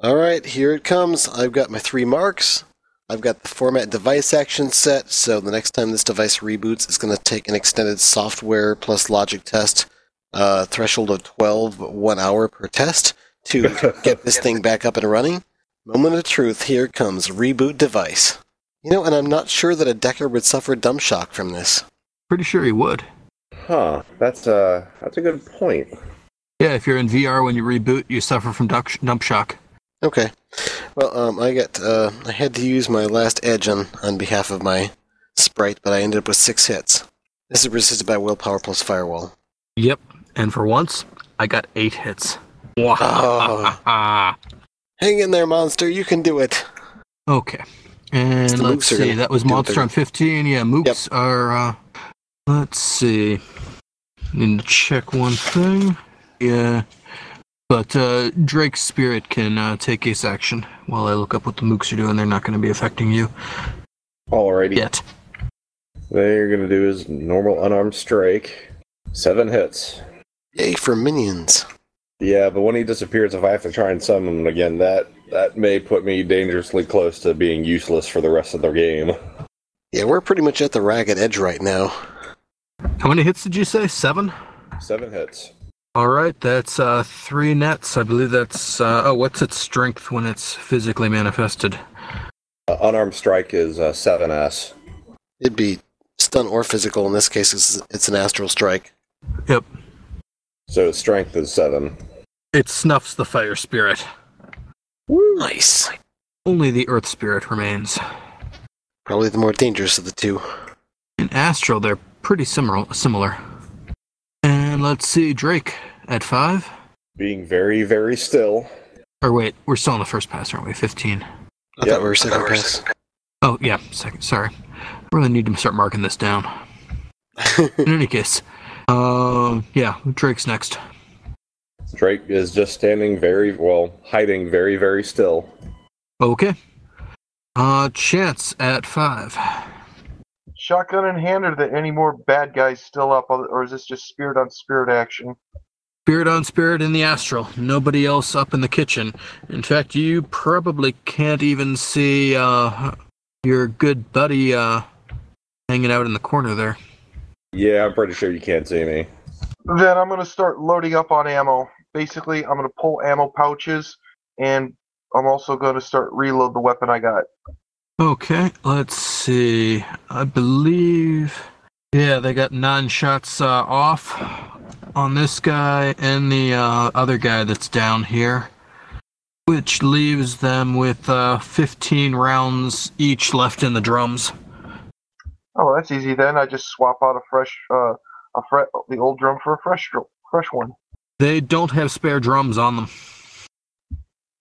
All right, here it comes. I've got my three marks. I've got the format device action set, so the next time this device reboots, it's going to take an extended software plus logic test, uh, threshold of 12, but one hour per test, to get this thing back up and running. Moment of truth, here comes reboot device. You know, and I'm not sure that a Decker would suffer dumb shock from this. Pretty sure he would. Huh. That's uh that's a good point. Yeah, if you're in VR when you reboot, you suffer from duck dump shock. Okay. Well, um, I got uh, I had to use my last edge on, on behalf of my sprite, but I ended up with six hits. This is resisted by willpower plus firewall. Yep. And for once, I got eight hits. [LAUGHS] Oh. Hang in there, monster! You can do it. Okay. And The let's mooks are see, gonna that was do what Monster they're- on 15. Yeah, Mooks are. Uh, let's see. Need to check one thing. Yeah. But uh, Drake's Spirit can uh, take ace action while I look up what the Mooks are doing. They're not going to be affecting you Alrighty. yet. They're gonna do his normal unarmed strike. Seven hits. Yay for minions! Yeah, but when he disappears, if I have to try and summon him again, that that may put me dangerously close to being useless for the rest of the game. Yeah, we're pretty much at the ragged edge right now. How many hits did you say? Seven? Seven hits. All right, that's uh, three nets. I believe that's. Uh, oh, what's its strength when it's physically manifested? Uh, unarmed strike is uh, 7S. It'd be stun or physical. In this case, it's, it's an astral strike. Yep. So its strength is 7. It snuffs the fire spirit. Nice. Only the earth spirit remains. Probably the more dangerous of the two. In astral, they're pretty similar. Similar. And let's see, Drake at five. Being very, very still. Or wait, we're still on the first pass, aren't we? Fifteen. I Yeah, thought we were second pass. Oh yeah, second. Sorry. Really need to start marking this down. In any case, um, yeah, Drake's next. Drake is just standing very, well, hiding very, very still. Okay. Uh, Chance at five. Shotgun in hand, are there any more bad guys still up, or or is this just spirit on spirit action? Spirit on spirit in the astral. Nobody else up in the kitchen. In fact, you probably can't even see uh, your good buddy uh, hanging out in the corner there. Yeah, I'm pretty sure you can't see me. Then I'm gonna start loading up on ammo. Basically, I'm gonna pull ammo pouches, and I'm also gonna start reload the weapon I got. Okay, let's see. I believe. Yeah, they got nine shots uh, off on this guy and the uh, other guy that's down here, which leaves them with uh, 15 rounds each left in the drums. Oh, that's easy. Then I just swap out a fresh, uh, a fre- the old drum for a fresh, dr- fresh one. They don't have spare drums on them.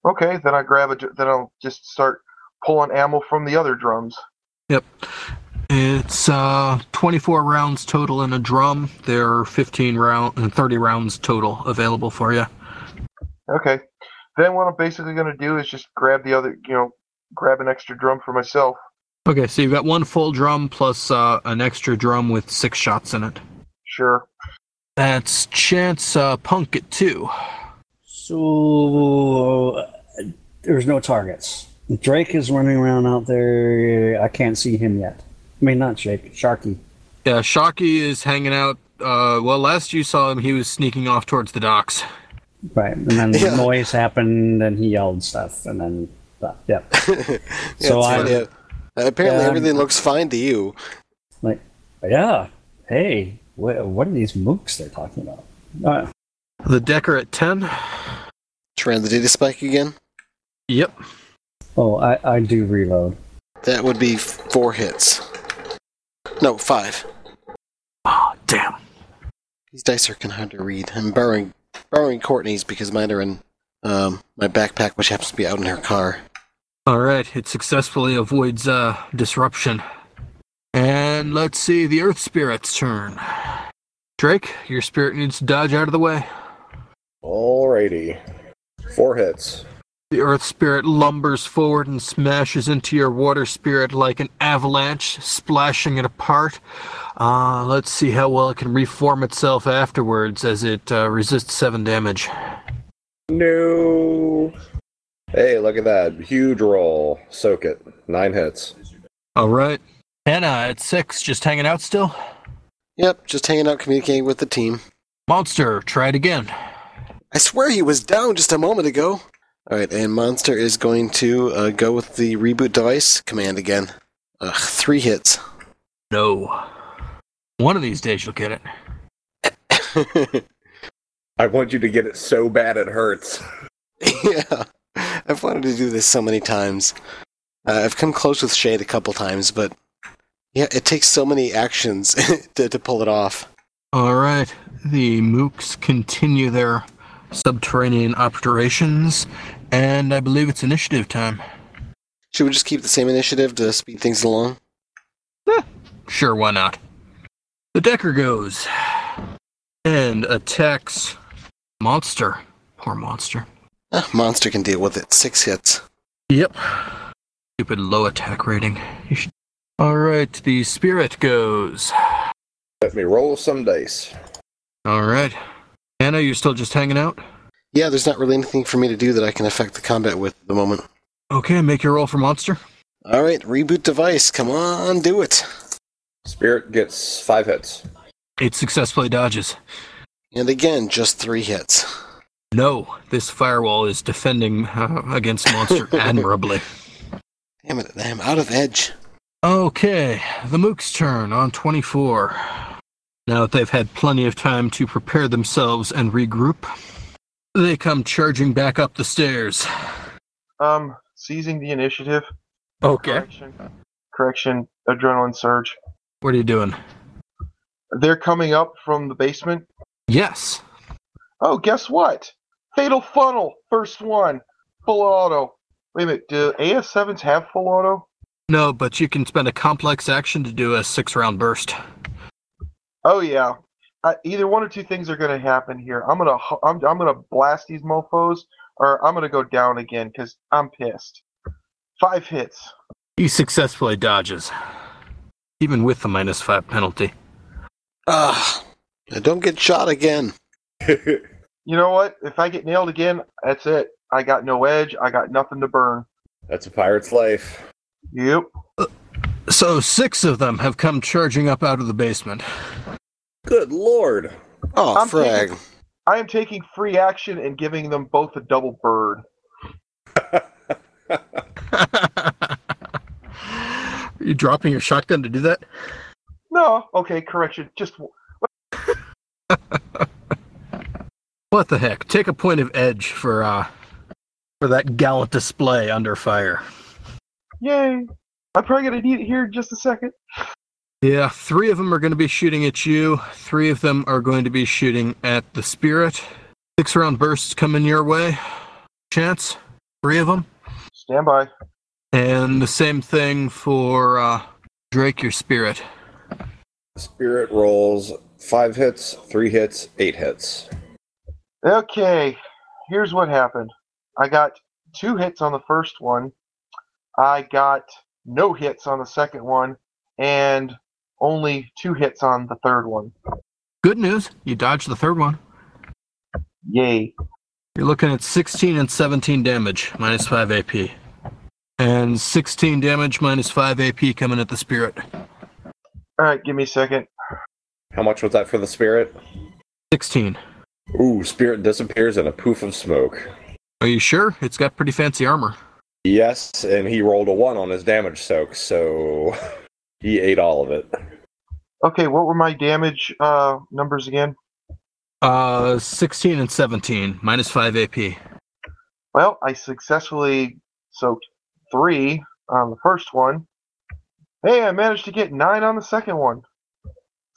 Okay, then I grab a, dr- then I'll just start pulling ammo from the other drums. Yep. It's uh, 24 rounds total in a drum. There are 15 round and 30 rounds total available for you. Okay, then what I'm basically gonna do is just grab the other, you know, grab an extra drum for myself. Okay, so you've got one full drum plus uh, an extra drum with six shots in it. Sure. That's Chance uh, Punk at two. So uh, there's no targets. Drake is running around out there. I can't see him yet. I mean, not Drake, Sharky. Yeah, Shocky is hanging out. Uh, well, last you saw him, he was sneaking off towards the docks. Right, and then Yeah. the noise happened, and he yelled stuff, and then uh, yeah, [LAUGHS] Yeah, So it's I- fine, yeah. And apparently, Yeah, I'm- everything looks fine to you. like yeah, hey, wh- what are these mooks they're talking about? Uh, The Decker at 10. Trying the data spike again. Yep. oh, I I do reload. That would be four hits. No, five. Oh, damn. These dice are kind of hard to read. I'm borrowing borrowing Courtney's because mine are in um, my backpack, which happens to be out in her car. All right, it successfully avoids uh, disruption. And let's see, the Earth Spirit's turn. Drake, your spirit needs to dodge out of the way. Alrighty. Four hits. The Earth Spirit lumbers forward and smashes into your Water Spirit like an avalanche, splashing it apart. Uh, let's see how well it can reform itself afterwards as it uh, resists 7 damage. No. Hey, look at that. Huge roll. Soak it. Nine hits. All right. Anna at 6, just hanging out still. Yep, just hanging out, communicating with the team. Monster, try it again. I swear he was down just a moment ago. All right, and Monster is going to uh, go with the reboot device command again. Ugh, three hits. [LAUGHS] No. One of these days you'll get it. I want you to get it so bad it hurts. [LAUGHS] yeah, I've wanted to do this so many times. Uh, I've come close with Shade a couple times, but yeah, it takes so many actions [LAUGHS] to, to pull it off. All right. The mooks continue their subterranean operations, and I believe it's initiative time. Should we just keep the same initiative to speed things along? Sure, why not? The Decker goes and attacks Monster. Poor Monster. Ah, Monster can deal with it. Six hits. Yep. Stupid low attack rating. You should... All right, the Spirit goes. Let me roll some dice. All right. Anna, you're still just hanging out? Yeah, there's not really anything for me to do that I can affect the combat with at the moment. Okay, make your roll for monster. All right, reboot device. Come on, do it. Spirit gets five hits. It successfully dodges. And again, just three hits. No, this firewall is defending uh, against monster admirably. Damn it, I'm out of edge. Okay, the Mook's turn on 24. Now that they've had plenty of time to prepare themselves and regroup, they come charging back up the stairs. Um, seizing the initiative. Okay. Correction. Correction. Adrenaline surge. What are you doing? They're coming up from the basement. Yes. Oh, guess what? Fatal funnel. First one. Full auto. Wait a minute. Do AS7s have full auto? No, but you can spend a complex action to do a six round burst. Oh yeah. I, either one or two things are going to happen here. I'm gonna hu- I'm, I'm gonna blast these mofo's, or I'm gonna go down again because I'm pissed. Five hits. He successfully dodges, even with the minus five penalty. Ah, I don't get shot again. You know what? If I get nailed again, that's it. I got no edge. I got nothing to burn. [LAUGHS] That's a pirate's life. Yep. So six of them have come charging up out of the basement. Good lord. Oh, I'm frag. I am taking free action and giving them both a double bird. Are [LAUGHS] you dropping your shotgun to do that? No. Okay. Correction. Just What the heck? Take a point of edge for uh for that gallant display under fire. yay. I'm probably gonna need it here in just a second. Yeah, three of them are going to be shooting at you. Three of them are going to be shooting at the spirit. Six round bursts coming your way. Chance, three of them, Stand by. and the same thing for uh, Drake, your spirit. Spirit rolls five hits, three hits, eight hits. Okay, here's what happened. I got two hits on the first one. I got no hits on the second one, and only two hits on the third one. Good news, you dodged the third one. Yay. You're looking at 16 and 17 damage, minus 5 AP. And 16 damage, minus 5 AP coming at the spirit. All right, give me a second. How much was that for the spirit? 16. Ooh, spirit disappears in a poof of smoke. Are you sure? It's got pretty fancy armor. Yes, and he rolled a one on his damage soak, so [LAUGHS] he ate all of it. Okay, what were my damage uh, numbers again? Uh, 16 and 17, minus 5 AP. Well, I successfully soaked three on the first one. Hey, I managed to get nine on the second one.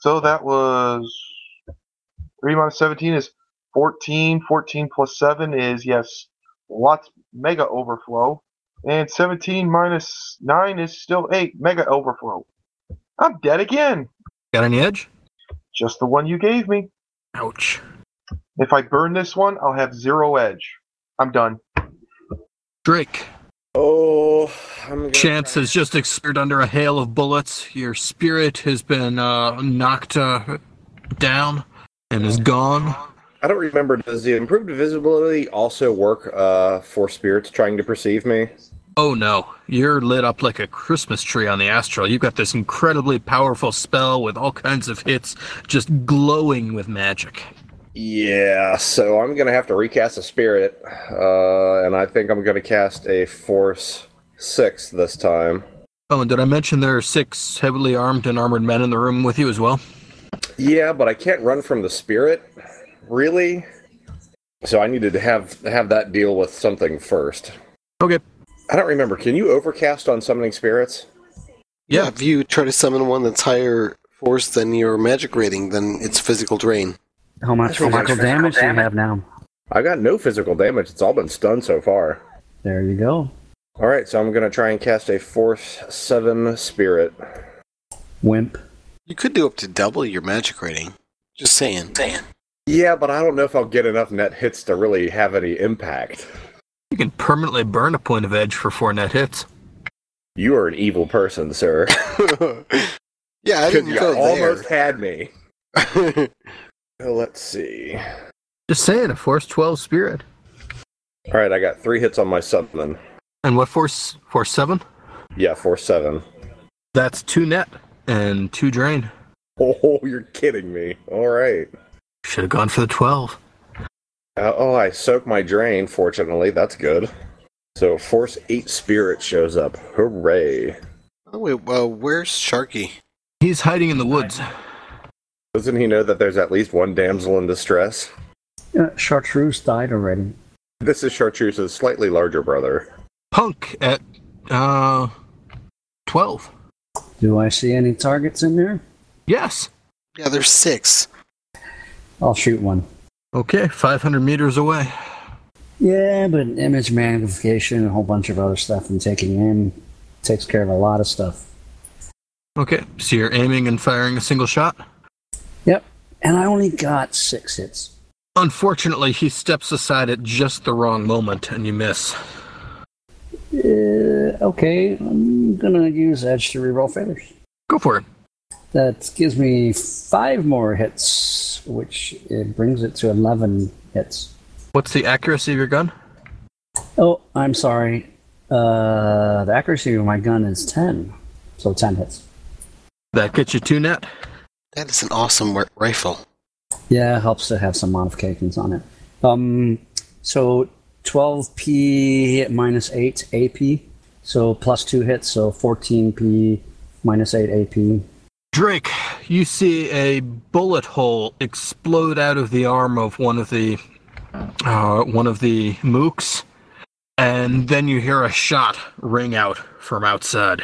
So that was three minus 17 is 14. 14 plus seven is, yes, lots mega overflow. And 17 minus nine is still eight mega overflow. I'm dead again. Got any edge? Just the one you gave me. Ouch. If I burn this one, I'll have zero edge. I'm done. Drake, Oh, I'm gonna Chance try- has just expired under a hail of bullets. Your spirit has been uh, knocked uh, down and is gone. I don't remember. Does the improved visibility also work uh, for spirits trying to perceive me? Oh no, you're lit up like a Christmas tree on the astral. You've got this incredibly powerful spell with all kinds of hits just glowing with magic. Yeah, so I'm gonna have to recast a spirit, uh, and I think I'm gonna cast a force six this time. Oh, and did I mention there are six heavily armed and armored men in the room with you as well? Yeah, but I can't run from the spirit, really. So I needed to have have that deal with something first. Okay. I don't remember. Can you overcast on summoning spirits? Yeah. if you try to summon one that's higher force than your magic rating, then it's physical drain. How much How much physical physical damage do you have now? I got no physical damage. It's all been stunned so far. There you go. All right, so I'm gonna try and cast a force seven spirit. Wimp. You could do up to double your magic rating. Just saying. Saying. Yeah, but I don't know if I'll get enough net hits to really have any impact. You can permanently burn a point of edge for four net hits. You are an evil person, sir. [LAUGHS] yeah, I didn't you go almost there. had me. Well, Let's Uh, see. Just saying, a force 12 spirit. All right, I got three hits on my Sutherland. And what force? Force 7? Yeah, force seven. That's two net and two drain. Oh, [LAUGHS] you're kidding me. All right. Should have gone for the 12. Uh, oh, I soak my drain, fortunately. That's good. So, Force 8 Spirit shows up. Hooray. Oh, wait, well, where's Sharky? He's hiding in the woods. Doesn't he know that there's at least one damsel in distress? Uh, Chartreuse died already. This is Chartreuse's slightly larger brother. Punk at uh 12. Do I see any targets in there? Yes. Yeah, there's six. I'll shoot one. Okay, 500 meters away. Yeah, but image magnification, and a whole bunch of other stuff, and taking in takes care of a lot of stuff. Okay, so you're aiming and firing a single shot. Yep. And I only got six hits. Unfortunately, he steps aside at just the wrong moment and you miss. Uh, okay, I'm gonna use edge to reroll failures. Go for it. That gives me five more hits, which it brings it to 11 hits. What's the accuracy of your gun? Oh, I'm sorry. Uh, the accuracy of my gun is 10, so 10 hits. That gets you two net. That is an awesome ri- rifle. Yeah, helps to have some modifications on it. Um, so 12p minus 8 AP, so plus 2 hits, so 14p minus 8 AP. Drake, you see a bullet hole explode out of the arm of one of the uh, one of the mooks, and then you hear a shot ring out from outside.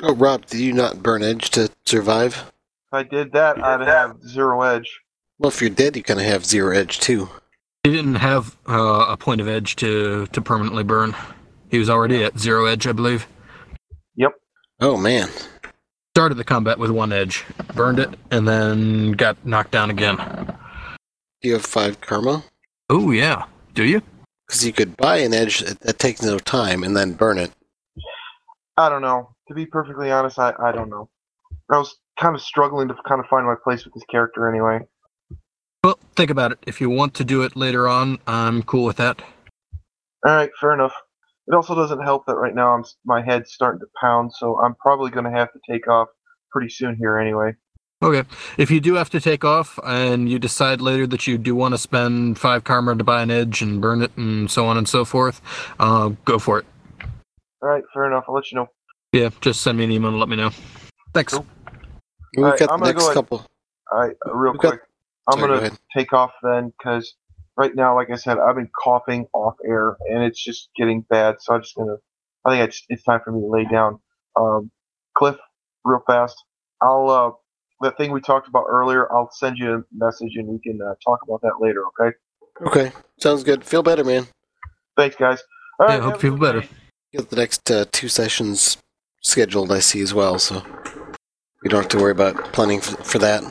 Oh, Rob, did you not burn edge to survive? If I did that, I'd have zero edge. Well, if you're dead, you kind of have zero edge too. He didn't have uh, a point of edge to to permanently burn. He was already at zero edge, I believe. Oh man, Started the combat with one edge, burned it, and then got knocked down again. do you have five karma? Oh yeah, do you? Because you could buy an edge that, that takes no time and then burn it. I don't know. To be perfectly honest, I, I don't know. I was kind of struggling to kind of find my place with this character anyway. Well, think about it. If you want to do it later on, I'm cool with that. All right, fair enough. It also doesn't help that right now I'm s- my head's starting to pound, so I'm probably going to have to take off pretty soon here anyway. Okay. If you do have to take off and you decide later that you do want to spend five karma to buy an edge and burn it and so on and so forth, uh, go for it. All right, fair enough. I'll let you know. Yeah, just send me an email and let me know. Thanks. Cool. We've Alright, got I'm the gonna go next ahead. couple. All right, uh, real We've got- quick, I'm Sorry, go going to ahead. take off then because right now, like I said, I've been coughing off air and it's just getting bad. So I'm just going to, I think it's, it's time for me to lay down. Um, Cliff, real fast. I'll, uh, that thing we talked about earlier, I'll send you a message and we can uh, talk about that later, okay? Okay, sounds good. Feel better, man. Thanks, guys. All Yeah, right, hope have a you feel good better. day. Got the next uh, two sessions scheduled, I see as well. So we don't have to worry about planning for, for that.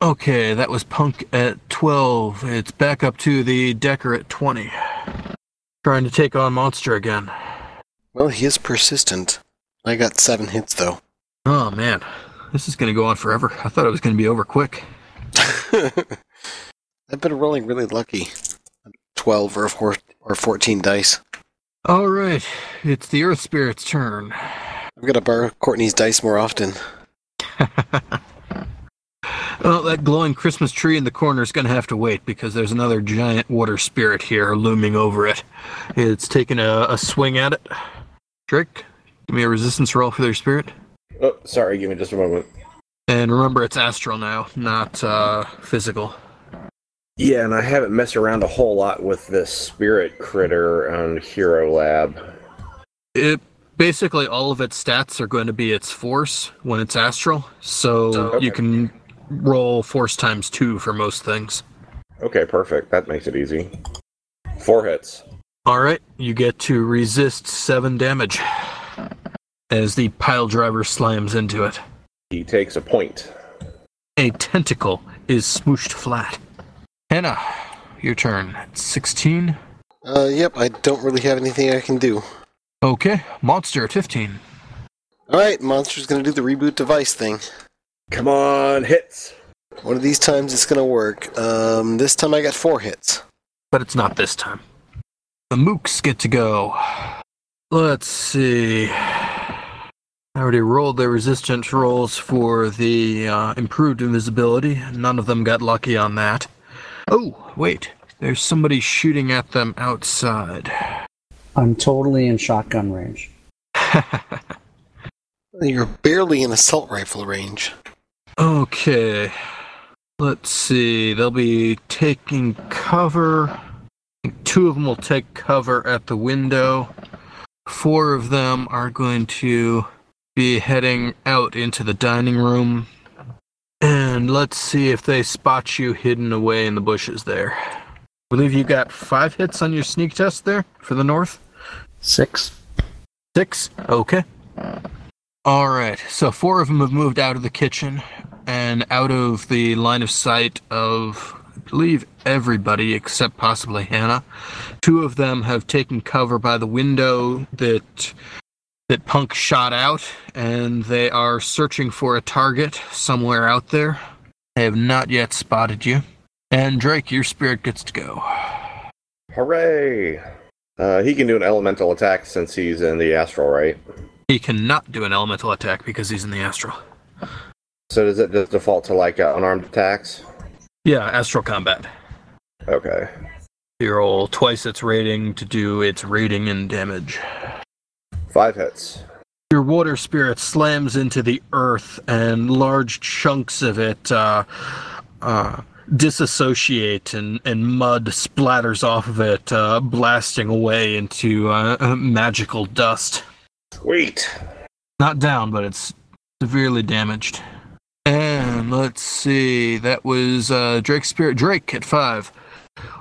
Okay, that was Punk at 12. It's back up to the Decker at 20. Trying to take on Monster again. Well, he is persistent. I got seven hits though. [LAUGHS] Oh, man. This is going to go on forever. I thought it was going to be over quick. I've been rolling really lucky. Twelve or four, or fourteen dice. All right. It's the Earth Spirit's turn. I've got to borrow Courtney's dice more often. Well, that glowing Christmas tree in the corner is going to have to wait because there's another giant water spirit here looming over it. It's taking a, a swing at it. Drake, give me a resistance roll for their spirit. Oh, sorry, give me just a moment. And remember, it's astral now, not uh, physical. Yeah, and I haven't messed around a whole lot with this spirit critter on Hero Lab. It basically all of its stats are going to be its force when it's astral, so Okay. you can roll force times two for most things. Okay, perfect. That makes it easy. Four hits. All right, you get to resist seven damage as the pile driver slams into it. He takes a point. A tentacle is smooshed flat. Hannah, your turn. It's 16. Uh, yep, I don't really have anything I can do. Okay, monster at 15. All right, monster's gonna do the reboot device thing. Come on, hits. One of these times it's gonna work. Um, this time I got four hits. but it's not this time. The mooks get to go. Let's see. I already rolled their resistance rolls for the uh, improved invisibility. None of them got lucky on that. Oh, wait. There's somebody shooting at them outside. I'm totally in shotgun range. You're barely in assault rifle range. Okay. Let's see. They'll be taking cover. Two of them will take cover at the window. Four of them are going to be heading out into the dining room. And let's see if they spot you hidden away in the bushes there. I believe you got five hits on your sneak test there for the north. Six. Six. Okay. All right. So four of them have moved out of the kitchen and out of the line of sight of, I believe, everybody except possibly Hannah. Two of them have taken cover by the window that that Punk shot out, and they are searching for a target somewhere out there. They have not yet spotted you. And Drake, your spirit gets to go. Hooray! Uh, he can do an elemental attack since he's in the astral, right? He cannot do an elemental attack because he's in the astral. So does it just default to like uh, unarmed attacks? Yeah, astral combat. Okay. You roll twice its rating to do its rating and damage. Five hits. Your water spirit slams into the earth, and large chunks of it uh, uh, disassociate, and, and mud splatters off of it, uh, blasting away into uh, uh, magical dust. Sweet. Not down, but it's severely damaged. And let's see, that was uh, Drake Spirit Drake at five.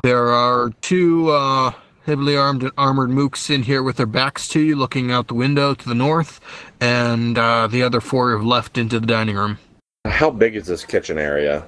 There are two uh, heavily armed and armored mooks in here with their backs to you, looking out the window to the north, and uh, the other four have left into the dining room. How big is this kitchen area?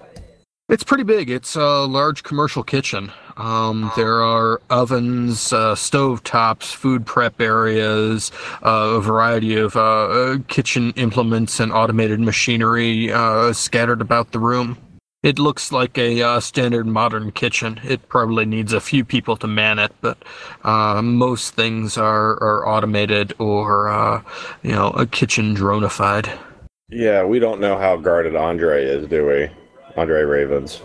It's pretty big. It's a large commercial kitchen. Um, there are ovens, uh, stove tops, food prep areas, uh, a variety of uh, uh, kitchen implements and automated machinery uh, scattered about the room. It looks like a uh, standard modern kitchen. It probably needs a few people to man it, but uh, most things are, are automated or uh, you know a kitchen dronified. Yeah, we don't know how guarded Andre is, do we? Andre Ravens.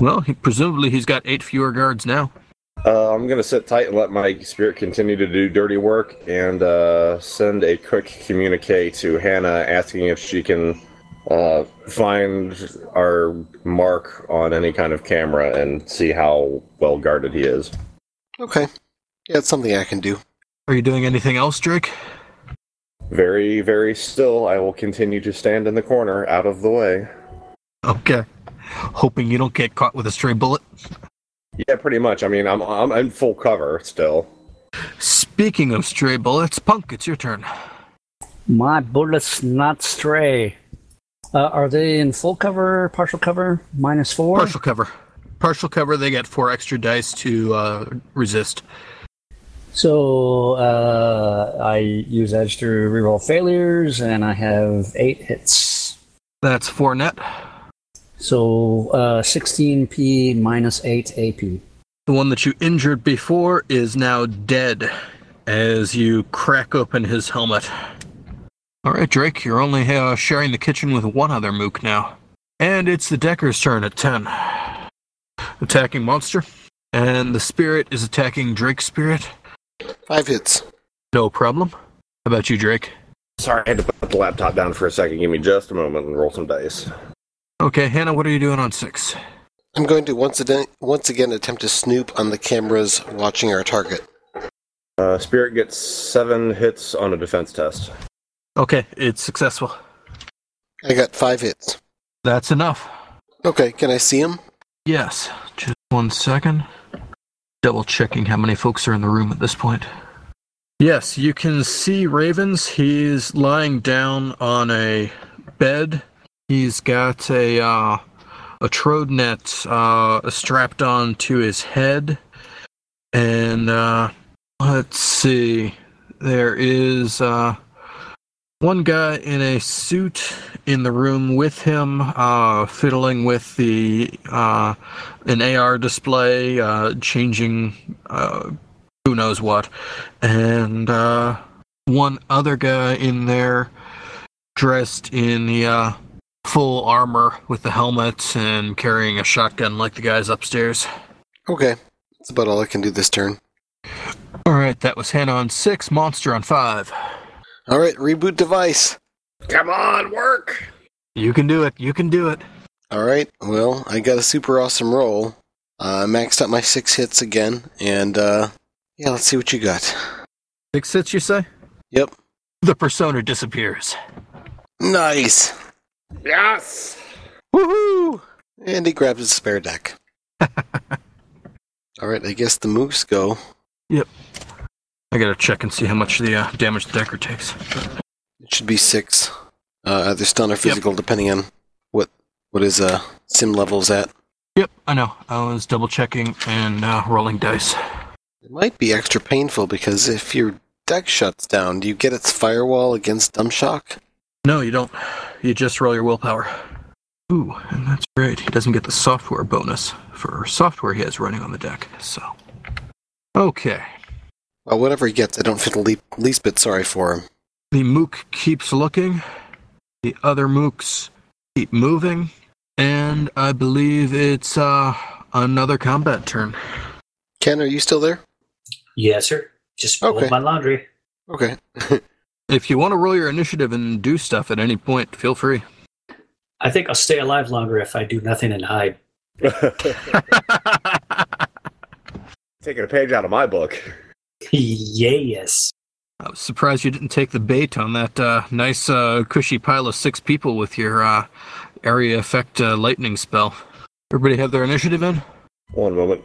Well, he, presumably he's got eight fewer guards now. Uh, I'm gonna sit tight and let my spirit continue to do dirty work and uh, send a quick communique to Hannah asking if she can uh, find our mark on any kind of camera and see how well guarded he is. Okay. Yeah, it's something I can do. Are you doing anything else, Drake? Very, very still, I will continue to stand in the corner, out of the way. Okay. Hoping you don't get caught with a stray bullet. Yeah, pretty much. I mean, I'm I'm in full cover still. Speaking of stray bullets, Punk, it's your turn. My bullets not stray. Uh, are they in full cover, partial cover, minus four? Partial cover. Partial cover, they get four extra dice to uh, resist. So uh, I use edge to reroll failures, and I have eight hits. That's four net. So uh, 16p minus 8 AP. The one that you injured before is now dead as you crack open his helmet. All right, Drake, you're only uh, sharing the kitchen with one other mook now. And it's the Decker's turn at 10. Attacking monster. And the spirit is attacking Drake's spirit. Five hits. No problem. How about you, Drake? Sorry, I had to put the laptop down for a second. Give me just a moment and roll some dice. Okay, Hannah, what are you doing on six? I'm going to once again, once again attempt to snoop on the cameras watching our target. Uh, Spirit gets seven hits on a defense test. [LAUGHS] Okay, it's successful. I got five hits. That's enough. Okay, can I see him? Yes, just one second. Double checking how many folks are in the room at this point. Yes, you can see Ravens. He's lying down on a bed. He's got a uh, a trode net uh, strapped on to his head, and uh, let's see. There is uh, one guy in a suit in the room with him, uh, fiddling with the uh, an AR display, uh, changing uh, who knows what, and uh, one other guy in there dressed in the uh, full armor with the helmet and carrying a shotgun like the guys upstairs. Okay. That's about all I can do this turn. All right, that was Hannah on six, Monster on five. All right, reboot device. Come on, work. You can do it. You can do it. All right. Well, I got a super awesome roll. I maxed out my six hits again, and uh, yeah, let's see what you got. Six hits, you say? Yep. The persona disappears. Nice. Yes. Woohoo! And he grabbed his spare deck. All right, I guess the moves go. I gotta check and see how much the uh, damage the Decker takes. It should be six. Uh, either stun or physical, depending on what what his uh, sim level's at. Yep, I know. I was double checking and uh, rolling dice. It might be extra painful because if your deck shuts down, do you get its firewall against dumb shock? No, you don't. You just roll your willpower. Ooh, and that's great. He doesn't get the software bonus for software he has running on the deck. So, okay. Well, whatever he gets, I don't feel the le- least bit sorry for him. The mook keeps looking. The other mooks keep moving, and I believe it's uh, another combat turn. Ken, are you still there? Yes, sir. Just fold Okay. my laundry. Okay. If you want to roll your initiative and do stuff at any point, feel free. I think I'll stay alive longer if I do nothing and hide. [LAUGHS] I Taking a page out of my book. [LAUGHS] yes. was surprised you didn't take the bait on that uh, nice, uh, cushy pile of six people with your uh, area effect uh, lightning spell. Everybody have their initiative in? One moment.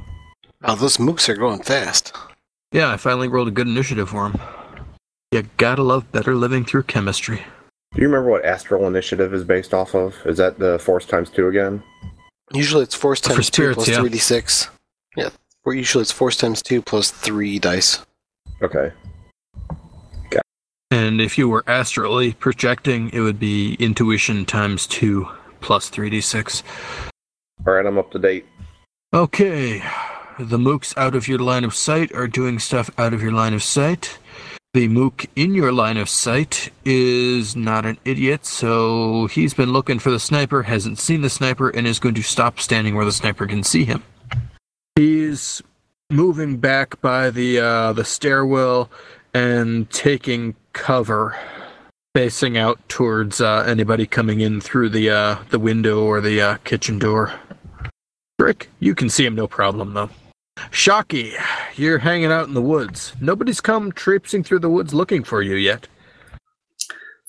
Wow, those mooks are going fast. Yeah, I finally rolled a good initiative for him. You gotta love better living through chemistry. Do you remember what Astral Initiative is based off of? Is that the Force times two again? Usually it's force For times spirits, two plus yeah. three d six. Yeah. Or usually it's force times two plus three dice. Okay. And if you were astrally projecting, it would be intuition times two plus 3d6. All right, I'm up to date. Okay. The mooks out of your line of sight are doing stuff out of your line of sight. The mook in your line of sight is not an idiot, so he's been looking for the sniper, hasn't seen the sniper, and is going to stop standing where the sniper can see him. He's moving back by the uh, the stairwell and taking cover, facing out towards uh, anybody coming in through the uh, the window or the uh, kitchen door. Brick, you can see him no problem though. Shocky, you're hanging out in the woods. Nobody's come traipsing through the woods looking for you yet.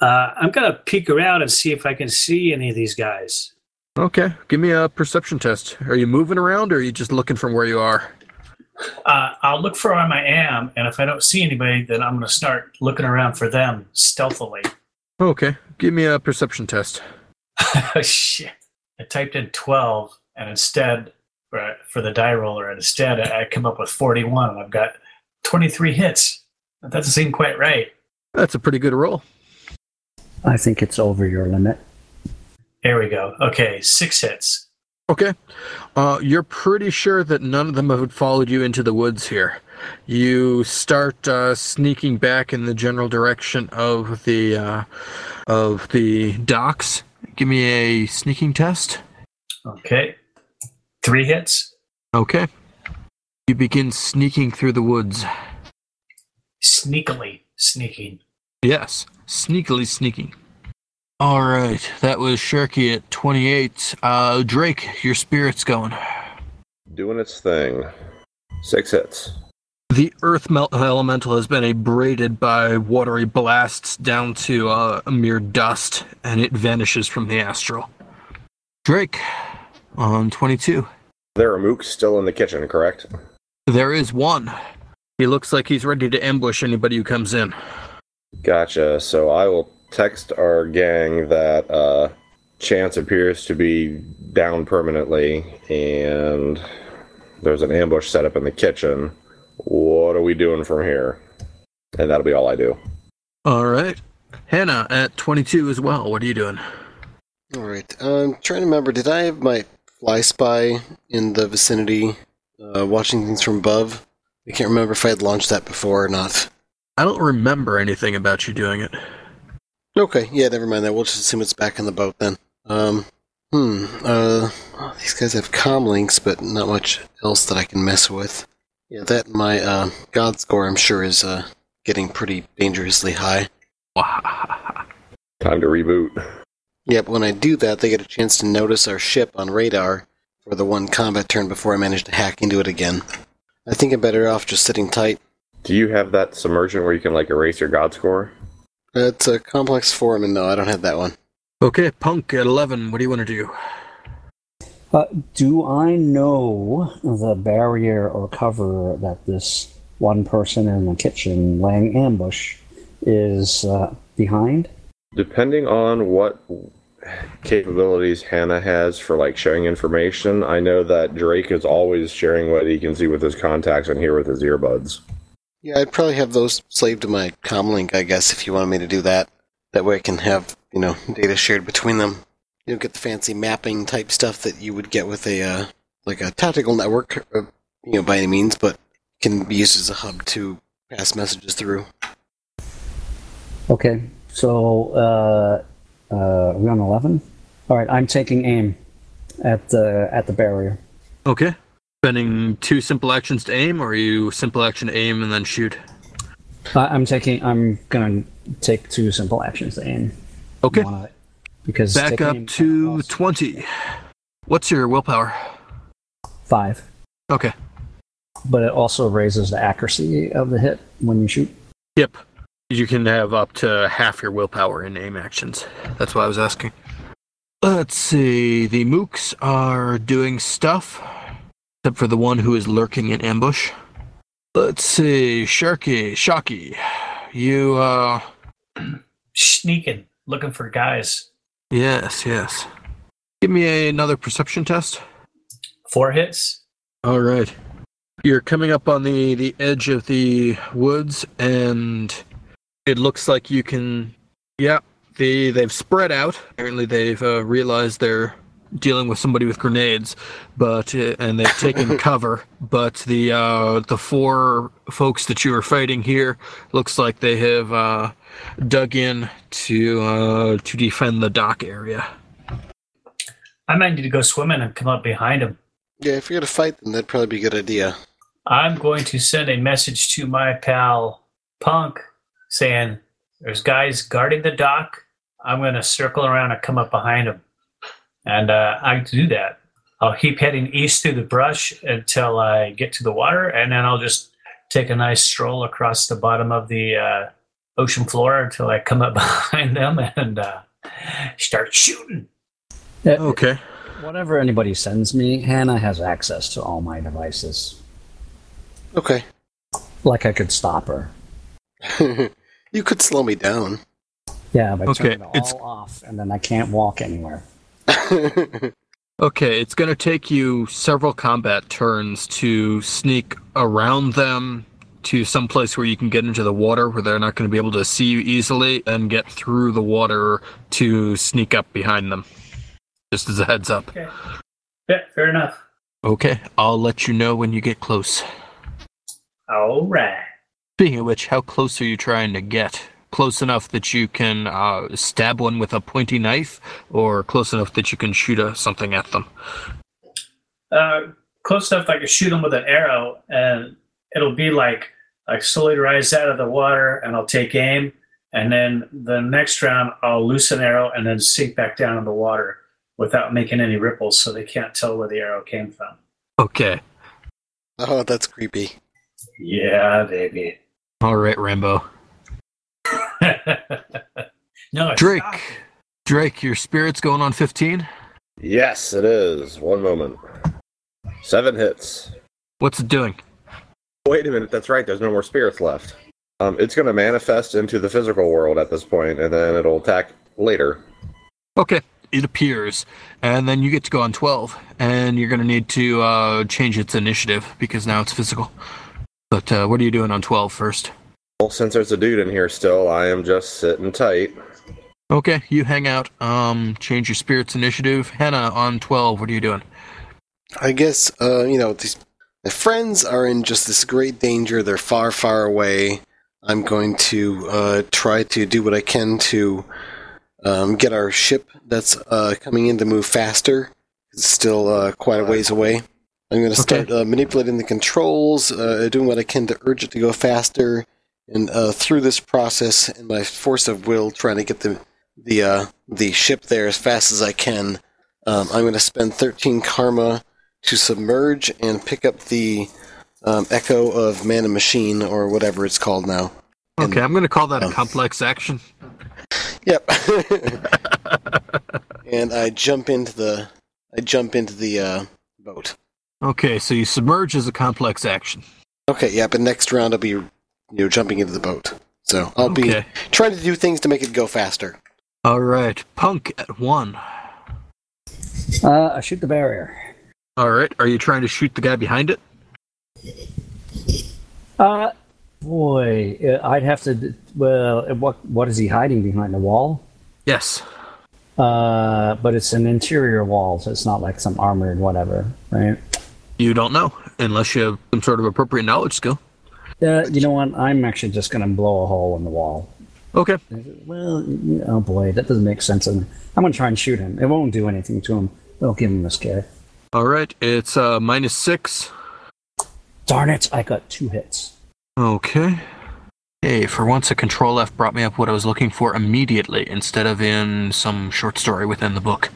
Uh, I'm going to peek around and see if I can see any of these guys. Okay, give me a perception test. Are you moving around or are you just looking from where you are? Uh, I'll look for where I am, and if I don't see anybody, then I'm going to start looking around for them [LAUGHS] stealthily. Okay, give me a perception test. Oh, Shit. I typed in 12, and instead, for, for the die roller, and instead I come up with 41, and I've got 23 hits. That doesn't seem quite right. That's a pretty good roll. I think it's over your limit. There we go. Okay, six hits. Okay. Uh, you're pretty sure that none of them have followed you into the woods here. You start uh, sneaking back in the general direction of the uh, of the docks. Give me a sneaking test. Okay, three hits. Okay. You begin sneaking through the woods. Sneakily sneaking. Yes, sneakily sneaking. All right, that was Sharky at 28. Uh, Drake, your spirit's going. Doing its thing. Six hits. The earth mel- elemental has been abraded by watery blasts down to uh, a mere dust, and it vanishes from the astral. Drake, on 22. There are mooks still in the kitchen, correct? There is one. He looks like he's ready to ambush anybody who comes in. Gotcha. So I will text our gang that uh, Chance appears to be down permanently, and there's an ambush set up in the kitchen. What are we doing from here? And that'll be all I do. All right. Hannah at 22 as well. What are you doing? All right. I'm trying to remember. Did I have my fly spy in the vicinity, uh, watching things from above? I can't remember if I had launched that before or not. I don't remember anything about you doing it. Okay. Yeah. Never mind that. We'll just assume it's back in the boat then. Um. Hmm. Uh. These guys have comm links, but not much else that I can mess with. Yeah. That and my uh, God score, I'm sure, is uh getting pretty dangerously high. Time to reboot. Yep, when I do that, they get a chance to notice our ship on radar for the one combat turn before I manage to hack into it again. I think I'm better off just sitting tight. Do you have that submersion where you can like erase your god score? It's a complex form, and no, I don't have that one. Okay, Punk at 11. What do you want to do? Uh, do I know the barrier or cover that this one person in the kitchen laying ambush is uh, behind? Depending on what capabilities Hannah has for like showing information, I know that Drake is always sharing what he can see with his contacts and hear with his earbuds. Yeah, I'd probably have those slaved to my comlink, I guess, if you wanted me to do that. That way I can have, you know, data shared between them. You don't get the fancy mapping type stuff that you would get with a, uh, like a tactical network, uh, you know, by any means, but can be used as a hub to pass messages through. Okay, so uh, uh, are we on eleven? All right, I'm taking aim at the at the barrier. Okay. Spending two simple actions to aim, or are you simple action aim and then shoot? I, I'm taking. I'm gonna take two simple actions to aim. Okay. Wanna- because Back taking up aim- to 20. What's your willpower? five, Okay. but it also raises the accuracy of the hit when you shoot. Yep. You can have up to half your willpower in aim actions. That's why I was asking. Let's see. The mooks are doing stuff, except for the one who is lurking in ambush. Let's see. Sharky, Shocky, you, uh, Sneaking, looking for guys. yes, yes. Give me another perception test. Four hits. All right. You're coming up on the the edge of the woods and it looks like you can yeah, they they've spread out. Apparently they've uh, realized they're dealing with somebody with grenades, but uh, and they've taken cover, but the uh the four folks that you are fighting here looks like they have uh dug in to uh to defend the dock area. I might need to go swimming and come up behind them. Yeah, if you're gonna fight them, that'd probably be a good idea. I'm going to send a message to my pal Punk saying there's guys guarding the dock. I'm going to circle around and come up behind them. And uh, I do that. I'll keep heading east through the brush until I get to the water, and then I'll just take a nice stroll across the bottom of the uh, ocean floor until I come up [LAUGHS] behind them and uh, start shooting. Yeah, Okay. Whatever anybody sends me, Hannah has access to all my devices. Okay. [LAUGHS] Like I could stop her. you could slow me down. [LAUGHS] Yeah, but Okay, turn it all it's- off, and then I can't walk anywhere. Okay, it's going to take you several combat turns to sneak around them to some place where you can get into the water where they're not going to be able to see you easily and get through the water to sneak up behind them. Just as a heads up. Okay. Yeah, fair enough. Okay, I'll let you know when you get close. All right. Speaking of which, how close are you trying to get? Close enough that you can uh, stab one with a pointy knife, or close enough that you can shoot uh something at them? uh, close enough I could shoot him with an arrow, and it'll be like I slowly rise out of the water, and I'll take aim, and then the next round I'll loose an arrow and then sink back down in the water without making any ripples, so they can't tell where the arrow came from. Okay. oh, that's creepy. Yeah, baby. All right, Rambo. [LAUGHS] no, Drake, stop. Drake, your spirit's going on 15. Yes, it is. One moment. Seven hits. What's it doing? Wait a minute, that's right. There's no more spirits left. Um, it's going to manifest into the physical world at this point, and then it'll attack later. Okay, it appears. And then you get to go on 12, and you're going to need to uh, change its initiative because now it's physical. But uh, what are you doing on 12 first? Well, since there's a dude in here still, I am just sitting tight. Okay, you hang out. Um, change your spirits initiative. Hannah on twelve. What are you doing? I guess uh, you know these the friends are in just this great danger. They're far, far away. I'm going to uh, try to do what I can to um, get our ship that's uh, coming in to move faster. It's still uh, quite a ways away. I'm going to start uh, manipulating the controls, uh, doing what I can to urge it to go faster, and uh, through this process and my force of will, trying to get the the uh, the ship there as fast as I can. Um, I'm going to spend 13 karma to submerge and pick up the um, echo of man and machine or whatever it's called now. Okay, I'm going to call um, that a complex action. Yep. [LAUGHS] and I jump into the I jump into the uh, boat. Okay, so you submerge as a complex action. Okay. Yep. And next round I'll be you know jumping into the boat. So I'll Okay. be trying to do things to make it go faster. All right, punk at one. Uh, I shoot the barrier. All right, are you trying to shoot the guy behind it? Uh, boy, uh, I'd have to. d- Well, uh, what what is he hiding behind the wall? Yes. Uh, but it's an interior wall, so it's not like some armored whatever, right? You don't know unless you have some sort of appropriate knowledge skill. Uh, you know what? I'm actually just gonna blow a hole in the wall. Okay. Well, y- oh boy, that doesn't make sense. I'm I'm gonna try and shoot him. It won't do anything to him. It'll give him a scare. All right, it's uh, minus six. Darn it! I got two hits. Okay. Hey, for once a control F brought me up what I was looking for immediately instead of in some short story within the book.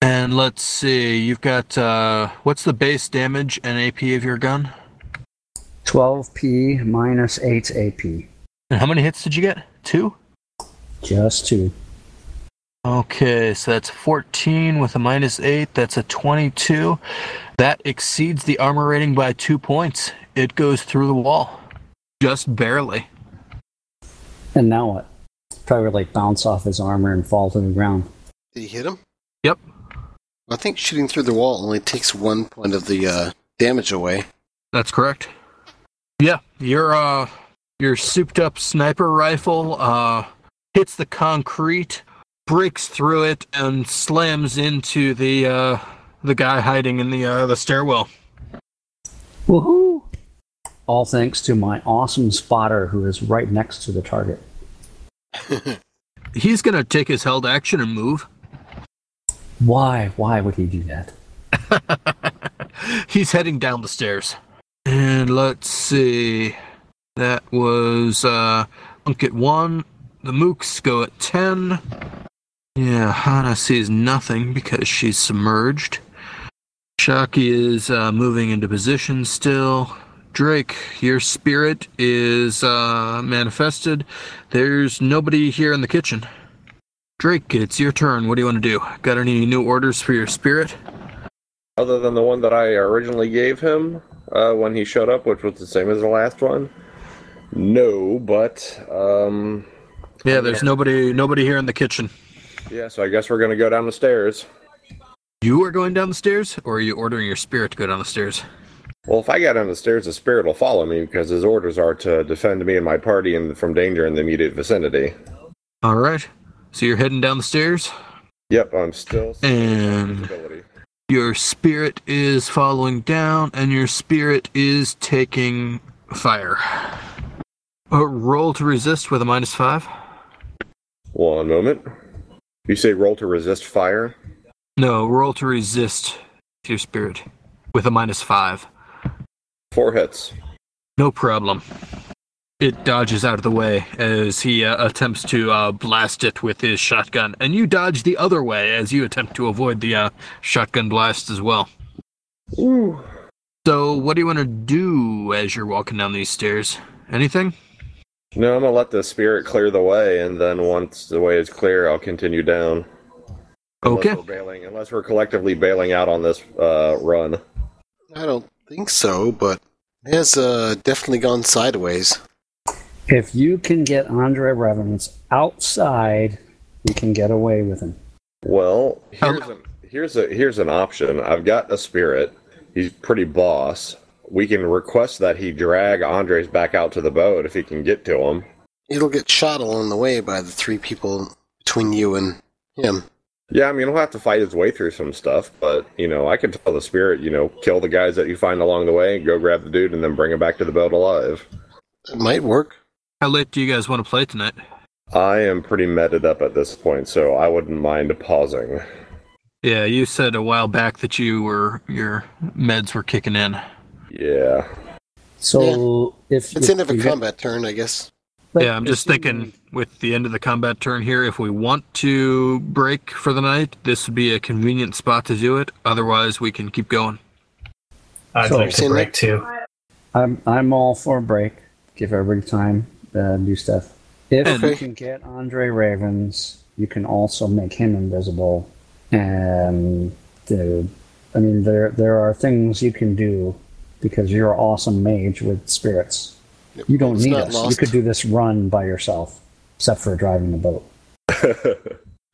And let's see, you've got uh what's the base damage and AP of your gun? 12p minus 8 AP. And how many hits did you get? Two? Just two. Okay, so that's 14 with a minus 8. That's a 22. That exceeds the armor rating by two points. It goes through the wall. Just barely. And now what? Probably like bounce off his armor and fall to the ground. Did he hit him? Yep. I think shooting through the wall only takes one point of the uh, damage away. [LAUGHS] That's correct. Yeah, your uh your souped up sniper rifle uh hits the concrete, breaks through it and slams into the uh the guy hiding in the uh the stairwell. Woohoo! All thanks to my awesome spotter who is right next to the target. He's going to take his held action and move. Why? Why would he do that? [LAUGHS] He's heading down the stairs. And let's see. That was uh Punk at one. The Mooks go at ten. Yeah, Hana sees nothing because she's submerged. Shaki is uh, moving into position still. Drake, your spirit is uh, manifested. There's nobody here in the kitchen. Drake, it's your turn. What do you want to do? Got any new orders for your spirit? Other than the one that I originally gave him uh, when he showed up, which was the same as the last one. No, but um, Yeah, there's nobody nobody here in the kitchen. yeah. So I guess we're gonna go down the stairs. You are going down the stairs, or are you ordering your spirit to go down the stairs? Well, if I got down the stairs, the spirit will follow me because his orders are to defend me and my party and from danger in the immediate vicinity. All right. So you're heading down the stairs, Yep, I'm still. and Ability. your spirit is following down, and your spirit is taking fire. Uh, roll to resist with a minus five. One moment. You say roll to resist fire. No, roll to resist with your spirit with a minus five. Four hits. No problem. It dodges out of the way as he uh, attempts to uh, blast it with his shotgun, and you dodge the other way as you attempt to avoid the uh, shotgun blast as well. Ooh. So, what do you want to do as you're walking down these stairs? Anything? No, I'm gonna let the spirit clear the way, and then once the way is clear, I'll continue down. Unless Okay. We're bailing, unless we're collectively bailing out on this uh, run. I don't think so, but it has uh, definitely gone sideways. If you can get Andre Revenants outside, you can get away with him. Well, here's an, here's a here's an option. I've got a spirit. He's pretty boss. we can request that he drag Andres back out to the boat if he can get to him. It'll get shot along the way by the three people between you and him. Yeah, I mean, he'll have to fight his way through some stuff, but, you know, I can tell the spirit, you know, kill the guys that you find along the way, go grab the dude, and then bring him back to the boat alive. It might work. How late do you guys want to play tonight? I am pretty meted up at this point, so I wouldn't mind pausing. Yeah, you said a while back that you were your meds were kicking in. Yeah. So if It's if end of a you get- combat turn, I guess. but yeah, I'm if just you- thinking with the end of the combat turn here, if we want to break for the night, this would be a convenient spot to do it. Otherwise, we can keep going. I'd So- like to Seen Uh, break it? too. I'm I'm all for a break. Give everybody time to do stuff. If Okay. you can get Andre Ravens, you can also make him invisible. And do, I mean, there there are things you can do because you're an awesome mage with spirits. You don't It's need not us. You lost. could do this run by yourself, except for driving the boat.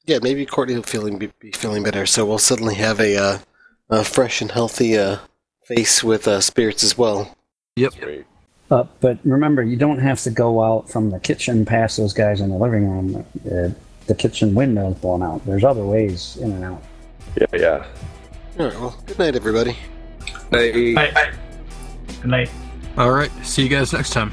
Yeah, maybe Courtney will feeling be, be feeling better, so we'll suddenly have a, uh, a fresh and healthy uh, face with uh, spirits as well. Yep. Sweet. Uh, but remember, you don't have to go out from the kitchen past those guys in the living room. Uh, the kitchen window's blown out. There's other ways in and out. Yeah, yeah. All right, well, good night, everybody. Bye. Good night. All right. See you guys next time.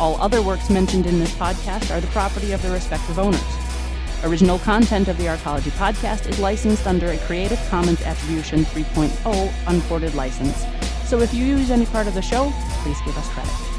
All other works mentioned in this podcast are the property of their respective owners. Original content of the Arcology podcast is licensed under a Creative Commons oh, Attribution 3.0 unported license. So if you use any part of the show, please give us credit.